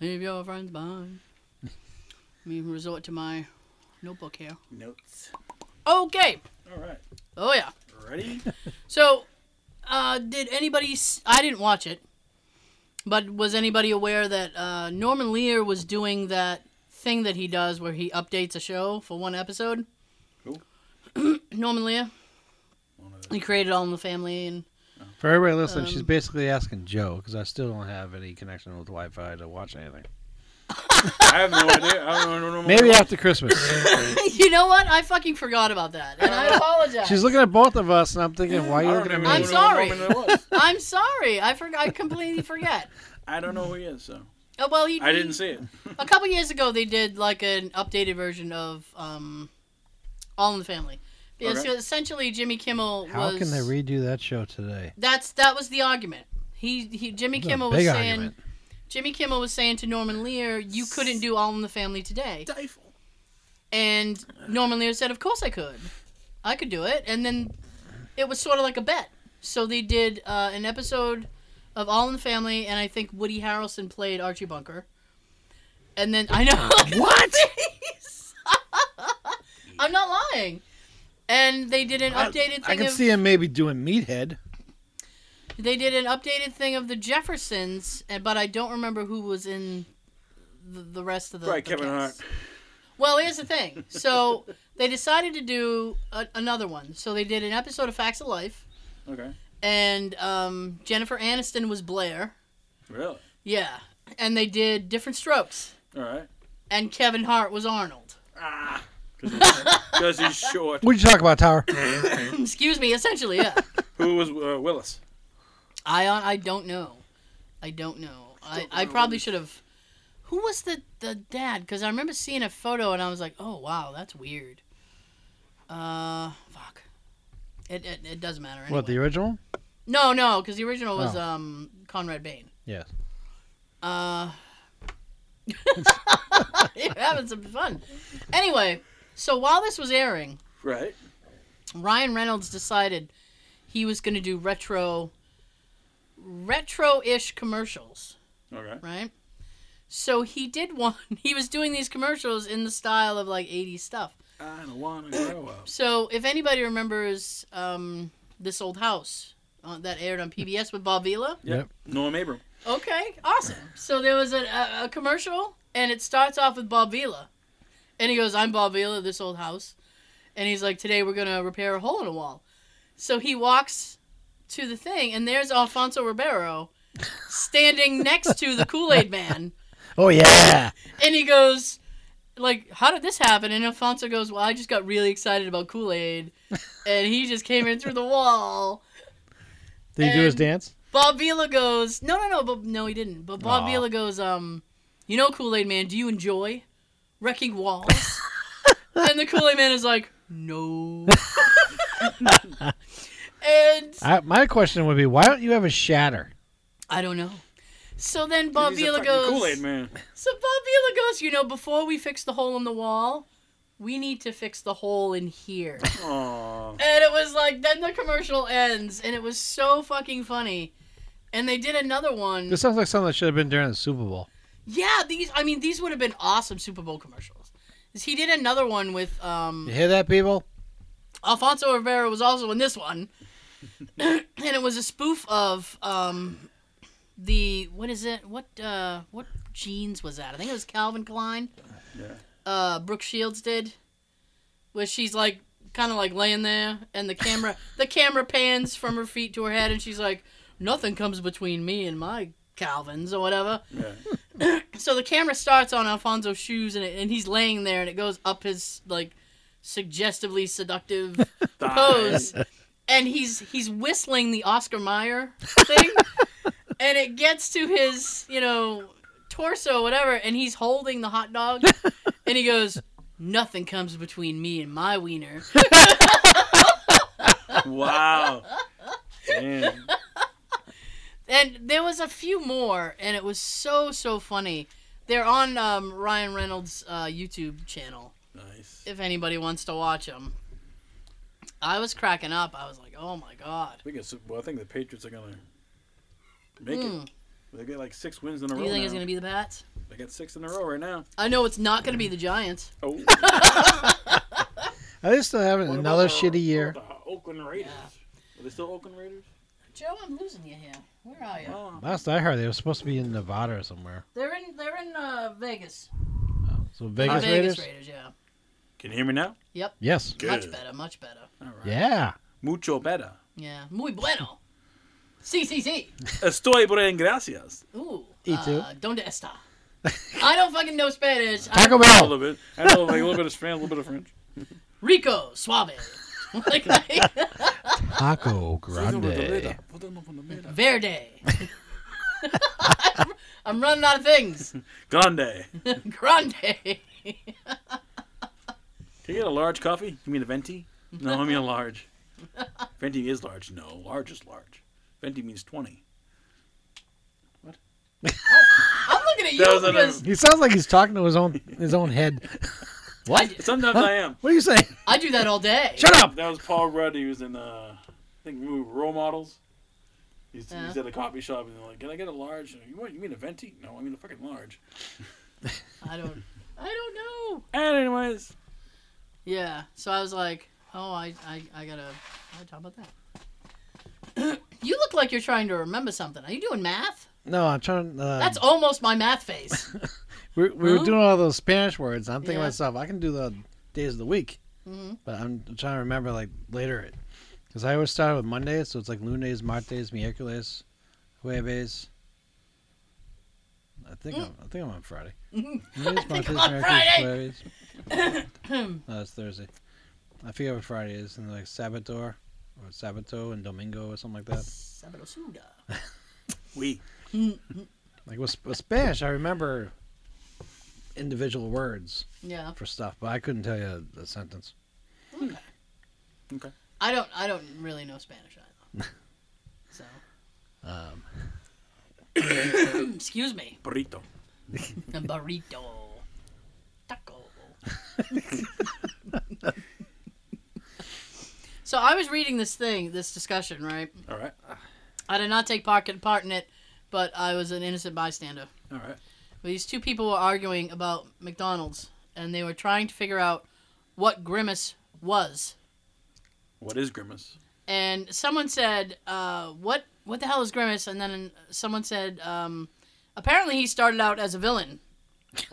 [SPEAKER 2] Leave your friends behind. Let me resort to my notebook here.
[SPEAKER 3] Notes.
[SPEAKER 2] Okay.
[SPEAKER 3] All right.
[SPEAKER 2] Oh yeah.
[SPEAKER 3] Ready?
[SPEAKER 2] So, uh, did anybody? s- I didn't watch it, but was anybody aware that uh, Norman Lear was doing that thing that he does where he updates a show for one episode?
[SPEAKER 3] Who?
[SPEAKER 2] <clears throat> Norman Lear.
[SPEAKER 3] One of
[SPEAKER 2] He created All in the Family, and <laughs>
[SPEAKER 5] For everybody listening, she's
[SPEAKER 2] Um,
[SPEAKER 5] basically asking Joe because I still don't have any connection with Wi-Fi to watch anything.
[SPEAKER 3] I have no idea. I don't know.
[SPEAKER 5] Maybe after
[SPEAKER 2] <laughs>
[SPEAKER 5] Christmas.
[SPEAKER 2] you know what? I fucking forgot about that, and
[SPEAKER 3] <laughs>
[SPEAKER 2] I apologize.
[SPEAKER 5] she's looking at both of us, and I'm thinking, why are you
[SPEAKER 3] I
[SPEAKER 5] looking
[SPEAKER 3] don't
[SPEAKER 5] at
[SPEAKER 3] even
[SPEAKER 5] me?
[SPEAKER 3] know
[SPEAKER 2] I'm
[SPEAKER 3] what
[SPEAKER 2] sorry.
[SPEAKER 3] Norman Lear was.
[SPEAKER 2] I'm sorry. I forgot. I completely forget.
[SPEAKER 3] I don't know who he is, so
[SPEAKER 2] Oh well, he.
[SPEAKER 3] I didn't see it.
[SPEAKER 2] A couple years ago, they did like an updated version of um, All in the Family. Yeah,
[SPEAKER 3] Okay.
[SPEAKER 2] so essentially, Jimmy Kimmel
[SPEAKER 5] How
[SPEAKER 2] was.
[SPEAKER 5] can they redo that show today?
[SPEAKER 2] That's that was the argument. He, he Jimmy
[SPEAKER 5] It's a
[SPEAKER 2] Kimmel was
[SPEAKER 5] big
[SPEAKER 2] saying
[SPEAKER 5] argument.
[SPEAKER 2] Jimmy Kimmel was saying to Norman Lear, "You couldn't do All in the Family today,"
[SPEAKER 3] Stifle.
[SPEAKER 2] and Norman Lear said, "Of course I could, I could do it." And then it was sort of like a bet. So they did uh, an episode of All in the Family, and I think Woody Harrelson played Archie Bunker. And then <laughs> I know <laughs> what. <laughs> I'm not lying. And they did an updated thing.
[SPEAKER 5] I can
[SPEAKER 2] of,
[SPEAKER 5] see him maybe doing Meathead.
[SPEAKER 2] eh, They did an updated thing of the Jeffersons, and- but I don't remember who was in the, the rest of the
[SPEAKER 3] Right,
[SPEAKER 2] the
[SPEAKER 3] Kevin
[SPEAKER 2] cast.
[SPEAKER 3] Hart.
[SPEAKER 2] Well, here's the thing. So <laughs> they decided to do a, another one. So they did an episode of Facts of Life,
[SPEAKER 3] Okay.
[SPEAKER 2] and um, Jennifer Aniston was Blair.
[SPEAKER 3] Really?
[SPEAKER 2] Yeah, and they did different strokes,
[SPEAKER 3] All right.
[SPEAKER 2] and Kevin Hart was Arnold. <clears throat>
[SPEAKER 3] <laughs> Ah. Because he's
[SPEAKER 5] What
[SPEAKER 3] short.
[SPEAKER 5] would you talk about, Tower?
[SPEAKER 2] Excuse me. Essentially, yeah.
[SPEAKER 3] Who was uh, Willis?
[SPEAKER 2] I uh, I don't know. I don't know. I, I probably should have. Who was the the dad? Because I remember seeing a photo and I was like, oh wow, that's weird. Uh, fuck. It it, it doesn't matter anyway.
[SPEAKER 4] What the original?
[SPEAKER 2] No, no, because the original was
[SPEAKER 4] Oh.
[SPEAKER 2] um Conrad Bain.
[SPEAKER 4] Yes. <laughs>
[SPEAKER 2] Uh, <laughs> you're having some fun. Anyway, so while this was airing,
[SPEAKER 3] Right.
[SPEAKER 2] Ryan Reynolds decided he was going to do retro retro-ish commercials,
[SPEAKER 3] Okay.
[SPEAKER 2] right? So he did <laughs> one. He was doing these commercials in the style of like 80s stuff.
[SPEAKER 3] I don't want to grow up.
[SPEAKER 2] So if anybody remembers um, this old house uh, that aired on PBS with Bob Vila,
[SPEAKER 4] Yep.
[SPEAKER 3] Norm Abram.
[SPEAKER 2] okay, awesome. So there was a, a, a commercial and it starts off with Bob Vila. And he goes, "I'm Bob Vila, this old house." And he's like, "Today we're going to repair a hole in a wall." So he walks to the thing, and there's Alfonso Ribeiro standing next to the Kool Aid Man,
[SPEAKER 4] Oh yeah.
[SPEAKER 2] and he goes, "Like, how did this happen?" And Alfonso goes, "Well, I just got really excited about Kool Aid, and he just came in through the wall."
[SPEAKER 4] Did he do his
[SPEAKER 2] And-
[SPEAKER 4] dance?
[SPEAKER 2] Bob Vila goes, "No, no, no, but no, he didn't." But Bob
[SPEAKER 4] Aw.
[SPEAKER 2] Vila goes, "Um, you know, Kool Aid Man, do you enjoy wrecking walls?" and the Kool Aid Man is like, "No." and
[SPEAKER 4] I, my question would be, why don't you have a shatter?
[SPEAKER 2] I don't know. So then Bob
[SPEAKER 3] He's a
[SPEAKER 2] Vila
[SPEAKER 3] fucking
[SPEAKER 2] goes.
[SPEAKER 3] Kool-Aid man.
[SPEAKER 2] So Bob Vila goes, you know, before we fix the hole in the wall, we need to fix the hole in here.
[SPEAKER 3] Aw.
[SPEAKER 2] and it was like, then the commercial ends, and it was so fucking funny. And they did another one.
[SPEAKER 4] This sounds like something that should have been during the Super Bowl.
[SPEAKER 2] Yeah, these. I mean, these would have been awesome Super Bowl commercials. 'Cause He did another one with um,
[SPEAKER 4] You hear that, people?
[SPEAKER 2] Alfonso Rivera was also in this one, <clears throat> and it was a spoof of um, the what is it? What uh, what jeans was that? I think it was Calvin Klein.
[SPEAKER 3] Yeah.
[SPEAKER 2] Uh, Brooke Shields did, where she's like kind of like laying there, and the camera the camera pans from her feet to her head, and she's like, "Nothing comes between me and my Calvins or whatever."
[SPEAKER 3] Yeah.
[SPEAKER 2] so the camera starts on Alfonso's shoes and, it, and he's laying there and it goes up his like suggestively seductive <laughs> pose and he's he's whistling the Oscar Mayer thing and it gets to his you know torso whatever and he's holding the hot dog and he goes nothing comes between me and my wiener <laughs>
[SPEAKER 3] Wow. Damn.
[SPEAKER 2] and there was a few more and it was so so funny they're on um, Ryan Reynolds uh, YouTube channel
[SPEAKER 3] Nice.
[SPEAKER 2] if anybody wants to watch them. I was cracking up. I was like, "Oh my god!"
[SPEAKER 3] I think it's, well, I think the Patriots are gonna make
[SPEAKER 2] Mm.
[SPEAKER 3] it. They get like six wins in a
[SPEAKER 2] Do
[SPEAKER 3] row.
[SPEAKER 2] you think it's
[SPEAKER 3] now.
[SPEAKER 2] gonna be the Pats?
[SPEAKER 3] They got six in a row right now.
[SPEAKER 2] I know it's not gonna be the Giants.
[SPEAKER 3] Oh.
[SPEAKER 4] Are they still having <laughs>
[SPEAKER 3] What
[SPEAKER 4] another
[SPEAKER 3] about the-
[SPEAKER 4] shitty year?
[SPEAKER 3] The Oakland Raiders. Are they still Oakland Raiders?
[SPEAKER 2] Joe, I'm losing you here. Where are you?
[SPEAKER 3] Oh.
[SPEAKER 4] Last I heard, they were supposed to be in Nevada or somewhere.
[SPEAKER 2] They're in. They're in uh, Vegas.
[SPEAKER 4] So Vegas, Raiders?
[SPEAKER 2] Vegas Raiders. Yeah.
[SPEAKER 3] Can you hear me now?
[SPEAKER 4] Yes.
[SPEAKER 2] Much
[SPEAKER 1] Good.
[SPEAKER 2] better. Much better.
[SPEAKER 3] All right.
[SPEAKER 4] Yeah.
[SPEAKER 3] Mucho better.
[SPEAKER 2] Yeah. Muy bueno. Si si si.
[SPEAKER 3] Estoy bien, gracias.
[SPEAKER 2] Ooú.
[SPEAKER 4] Y tú?
[SPEAKER 2] Uh, ¿Dónde está? I don't fucking know Spanish.
[SPEAKER 4] Taco
[SPEAKER 2] I'm
[SPEAKER 3] A
[SPEAKER 4] Bell.
[SPEAKER 3] little bit. I know like, a little bit of Spanish, a little bit of French.
[SPEAKER 2] Rico suave. <laughs> like, like,
[SPEAKER 4] Taco Grande.
[SPEAKER 2] Verde. <laughs> I'm running out of things.
[SPEAKER 3] Grande.
[SPEAKER 2] Grande.
[SPEAKER 3] Can you get a large coffee? You mean a venti? No, I mean a <laughs> large. Venti is large. No, large is large. Venti means 20.
[SPEAKER 2] I'm looking at you
[SPEAKER 3] That was an-
[SPEAKER 2] because
[SPEAKER 4] He sounds like he's talking to his own his own head.
[SPEAKER 2] I,
[SPEAKER 3] Sometimes I am.
[SPEAKER 4] What are you saying?
[SPEAKER 2] I do that all day.
[SPEAKER 4] <laughs> Shut up.
[SPEAKER 3] That was Paul Rudd. He was in, uh, I think, the movie Role Models. He's, he's
[SPEAKER 2] Yeah.
[SPEAKER 3] at a coffee shop and they're like, "Can I get a large?" You what? You mean a venti? No, I mean a fucking large.
[SPEAKER 2] I don't. I don't know.
[SPEAKER 3] And anyways,
[SPEAKER 2] Yeah. So I was like, oh, I, I, I gotta. I gotta talk about that. <clears throat> you look like you're trying to remember something. Are you doing math?
[SPEAKER 4] No, I'm trying. Uh,
[SPEAKER 2] That's almost my math face.
[SPEAKER 4] We, we were
[SPEAKER 2] Huh?
[SPEAKER 4] doing all those Spanish words. and I'm thinking to
[SPEAKER 2] Yeah.
[SPEAKER 4] myself, I can do the days of the week,
[SPEAKER 2] hmm
[SPEAKER 4] but I'm trying to remember like later it, because I always started with Mondays, so it's like lunes, martes, miércoles, jueves. I think I'm, I think I'm on
[SPEAKER 2] <laughs>
[SPEAKER 4] Friday. Lunes, martes,
[SPEAKER 2] I'm on
[SPEAKER 4] miércoles,
[SPEAKER 2] Friday.
[SPEAKER 4] jueves.
[SPEAKER 2] <coughs>
[SPEAKER 4] no, it's Thursday. I forget what Friday is, and like Sabato or Sabato and Domingo or something like that.
[SPEAKER 3] We.
[SPEAKER 4] Like with, with Spanish, I remember individual words
[SPEAKER 2] Yeah.
[SPEAKER 4] for stuff, but I couldn't tell you a, a sentence.
[SPEAKER 2] I don't. I don't really know Spanish either. so.
[SPEAKER 4] Um,
[SPEAKER 2] <coughs> Excuse me.
[SPEAKER 3] Burrito.
[SPEAKER 2] A burrito. Taco. so I was reading this thing, this discussion, right?
[SPEAKER 3] All right.
[SPEAKER 2] I did not take part in, part in it, but I was an innocent bystander.
[SPEAKER 3] All right.
[SPEAKER 2] These two people were arguing about McDonald's, and they were trying to figure out what Grimace was.
[SPEAKER 3] What is grimace?
[SPEAKER 2] and someone said, uh, "What? What the hell is Grimace?" And then someone said, um, "Apparently, he started out as a villain.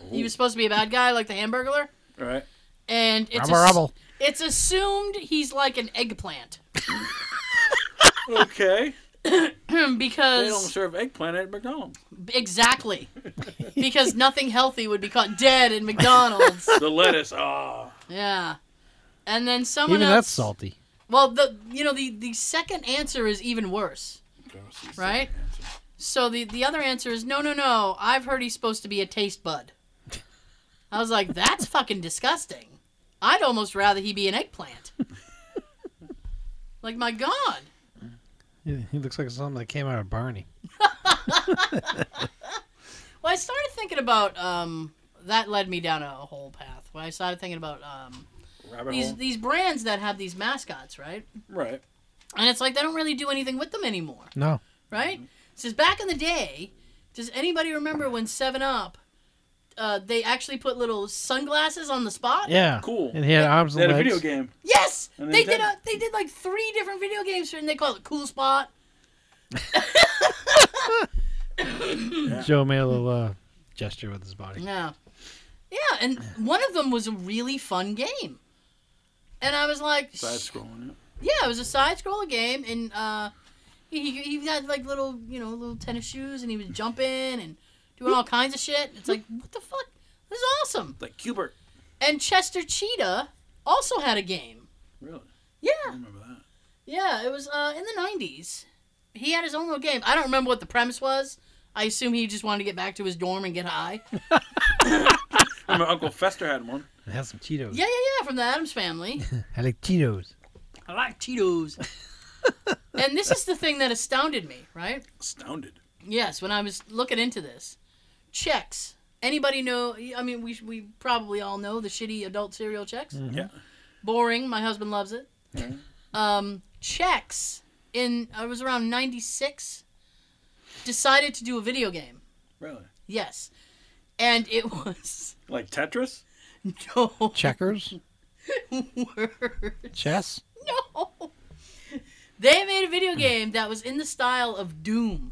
[SPEAKER 2] He was supposed to be a bad guy, like the Hamburglar,
[SPEAKER 3] All right.
[SPEAKER 2] and it's
[SPEAKER 4] Rubble,
[SPEAKER 2] ass-
[SPEAKER 4] rubble.
[SPEAKER 2] it's assumed he's like an eggplant <clears throat>
[SPEAKER 3] <laughs> Okay. they don't
[SPEAKER 2] because
[SPEAKER 3] serve eggplant at McDonald's.
[SPEAKER 2] <laughs>
[SPEAKER 3] <laughs>
[SPEAKER 2] exactly because nothing healthy would be caught dead in
[SPEAKER 3] <laughs>
[SPEAKER 2] McDonald's.
[SPEAKER 3] The lettuce. Ah.
[SPEAKER 2] yeah." And then someone
[SPEAKER 4] Even
[SPEAKER 2] else.
[SPEAKER 4] that's salty.
[SPEAKER 2] Well, the you know the the second answer is even worse.
[SPEAKER 3] Grimace is the
[SPEAKER 2] Right?
[SPEAKER 3] answer.
[SPEAKER 2] So the the other answer is no, no, no. I've heard he's supposed to be a taste
[SPEAKER 3] <laughs>
[SPEAKER 2] bud. I was like, that's fucking disgusting. I'd almost rather he be an
[SPEAKER 3] <laughs>
[SPEAKER 2] eggplant. like my god.
[SPEAKER 4] He, he looks like something that came out of Barney.
[SPEAKER 2] Well, I started thinking about um that led me down a whole path. When I started thinking about um
[SPEAKER 3] Rabbit
[SPEAKER 2] these
[SPEAKER 3] hole.
[SPEAKER 2] these brands that have these mascots, right?
[SPEAKER 3] Right.
[SPEAKER 2] And it's like they don't really do anything with them anymore.
[SPEAKER 4] No,
[SPEAKER 2] right? Says back in the day, does anybody remember when Seven Up, uh, they actually put little sunglasses on the spot?
[SPEAKER 4] yeah,
[SPEAKER 3] Cool.
[SPEAKER 4] And he had arms
[SPEAKER 3] They
[SPEAKER 4] and
[SPEAKER 3] had a
[SPEAKER 4] legs.
[SPEAKER 3] video game.
[SPEAKER 2] Yes,
[SPEAKER 3] And
[SPEAKER 2] they
[SPEAKER 3] they
[SPEAKER 2] did.
[SPEAKER 3] did.
[SPEAKER 2] A, they did like three different video games, and they called it Cool Spot.
[SPEAKER 4] Joe made a little uh, gesture with his body.
[SPEAKER 2] Yeah, yeah, and one of them was a really fun game, and I was like,
[SPEAKER 3] Side scrolling. Yeah.
[SPEAKER 2] yeah, it was a side scroller game, and uh, he he- he had like little you know little tennis shoes, and he was jumping and doing all kinds of shit. It's like what the fuck? This is awesome.
[SPEAKER 3] Like Cubert.
[SPEAKER 2] And Chester Cheetah also had a game.
[SPEAKER 3] Really? I
[SPEAKER 2] Yeah.
[SPEAKER 3] remember that.
[SPEAKER 2] Yeah, it was uh, in the 90s. He had his own little game. I don't remember what the premise was. I assume he just wanted to get back to his dorm and get <laughs> high.
[SPEAKER 3] I <laughs> remember Uncle Fester had one.
[SPEAKER 4] It had some Cheetos.
[SPEAKER 2] Yeah, yeah, yeah, from the Adams family.
[SPEAKER 4] I like Cheetos.
[SPEAKER 2] <laughs> I like Cheetos. and this is the thing that astounded me, right?
[SPEAKER 3] Astounded.
[SPEAKER 2] Yes, when I was looking into this. Checks. Anybody know? I mean, we, we probably all know the shitty adult cereal checks.
[SPEAKER 3] Yeah.
[SPEAKER 2] boring. My husband loves it.
[SPEAKER 3] Mhm.
[SPEAKER 2] Um, checks in I was around '96. Decided to do a video game.
[SPEAKER 3] Really?
[SPEAKER 2] Yes, and it <laughs> was
[SPEAKER 3] Like Tetris?
[SPEAKER 2] no
[SPEAKER 4] Checkers,
[SPEAKER 2] word.
[SPEAKER 4] chess.
[SPEAKER 2] <laughs> No, they made a video game that was in the style of Doom.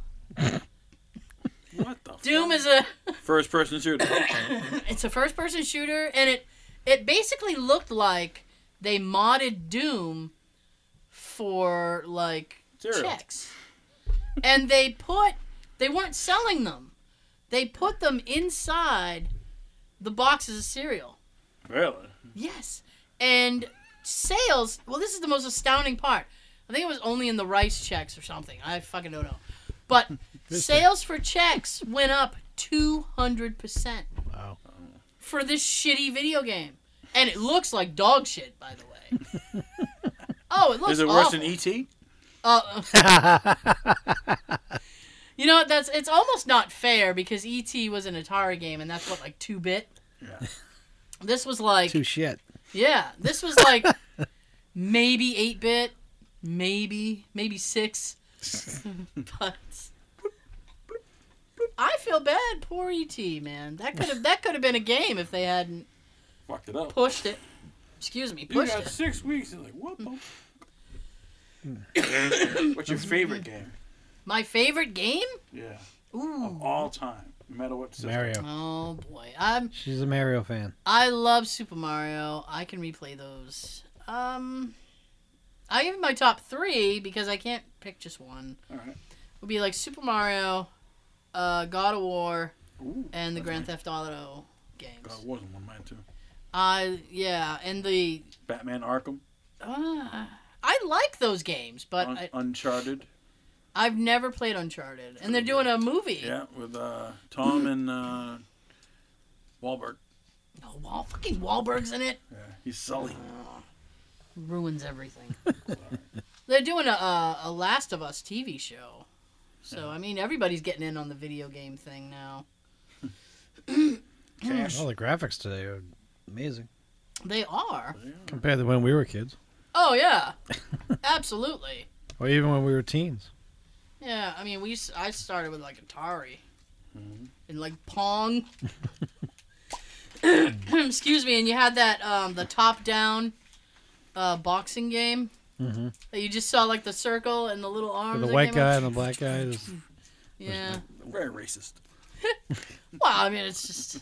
[SPEAKER 3] What the
[SPEAKER 2] Doom is a
[SPEAKER 3] First person shooter.
[SPEAKER 2] it's a first person shooter and it it basically looked like they modded Doom for like
[SPEAKER 3] Cereal.
[SPEAKER 2] checks. and they put they weren't selling them. They put them inside the boxes of cereal.
[SPEAKER 3] really?
[SPEAKER 2] Yes. And sales, well, this is the most astounding part. I think it was only in the rice checks or something. I fucking don't know. But sales for checks went up 200%
[SPEAKER 4] Wow.
[SPEAKER 2] for this shitty video game. And it looks like dog shit, by the way. oh, it looks
[SPEAKER 3] Is it worse
[SPEAKER 2] awful.
[SPEAKER 3] than E E.T.?
[SPEAKER 2] Uh, <laughs> you know that's it's almost not fair because ET was an Atari game and that's what like two bit.
[SPEAKER 3] Yeah.
[SPEAKER 2] This was like
[SPEAKER 4] Two shit.
[SPEAKER 2] yeah, this was like maybe eight bit, maybe maybe six, <laughs> but I feel bad, poor ET man. That could have that could have been a game if they hadn't
[SPEAKER 3] Fucked it up.
[SPEAKER 2] pushed it. Excuse me,
[SPEAKER 3] You
[SPEAKER 2] pushed
[SPEAKER 3] got
[SPEAKER 2] it.
[SPEAKER 3] six weeks. He's like, what the? Hmm. <coughs> What's your favorite game?
[SPEAKER 2] My favorite game?
[SPEAKER 3] Yeah.
[SPEAKER 2] Ooh,
[SPEAKER 3] All time. no matter what. system.
[SPEAKER 5] Mario.
[SPEAKER 2] Oh boy, I'm
[SPEAKER 5] She's a Mario fan.
[SPEAKER 2] I love Super Mario. I can replay those. Um, I give my top three because I can't pick just one.
[SPEAKER 3] Alright.
[SPEAKER 2] Would be like Super Mario, uh, God of War,
[SPEAKER 3] Ooh,
[SPEAKER 2] and the
[SPEAKER 3] that's
[SPEAKER 2] Grand
[SPEAKER 3] nice.
[SPEAKER 2] Theft Auto games.
[SPEAKER 3] God, it wasn't one mine too.
[SPEAKER 2] I yeah, and the
[SPEAKER 3] Batman Arkham,
[SPEAKER 2] uh, I like those games, but
[SPEAKER 3] Un-
[SPEAKER 2] I,
[SPEAKER 3] Uncharted.
[SPEAKER 2] I've never played Uncharted, and they're doing a movie.
[SPEAKER 3] Yeah, with uh, Tom and uh, Wahlberg.
[SPEAKER 2] Oh, Wal- fucking Wahlberg's in it.
[SPEAKER 3] Yeah, he's Sully.
[SPEAKER 2] ruins
[SPEAKER 5] <laughs>
[SPEAKER 2] everything. They're doing a, a a Last of Us TV show, so I mean everybody's getting in on the video game
[SPEAKER 5] <coughs>
[SPEAKER 2] thing now.
[SPEAKER 3] Cash.
[SPEAKER 5] All the graphics today are amazing
[SPEAKER 2] <clears throat> They are.
[SPEAKER 5] compared to when we were kids, <laughs>
[SPEAKER 2] Oh yeah, absolutely.
[SPEAKER 5] or even when we were teens.
[SPEAKER 2] Yeah, I mean we s- I started with like Atari
[SPEAKER 5] Mm-hmm.
[SPEAKER 3] Mhm.
[SPEAKER 2] and like
[SPEAKER 5] <laughs>
[SPEAKER 2] Pong. <coughs> Excuse me, and you had that um the top down uh boxing game.
[SPEAKER 4] Mm-hmm.
[SPEAKER 5] Mhm.
[SPEAKER 2] That you just saw like the circle and the little arms.
[SPEAKER 5] With the
[SPEAKER 2] that
[SPEAKER 5] white
[SPEAKER 2] came
[SPEAKER 5] guy
[SPEAKER 2] up.
[SPEAKER 5] and the black guy. Just,
[SPEAKER 2] Yeah.
[SPEAKER 3] Very racist.
[SPEAKER 2] Well, I mean, it's just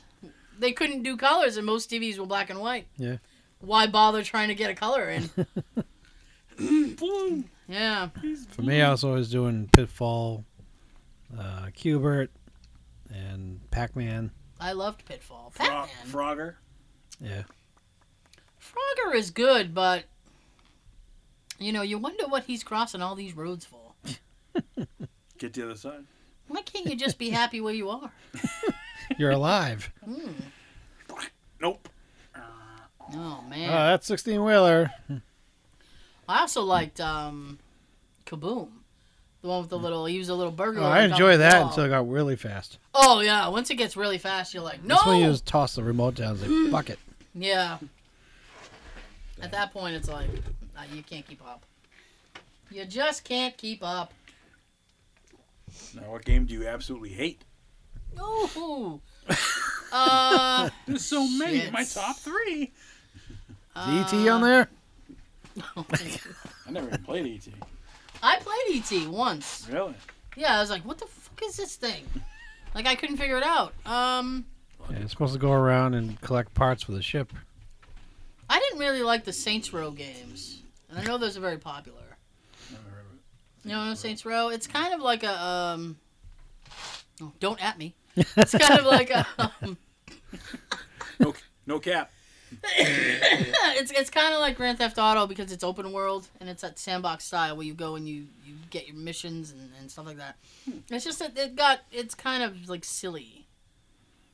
[SPEAKER 2] they couldn't do colors, and most TVs were black and white.
[SPEAKER 5] Yeah.
[SPEAKER 2] Why bother trying to get a color in? <laughs>
[SPEAKER 3] Blue.
[SPEAKER 2] Yeah.
[SPEAKER 3] He's
[SPEAKER 5] for me, I was always doing Pitfall, uh, Cubert, and Pac-Man.
[SPEAKER 2] I loved Pitfall.
[SPEAKER 3] Fro-
[SPEAKER 2] Pac-Man.
[SPEAKER 3] Frogger.
[SPEAKER 5] Yeah,
[SPEAKER 2] Frogger is good, but you know, you wonder what he's crossing all these roads for.
[SPEAKER 3] Get the other side.
[SPEAKER 2] Why can't you just be happy where you are?
[SPEAKER 5] you're alive.
[SPEAKER 3] Nope.
[SPEAKER 2] Oh
[SPEAKER 5] oh,
[SPEAKER 2] man.
[SPEAKER 5] that's sixteen wheeler.
[SPEAKER 2] I also liked um, Kaboom, the one with the little. He was a little burglar.
[SPEAKER 5] Oh, I
[SPEAKER 2] on top
[SPEAKER 5] enjoy
[SPEAKER 2] of the
[SPEAKER 5] that
[SPEAKER 2] wall.
[SPEAKER 5] until it got really fast.
[SPEAKER 2] Oh yeah. Once it gets really fast, you're like, no. Hmm.
[SPEAKER 5] That's when you just toss the remote down. It's like fuck it.
[SPEAKER 2] Yeah. At that point, it's like uh, you can't keep up. You just can't keep up.
[SPEAKER 3] Now, what game do you absolutely hate?
[SPEAKER 2] Ooh. uh,
[SPEAKER 3] There's so many.
[SPEAKER 2] Shit.
[SPEAKER 3] My top three.
[SPEAKER 2] Uh,
[SPEAKER 5] Is ET on there?
[SPEAKER 3] I never even played ET.
[SPEAKER 2] I played ET once.
[SPEAKER 3] Really?
[SPEAKER 2] Yeah, I was like, what the fuck is this thing? Like I couldn't figure it out. Um,
[SPEAKER 5] Yeah, it's supposed to go around and collect parts for the ship.
[SPEAKER 2] I didn't really like the Saints Row games, and I know those are very popular.
[SPEAKER 3] Never heard of it.
[SPEAKER 2] You know, Saints Row. It's kind of like a um. Oh, don't at me. <laughs> <laughs> It's
[SPEAKER 5] <laughs>
[SPEAKER 2] kind of like a. Um,
[SPEAKER 3] No, no cap.
[SPEAKER 2] <laughs> it's it's kind of like Grand Theft Auto because it's open world and it's that sandbox style where you go and you, you get your missions and, and stuff like that. It's just that it got it's kind of like silly,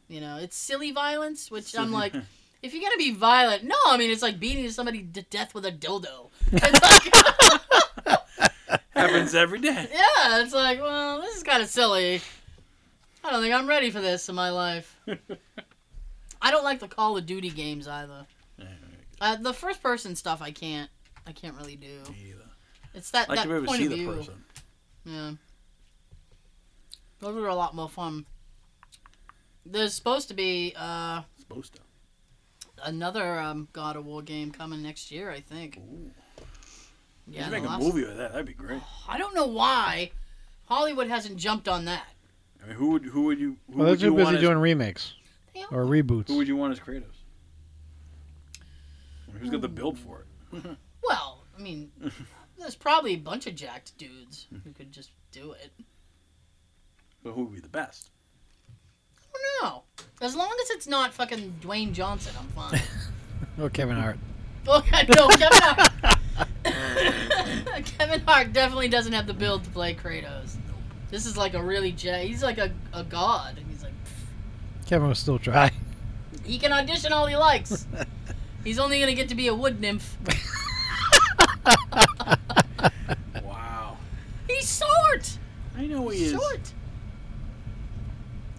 [SPEAKER 2] you know. It's silly violence, which I'm like, if you're gonna be violent, no, I mean it's like beating somebody to death with a dildo. It's like,
[SPEAKER 3] Happens every <laughs> day.
[SPEAKER 2] yeah, it's like, well, this is kind of silly. I don't think I'm ready for this in my
[SPEAKER 3] <laughs>
[SPEAKER 2] life. I don't like the Call of Duty games either. Uh, the first person stuff, I can't, I can't really do. It's that,
[SPEAKER 3] I like
[SPEAKER 2] that
[SPEAKER 3] to be able to
[SPEAKER 2] point
[SPEAKER 3] see
[SPEAKER 2] of
[SPEAKER 3] the
[SPEAKER 2] view.
[SPEAKER 3] person.
[SPEAKER 2] Yeah. Those were a lot more fun. There's supposed to be uh,
[SPEAKER 3] Supposed to.
[SPEAKER 2] another um, God of War game coming next year, I think.
[SPEAKER 3] Ooh.
[SPEAKER 2] Yeah,
[SPEAKER 3] you
[SPEAKER 2] the
[SPEAKER 3] make a
[SPEAKER 2] last-
[SPEAKER 3] movie with that. That'd be great.
[SPEAKER 2] I don't know why Hollywood hasn't jumped on that.
[SPEAKER 3] I mean, who would who would you
[SPEAKER 5] Well,
[SPEAKER 3] who
[SPEAKER 5] they're
[SPEAKER 3] would you
[SPEAKER 5] too
[SPEAKER 3] want
[SPEAKER 5] busy
[SPEAKER 3] as,
[SPEAKER 5] doing remakes
[SPEAKER 2] They all-
[SPEAKER 5] or reboots.
[SPEAKER 3] who would you want as creatives? I mean, who's got the build for it?
[SPEAKER 2] Well, I
[SPEAKER 3] <laughs>
[SPEAKER 2] mean, there's probably a bunch of jacked dudes who could just do it.
[SPEAKER 3] But who would be the best?
[SPEAKER 2] I don't know. As long as it's not fucking Dwayne Johnson, I'm
[SPEAKER 3] <laughs>
[SPEAKER 2] fine.
[SPEAKER 5] Oh, Kevin Hart.
[SPEAKER 2] Well, no, Oh, Kevin <laughs> Hart. <laughs> Kevin Hart definitely doesn't have the build to play Kratos. This is like a really jet. He's like a, a god. He's like
[SPEAKER 5] <laughs> Kevin was still dry.
[SPEAKER 2] he can audition all he
[SPEAKER 3] <laughs>
[SPEAKER 2] likes. He's only gonna get to be a wood nymph.
[SPEAKER 3] Wow.
[SPEAKER 2] He's short.
[SPEAKER 3] I know he is.
[SPEAKER 2] Short.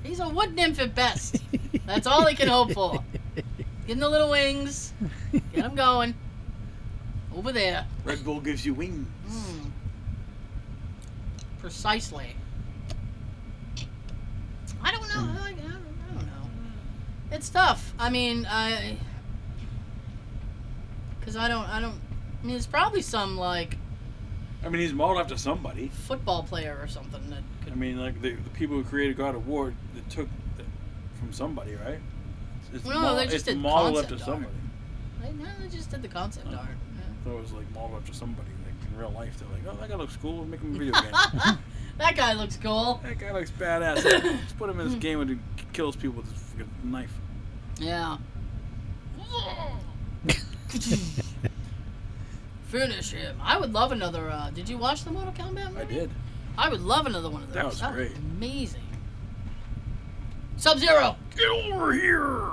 [SPEAKER 2] He's a wood nymph at
[SPEAKER 3] <laughs>
[SPEAKER 2] best. <laughs> That's all he can hope
[SPEAKER 5] <laughs>
[SPEAKER 2] for. Get him the little wings. Get him going. Over there.
[SPEAKER 3] Red Bull gives you wings.
[SPEAKER 2] Mm. Precisely. I don't know. I, I don't- I don't know. It's tough. I mean, I. Because I don't. I don't. I mean, there's probably some like
[SPEAKER 3] I mean, he's modeled after somebody.
[SPEAKER 2] football player or something that
[SPEAKER 3] I
[SPEAKER 2] could.
[SPEAKER 3] mean, like the, the people who created God of War that took the, from somebody, right? It's
[SPEAKER 2] No,
[SPEAKER 3] mo-
[SPEAKER 2] they just
[SPEAKER 3] it's
[SPEAKER 2] did
[SPEAKER 3] modeled
[SPEAKER 2] concept
[SPEAKER 3] after
[SPEAKER 2] art.
[SPEAKER 3] somebody.
[SPEAKER 2] Like, no, they just did the concept
[SPEAKER 3] Oh.
[SPEAKER 2] art.
[SPEAKER 3] I thought it was like modeled after somebody. Like in real life, they're like, oh, that guy looks cool. Make him a video game.
[SPEAKER 2] yeah. <laughs> that guy looks cool.
[SPEAKER 3] that guy looks badass. Let's put him in this
[SPEAKER 2] Hmm.
[SPEAKER 3] game and he kills people with his freaking knife.
[SPEAKER 2] Yeah. <laughs> Finish him. I would love another. Uh, did you watch the Mortal Kombat movie?
[SPEAKER 3] I did.
[SPEAKER 2] I would love another one of those.
[SPEAKER 3] That was great.
[SPEAKER 2] amazing. Sub Zero.
[SPEAKER 3] Get over here!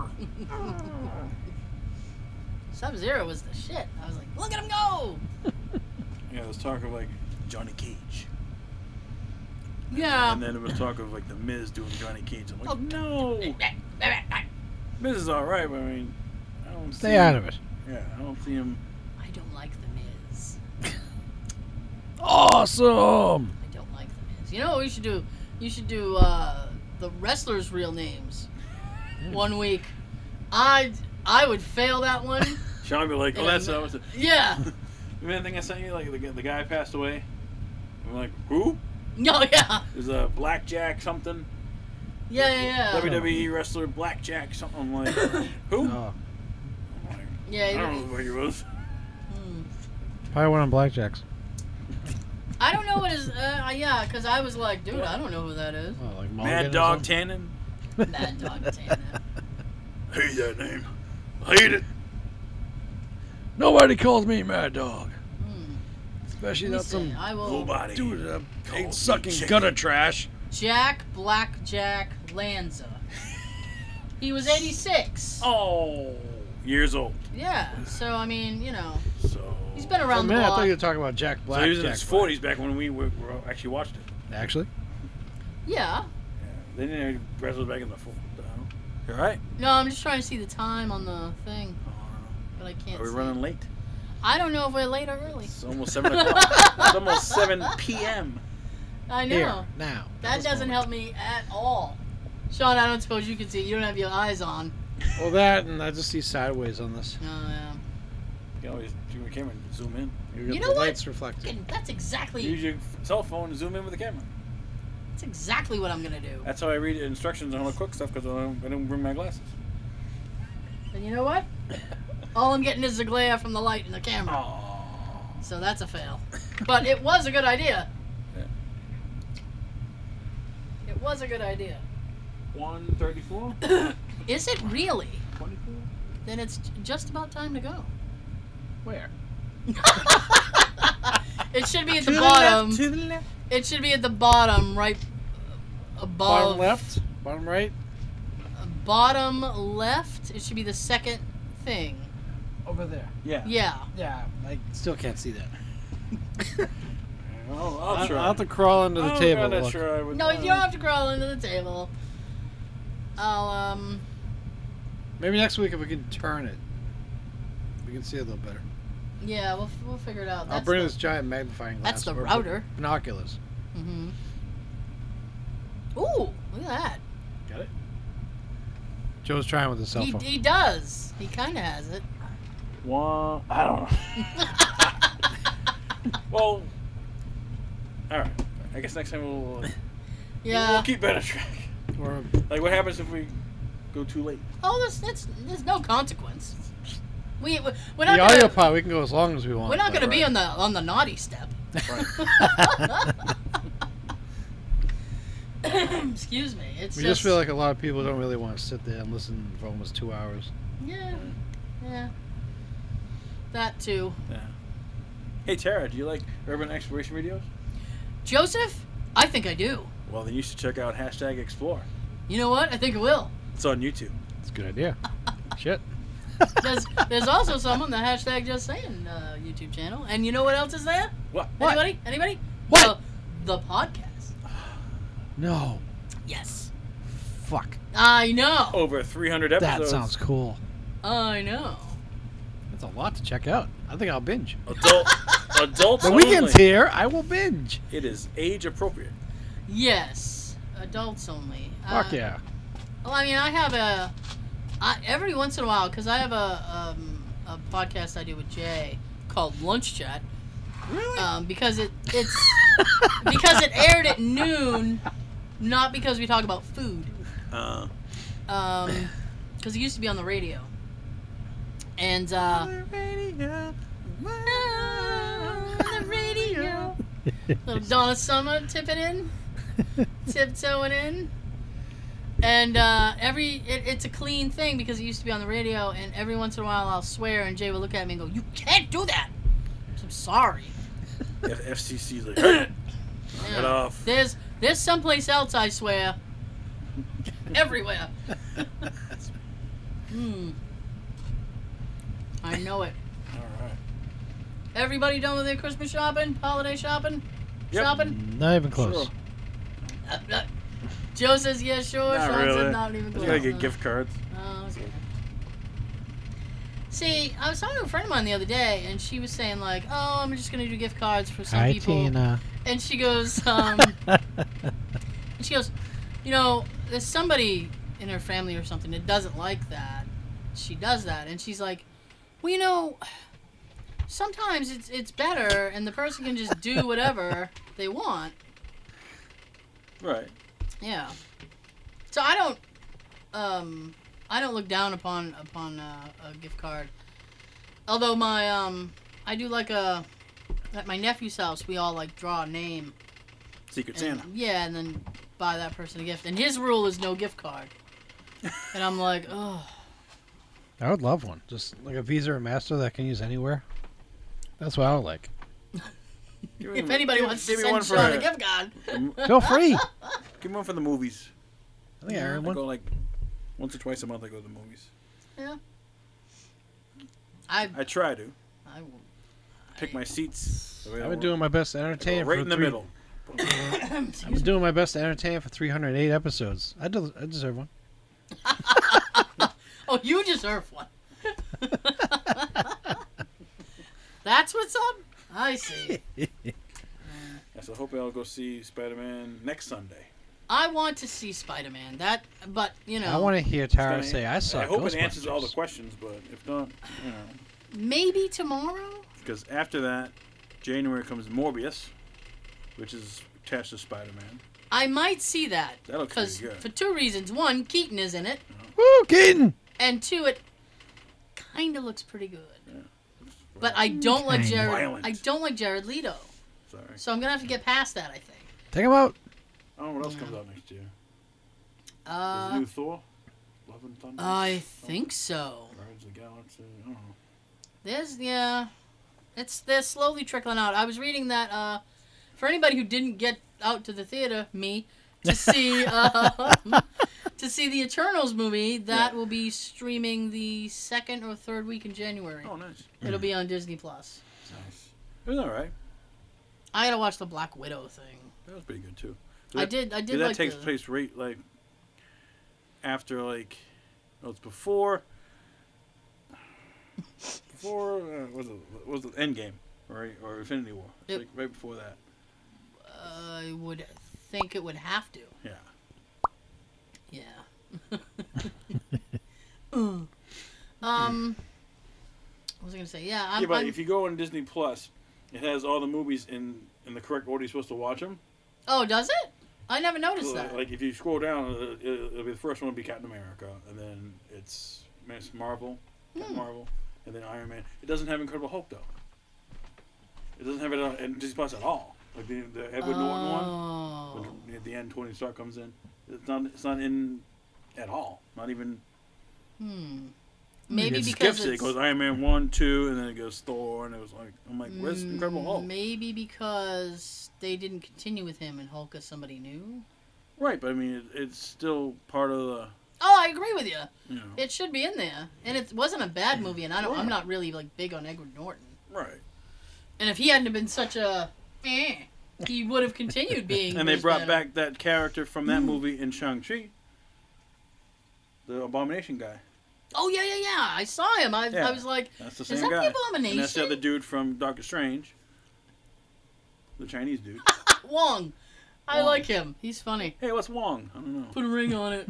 [SPEAKER 3] <laughs>
[SPEAKER 2] Sub Zero was the shit. I was like, look at him go.
[SPEAKER 3] Yeah, it was talk of like Johnny Cage.
[SPEAKER 2] Yeah.
[SPEAKER 3] And then it was talk of like the Miz doing Johnny Cage. I'm like,
[SPEAKER 2] Um. Oh.
[SPEAKER 3] no,
[SPEAKER 2] <laughs> I
[SPEAKER 3] Miz is all right, but I mean, I don't see
[SPEAKER 4] Stay
[SPEAKER 3] him.
[SPEAKER 4] out of it.
[SPEAKER 3] Yeah, I don't see him.
[SPEAKER 2] don't like the Miz.
[SPEAKER 4] Awesome.
[SPEAKER 2] I don't like the Miz. You know what we should do? You should do uh, the wrestlers' real
[SPEAKER 3] <laughs>
[SPEAKER 2] names. One week, I I would fail that
[SPEAKER 3] <laughs>
[SPEAKER 2] one.
[SPEAKER 3] Sean be like, oh,
[SPEAKER 2] And
[SPEAKER 3] that's
[SPEAKER 2] then-
[SPEAKER 3] that was the
[SPEAKER 2] yeah. <laughs> Oh,
[SPEAKER 3] man thing I sent you. Like the, guy- the guy passed away. I'm like, who?
[SPEAKER 2] No. Yeah.
[SPEAKER 3] Is a blackjack something?
[SPEAKER 2] Yeah. Yeah. Yeah.
[SPEAKER 3] WWE wrestler blackjack something.
[SPEAKER 2] <laughs>
[SPEAKER 3] I'm like, who?
[SPEAKER 4] Oh,
[SPEAKER 3] I'm like,
[SPEAKER 2] yeah
[SPEAKER 3] I
[SPEAKER 2] you-
[SPEAKER 3] don't know who he was.
[SPEAKER 2] hmm.
[SPEAKER 4] probably one on blackjacks.
[SPEAKER 2] I don't know what is. Uh, yeah, because I was like, dude, I don't know who that is.
[SPEAKER 4] Oh, like Mulligan or
[SPEAKER 3] Mad Dog
[SPEAKER 4] something?
[SPEAKER 3] Tannen.
[SPEAKER 2] Mad Dog Tannen.
[SPEAKER 3] Hate that name. Hate it.
[SPEAKER 4] Nobody calls me Mad Dog,
[SPEAKER 2] Hmm.
[SPEAKER 4] especially
[SPEAKER 2] Let me
[SPEAKER 4] not
[SPEAKER 2] see.
[SPEAKER 4] some
[SPEAKER 2] I will.
[SPEAKER 3] Nobody.
[SPEAKER 4] dude uh,
[SPEAKER 3] Calls me
[SPEAKER 4] egg sucking
[SPEAKER 3] chicken.
[SPEAKER 4] gutter trash.
[SPEAKER 2] Jack Blackjack Lanza. He was 86.
[SPEAKER 3] Oh, years old.
[SPEAKER 2] Yeah. So I mean, you know,
[SPEAKER 3] So
[SPEAKER 2] he's been
[SPEAKER 4] For a
[SPEAKER 2] around the
[SPEAKER 4] minute, Oh, I
[SPEAKER 2] block.
[SPEAKER 4] thought you were talking about Jack Black.
[SPEAKER 3] So he was in
[SPEAKER 4] Jack
[SPEAKER 3] his
[SPEAKER 4] Black.
[SPEAKER 3] forties back when we were, were actually watched it.
[SPEAKER 4] Actually,
[SPEAKER 2] Yeah.
[SPEAKER 3] Yeah. They didn't even wrestle back in the forties. You're right.
[SPEAKER 2] No, I'm just trying to see the time on the thing, but I can't.
[SPEAKER 3] Uh, Are we
[SPEAKER 2] see.
[SPEAKER 3] running late?
[SPEAKER 4] <laughs>
[SPEAKER 2] I don't know if we're late or early.
[SPEAKER 3] It's almost seven o'clock. it's almost seven p.m.
[SPEAKER 2] I know.
[SPEAKER 4] here now.
[SPEAKER 2] That doesn't help me at all. Sean, I don't suppose you can see. You don't have your eyes on.
[SPEAKER 4] Well, that and I just see sideways on this.
[SPEAKER 2] Oh, yeah.
[SPEAKER 3] You can always do your camera and zoom in.
[SPEAKER 4] You,
[SPEAKER 2] You
[SPEAKER 4] got
[SPEAKER 2] know
[SPEAKER 4] the
[SPEAKER 2] what?
[SPEAKER 4] lights reflected.
[SPEAKER 2] Fucking- That's
[SPEAKER 3] Use
[SPEAKER 2] exactly.
[SPEAKER 3] your cell phone and zoom in with the camera.
[SPEAKER 2] That's exactly what I'm gonna do.
[SPEAKER 3] That's how I read instructions on how to cook stuff because I don't, I don't bring my glasses.
[SPEAKER 2] And you know what? All I'm getting is the glare from the light and the camera.
[SPEAKER 3] Oh.
[SPEAKER 2] So that's a fail. But it was a good idea.
[SPEAKER 3] Yeah.
[SPEAKER 2] It was a good
[SPEAKER 3] <coughs>
[SPEAKER 2] idea.
[SPEAKER 3] One thirty-four.
[SPEAKER 2] Is it really?
[SPEAKER 3] Twenty-four.
[SPEAKER 2] Then it's j- just about time to
[SPEAKER 3] <laughs>
[SPEAKER 2] go.
[SPEAKER 4] Where?
[SPEAKER 2] it should be at the bottom. It should be at the bottom, right above.
[SPEAKER 4] Bottom left, bottom right.
[SPEAKER 2] Bottom left. It should be the second thing.
[SPEAKER 4] Over there.
[SPEAKER 3] Yeah.
[SPEAKER 2] Yeah.
[SPEAKER 4] Yeah, I still can't see that.
[SPEAKER 2] <laughs>
[SPEAKER 3] I'll,
[SPEAKER 4] I'll,
[SPEAKER 3] I'll try.
[SPEAKER 4] I'll have to crawl under the
[SPEAKER 3] I'm
[SPEAKER 4] table.
[SPEAKER 3] kinda
[SPEAKER 4] look.
[SPEAKER 3] sure I would.
[SPEAKER 2] No, you don't have to crawl under the table. I'll um.
[SPEAKER 4] Maybe next week if we can turn it, we can see it a little better.
[SPEAKER 2] Yeah, we'll, we'll figure it out.
[SPEAKER 4] I'll
[SPEAKER 2] That's
[SPEAKER 4] bring
[SPEAKER 2] the,
[SPEAKER 4] this giant magnifying glass.
[SPEAKER 2] That's the
[SPEAKER 4] or
[SPEAKER 2] router.
[SPEAKER 4] Binoculars.
[SPEAKER 2] Mm-hmm. Ooh, look at that.
[SPEAKER 4] Got it. Joe's trying with his cell
[SPEAKER 2] He,
[SPEAKER 4] phone.
[SPEAKER 2] he does. He kind of has it. <laughs>
[SPEAKER 3] One. I don't know. <laughs> Well, all right. I guess next time we'll uh, we'll
[SPEAKER 2] yeah.
[SPEAKER 3] keep better track.
[SPEAKER 4] Or
[SPEAKER 3] Like, what happens if we go too late?
[SPEAKER 2] Oh, there's, that's, there's no consequence. We we- we're
[SPEAKER 4] the
[SPEAKER 2] not
[SPEAKER 4] audio
[SPEAKER 2] gonna,
[SPEAKER 4] pod, we can go as long as we want.
[SPEAKER 2] we're not
[SPEAKER 4] but-
[SPEAKER 2] gonna be on the on the
[SPEAKER 4] <laughs>
[SPEAKER 2] naughty step. <laughs> <coughs> Excuse me. It's
[SPEAKER 4] We just feel like a lot of people don't really want to sit there and listen for almost two hours.
[SPEAKER 2] yeah, yeah. That too.
[SPEAKER 3] Hey Tara, do you like urban exploration videos?
[SPEAKER 2] Joseph, I think I do.
[SPEAKER 3] Well, then you should check out hashtag Explore.
[SPEAKER 2] You know what? I think I will.
[SPEAKER 3] It's on YouTube.
[SPEAKER 4] It's a good idea. Shit. <laughs>
[SPEAKER 2] There's there's also some on the hashtag just saying uh, YouTube channel. And you know what else is there?
[SPEAKER 3] What?
[SPEAKER 2] Anybody? Anybody?
[SPEAKER 4] What?
[SPEAKER 2] The, the podcast.
[SPEAKER 4] No.
[SPEAKER 2] Yes.
[SPEAKER 4] Fuck.
[SPEAKER 2] I know.
[SPEAKER 3] Over 300
[SPEAKER 4] That
[SPEAKER 3] episodes.
[SPEAKER 4] sounds cool.
[SPEAKER 2] I know.
[SPEAKER 4] That's a lot to check out. I think I'll binge.
[SPEAKER 3] Adult,
[SPEAKER 2] <laughs>
[SPEAKER 3] adults
[SPEAKER 4] The weekend's
[SPEAKER 3] only.
[SPEAKER 4] here. I will binge.
[SPEAKER 3] It is age appropriate.
[SPEAKER 2] Yes. Adults only.
[SPEAKER 4] Fuck
[SPEAKER 2] Uh,
[SPEAKER 4] yeah.
[SPEAKER 2] Well, I mean, I have a I, every once in a while because I have a um, a podcast I do with Jay called Lunch Chat,
[SPEAKER 3] Really?
[SPEAKER 4] Uh,
[SPEAKER 2] um, because it it's <laughs> because it
[SPEAKER 4] <laughs>
[SPEAKER 2] aired at noon, not because we talk about food.
[SPEAKER 3] Uh,
[SPEAKER 2] Because it used to be on the radio, and uh, on the radio, little Donna Summer tipping in, tiptoeing in, and uh, every it, it's a clean thing because it used to be on the radio, and every once in a while I'll swear, and Jay will look at me and go, "You can't do that." I'm sorry.
[SPEAKER 3] F- FCC's
[SPEAKER 2] <coughs>
[SPEAKER 3] like, "Hey,
[SPEAKER 2] Yeah.
[SPEAKER 3] get off.
[SPEAKER 2] There's there's someplace else, I swear. Everywhere. Hmm. I know it.
[SPEAKER 3] All right.
[SPEAKER 2] Everybody done with their Christmas shopping, holiday shopping,
[SPEAKER 3] Yep.
[SPEAKER 2] shopping.
[SPEAKER 4] <laughs>
[SPEAKER 2] <laughs>
[SPEAKER 4] Not even close.
[SPEAKER 3] Sure.
[SPEAKER 2] Uh, uh, Joe says yeah, sure.
[SPEAKER 3] Not
[SPEAKER 2] Sean
[SPEAKER 3] really.
[SPEAKER 2] said not even
[SPEAKER 3] I
[SPEAKER 2] close.
[SPEAKER 3] just gotta get gift cards.
[SPEAKER 2] Oh, okay. See, I was talking to a friend of mine the other day, and she was saying like, "Oh, I'm just gonna do gift cards for some
[SPEAKER 4] Hi,
[SPEAKER 2] people."
[SPEAKER 4] Tina.
[SPEAKER 2] And she
[SPEAKER 4] <laughs>
[SPEAKER 2] goes, <laughs> um, And she goes, you know, there's somebody in her family or something that doesn't like that. She does that, and she's like, well, you know, sometimes it's it's better, and the person can just do whatever they want.
[SPEAKER 3] Right.
[SPEAKER 2] Yeah. So I don't, um, I don't look down upon upon uh, a gift card. Although my um, I do like a at my nephew's house, we all like draw a name
[SPEAKER 3] Secret
[SPEAKER 2] and-
[SPEAKER 3] Santa.
[SPEAKER 2] Yeah, and then buy that person a gift. And his rule is no gift
[SPEAKER 3] <laughs>
[SPEAKER 2] card. and I'm like, oh,
[SPEAKER 4] I would love one. Just like a Visa or Master that I can use anywhere. That's what I would like.
[SPEAKER 3] Give me-
[SPEAKER 2] if anybody
[SPEAKER 3] give-
[SPEAKER 2] wants to
[SPEAKER 3] give me one
[SPEAKER 2] send
[SPEAKER 3] for
[SPEAKER 2] Sean a
[SPEAKER 3] uh,
[SPEAKER 2] gift card,
[SPEAKER 4] Feel free.
[SPEAKER 3] Give me one for the movies.
[SPEAKER 4] I think I earned
[SPEAKER 3] I
[SPEAKER 4] one.
[SPEAKER 3] go like once or twice a month. I go to the movies.
[SPEAKER 2] I,
[SPEAKER 3] I try to
[SPEAKER 2] I
[SPEAKER 3] <laughs>
[SPEAKER 2] will-
[SPEAKER 3] pick my seats.
[SPEAKER 4] I've been doing my best to
[SPEAKER 3] Go
[SPEAKER 4] entertain.
[SPEAKER 3] right
[SPEAKER 4] for
[SPEAKER 3] in the
[SPEAKER 4] three-
[SPEAKER 3] middle.
[SPEAKER 4] I've been doing my best to entertain for 308 episodes. I, del- I deserve one.
[SPEAKER 2] <laughs> oh, you deserve one. <laughs> That's what's up. I see.
[SPEAKER 3] Yeah, so hopefully I'll go see Spider Man next Sunday.
[SPEAKER 2] I want to see Spider Man. That, but you know,
[SPEAKER 4] I want to hear
[SPEAKER 3] It's
[SPEAKER 4] Tara
[SPEAKER 3] gonna-
[SPEAKER 4] say, "I saw."
[SPEAKER 3] I hope it
[SPEAKER 4] Ghostbusters."
[SPEAKER 3] answers all the questions, but if not, you know,
[SPEAKER 2] maybe tomorrow.
[SPEAKER 3] because after that, January comes Morbius, which is attached to Spider Man.
[SPEAKER 2] I might see that
[SPEAKER 3] That looks
[SPEAKER 2] because
[SPEAKER 3] pretty good.
[SPEAKER 2] for two reasons: one, Keaton is in it,
[SPEAKER 4] Woo, Keaton!
[SPEAKER 2] and two, it kind of looks pretty good. But I don't like
[SPEAKER 4] Kinda.
[SPEAKER 2] Jared.
[SPEAKER 3] Violent.
[SPEAKER 2] I don't like Jared Leto,
[SPEAKER 3] Sorry.
[SPEAKER 2] so I'm gonna have to get past that. I think.
[SPEAKER 4] Take him out.
[SPEAKER 3] I don't know what else comes out next year. There's a
[SPEAKER 2] Uh,
[SPEAKER 3] new Thor, Love and Thunder.
[SPEAKER 2] I think so.
[SPEAKER 3] Guardians of the Galaxy. I don't know.
[SPEAKER 2] There's yeah, it's they're slowly trickling out. I was reading that uh, for anybody who didn't get out to the theater, me
[SPEAKER 3] <laughs>
[SPEAKER 2] to see uh, to see the Eternals movie that
[SPEAKER 3] Yeah.
[SPEAKER 2] will be streaming the second or third week in January.
[SPEAKER 3] Oh, nice.
[SPEAKER 2] It'll be on Disney Plus.
[SPEAKER 3] Nice. It was all right.
[SPEAKER 2] I gotta watch the Black Widow thing.
[SPEAKER 3] That was pretty good too.
[SPEAKER 2] I
[SPEAKER 3] That-
[SPEAKER 2] did. I
[SPEAKER 3] Yeah,
[SPEAKER 2] did
[SPEAKER 3] that
[SPEAKER 2] like
[SPEAKER 3] takes
[SPEAKER 2] the-
[SPEAKER 3] place right like after like no, it's before before uh, was it was it Endgame or or Infinity War? It's
[SPEAKER 2] Yep.
[SPEAKER 3] Like right before that.
[SPEAKER 2] I would think it would have to.
[SPEAKER 3] Yeah.
[SPEAKER 2] Yeah. <laughs> Mm. um, what was I gonna say? Yeah, I'm.
[SPEAKER 3] yeah, but
[SPEAKER 2] I'm-
[SPEAKER 3] if you go on Disney Plus, it has all the movies in in the correct order you're supposed to watch them.
[SPEAKER 2] oh, does it? I never noticed that.
[SPEAKER 3] Like if you scroll down, uh, it'll, it'll be the first one will be Captain America, and then it's Miss Marvel, Captain
[SPEAKER 2] Hmm.
[SPEAKER 3] Marvel, and then Iron Man. It doesn't have Incredible Hulk though. It doesn't have it on and Disney Plus at all. Like the, the Edward Norton one,
[SPEAKER 2] Oh.
[SPEAKER 3] when- at the end Tony Stark comes in. It's not. It's not in at all. Not even.
[SPEAKER 2] Hmm. Maybe
[SPEAKER 3] it
[SPEAKER 2] because
[SPEAKER 3] skips
[SPEAKER 2] it's,
[SPEAKER 3] it. It goes Iron Man one, two, and then it goes Thor, and it was like I'm like, where's
[SPEAKER 2] Mm,
[SPEAKER 3] Incredible Hulk?
[SPEAKER 2] Maybe because they didn't continue with him and Hulk is somebody new.
[SPEAKER 3] Right, but I mean, it, it's still part of the.
[SPEAKER 2] Oh, I agree with you.
[SPEAKER 3] You know.
[SPEAKER 2] It should be in there, and it wasn't a bad movie. And I don't. I'm not really like big on Edward Norton.
[SPEAKER 3] Right.
[SPEAKER 2] And if he hadn't have been such a, eh, he would have continued being.
[SPEAKER 3] And they
[SPEAKER 2] Bruce
[SPEAKER 3] brought
[SPEAKER 2] Banner.
[SPEAKER 3] back that character from
[SPEAKER 2] Hmm.
[SPEAKER 3] that movie in Shang-Chi. The Abomination guy.
[SPEAKER 2] Oh yeah, yeah, yeah. I saw him. I,
[SPEAKER 3] Yeah.
[SPEAKER 2] I was like,
[SPEAKER 3] That's the
[SPEAKER 2] Is
[SPEAKER 3] same
[SPEAKER 2] that the
[SPEAKER 3] guy. And that's
[SPEAKER 2] Abomination?
[SPEAKER 3] the other dude from Doctor Strange. The Chinese
[SPEAKER 2] <laughs>
[SPEAKER 3] dude.
[SPEAKER 2] Wong. I
[SPEAKER 3] Wong.
[SPEAKER 2] like him. He's funny.
[SPEAKER 3] hey, what's Wong? I don't know.
[SPEAKER 2] Put a ring on it.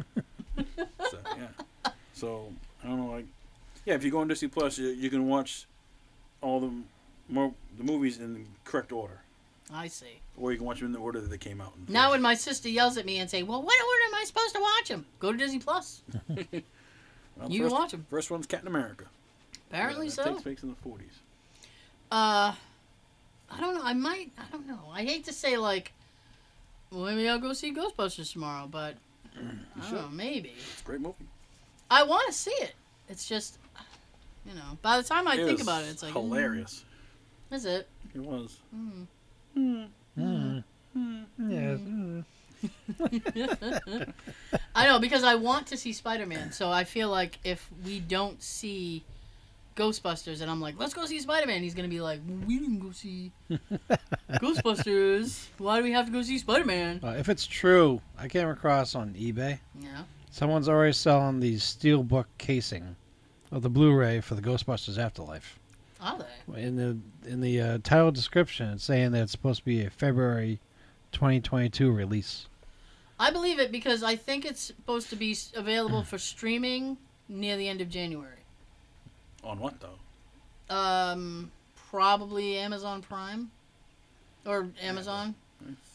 [SPEAKER 3] So, yeah. So, I don't know. Like, yeah, if you go on Disney Plus, you, you can watch all the more the movies in the correct order,
[SPEAKER 2] <laughs> I see.
[SPEAKER 3] or you can watch them in the order that they came out. In
[SPEAKER 2] Now when my sister yells at me and say, "Well, what order am I supposed to watch them?" Go to Disney Plus.
[SPEAKER 3] Well,
[SPEAKER 2] you can
[SPEAKER 3] first,
[SPEAKER 2] watch 'em.
[SPEAKER 3] First one's Captain America.
[SPEAKER 2] Apparently
[SPEAKER 3] that
[SPEAKER 2] so.
[SPEAKER 3] Takes place in the forties.
[SPEAKER 2] Uh, I don't know. I might. I don't know. I hate to say like, well, maybe I'll go see Ghostbusters tomorrow, but <clears throat> I don't know. Maybe
[SPEAKER 3] It's a great movie.
[SPEAKER 2] I want to see it. It's just, you know, by the time I think
[SPEAKER 3] was
[SPEAKER 2] about it, it's like mm,
[SPEAKER 3] hilarious.
[SPEAKER 2] is it?
[SPEAKER 3] It was.
[SPEAKER 2] Mm.
[SPEAKER 4] Mm. Yes.
[SPEAKER 2] I know because I want to see Spider Man, so I feel like if we don't see Ghostbusters, and I'm like, let's go see Spider Man, he's gonna be like, we didn't go see Ghostbusters. Why do we have to go see Spider Man?
[SPEAKER 4] Uh, if it's true, I came across on eBay.
[SPEAKER 2] Yeah.
[SPEAKER 4] Someone's already selling the steelbook casing of the Blu-ray for the Ghostbusters Afterlife.
[SPEAKER 2] Are they?
[SPEAKER 4] In the in the uh, title description, it's saying that it's supposed to be a February 2022 release.
[SPEAKER 2] I believe it because I think it's supposed to be s- available for streaming near the end of January.
[SPEAKER 3] On what though?
[SPEAKER 2] Um, probably Amazon Prime or Amazon,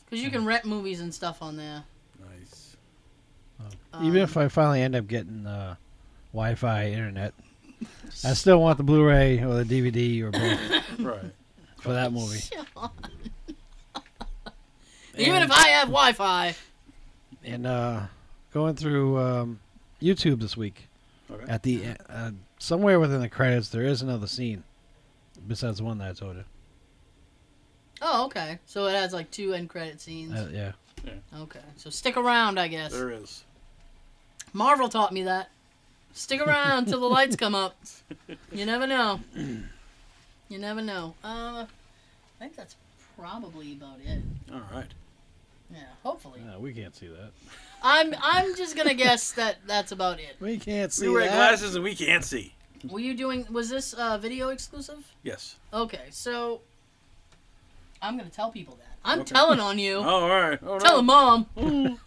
[SPEAKER 2] because you can rent movies and stuff on there.
[SPEAKER 3] Nice.
[SPEAKER 4] Even
[SPEAKER 2] Um,
[SPEAKER 4] if I finally end up getting uh, Wi-Fi
[SPEAKER 3] <laughs>
[SPEAKER 4] internet, I still want the Blu-ray or the DVD or both
[SPEAKER 3] right.
[SPEAKER 4] for that movie. <laughs>
[SPEAKER 2] Even
[SPEAKER 4] And-
[SPEAKER 2] if I have Wi Fi.
[SPEAKER 4] and uh, going through um, YouTube this week.
[SPEAKER 3] Okay.
[SPEAKER 4] At the e- uh, somewhere within the credits, there is another scene besides the one that I told you.
[SPEAKER 2] Oh, okay. So it has like two end credit scenes.
[SPEAKER 4] Uh, yeah,
[SPEAKER 2] okay. So stick around, I guess.
[SPEAKER 3] There is.
[SPEAKER 2] Marvel taught me that. Stick around till the lights come up. You never know. You never know. Uh, I think that's probably about it.
[SPEAKER 3] All right.
[SPEAKER 2] Yeah, hopefully.
[SPEAKER 4] no, Uh, we can't see that.
[SPEAKER 2] I'm I'm just gonna guess that that's about it.
[SPEAKER 4] We can't see
[SPEAKER 3] we wear
[SPEAKER 4] that.
[SPEAKER 3] glasses and we can't see.
[SPEAKER 2] Were you doing? Was this uh, video exclusive?
[SPEAKER 3] Yes.
[SPEAKER 2] Okay, so I'm gonna tell people that. I'm
[SPEAKER 3] Okay.
[SPEAKER 2] telling on you.
[SPEAKER 3] Oh, all right. Oh,
[SPEAKER 2] Tell
[SPEAKER 3] no.
[SPEAKER 2] him,
[SPEAKER 3] <laughs>
[SPEAKER 2] mom.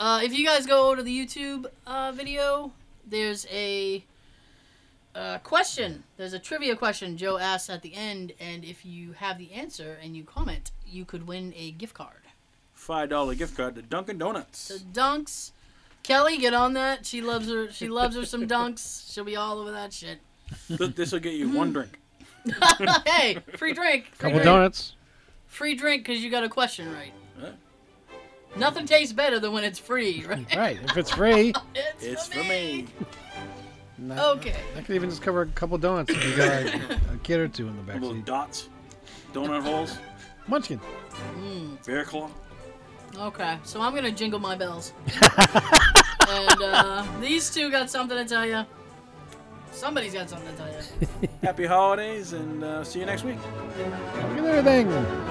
[SPEAKER 2] uh, if you guys go to the YouTube uh, video, there's a uh, question. There's a trivia question Joe asks at the end, and if you have the answer and you comment, you could win a gift card.
[SPEAKER 3] Five dollar gift card to Dunkin'
[SPEAKER 2] So
[SPEAKER 3] Donuts.
[SPEAKER 2] dunks, Kelly, get on that. She loves her. She loves her some dunks. She'll be all over that shit. <laughs>
[SPEAKER 3] this will get you one drink.
[SPEAKER 2] hey, free drink. Free
[SPEAKER 4] Couple
[SPEAKER 2] drink.
[SPEAKER 4] donuts.
[SPEAKER 2] Free drink because you got a question right.
[SPEAKER 3] Huh?
[SPEAKER 2] Nothing tastes better than when it's free, right?
[SPEAKER 4] Right, if it's free,
[SPEAKER 2] It's,
[SPEAKER 3] <laughs> It's for me.
[SPEAKER 4] not,
[SPEAKER 2] Okay.
[SPEAKER 4] I could even just cover a couple donuts if you got a, a kid or two in the back
[SPEAKER 3] Little
[SPEAKER 4] seat.
[SPEAKER 3] dots, donut holes,
[SPEAKER 4] Munchkin. <laughs>
[SPEAKER 3] bear claw.
[SPEAKER 2] Okay, so I'm gonna jingle my bells. and uh, <laughs> these two got something to tell you. Somebody's got something to tell you.
[SPEAKER 3] Happy holidays and uh, see you next week.
[SPEAKER 4] Look at everything.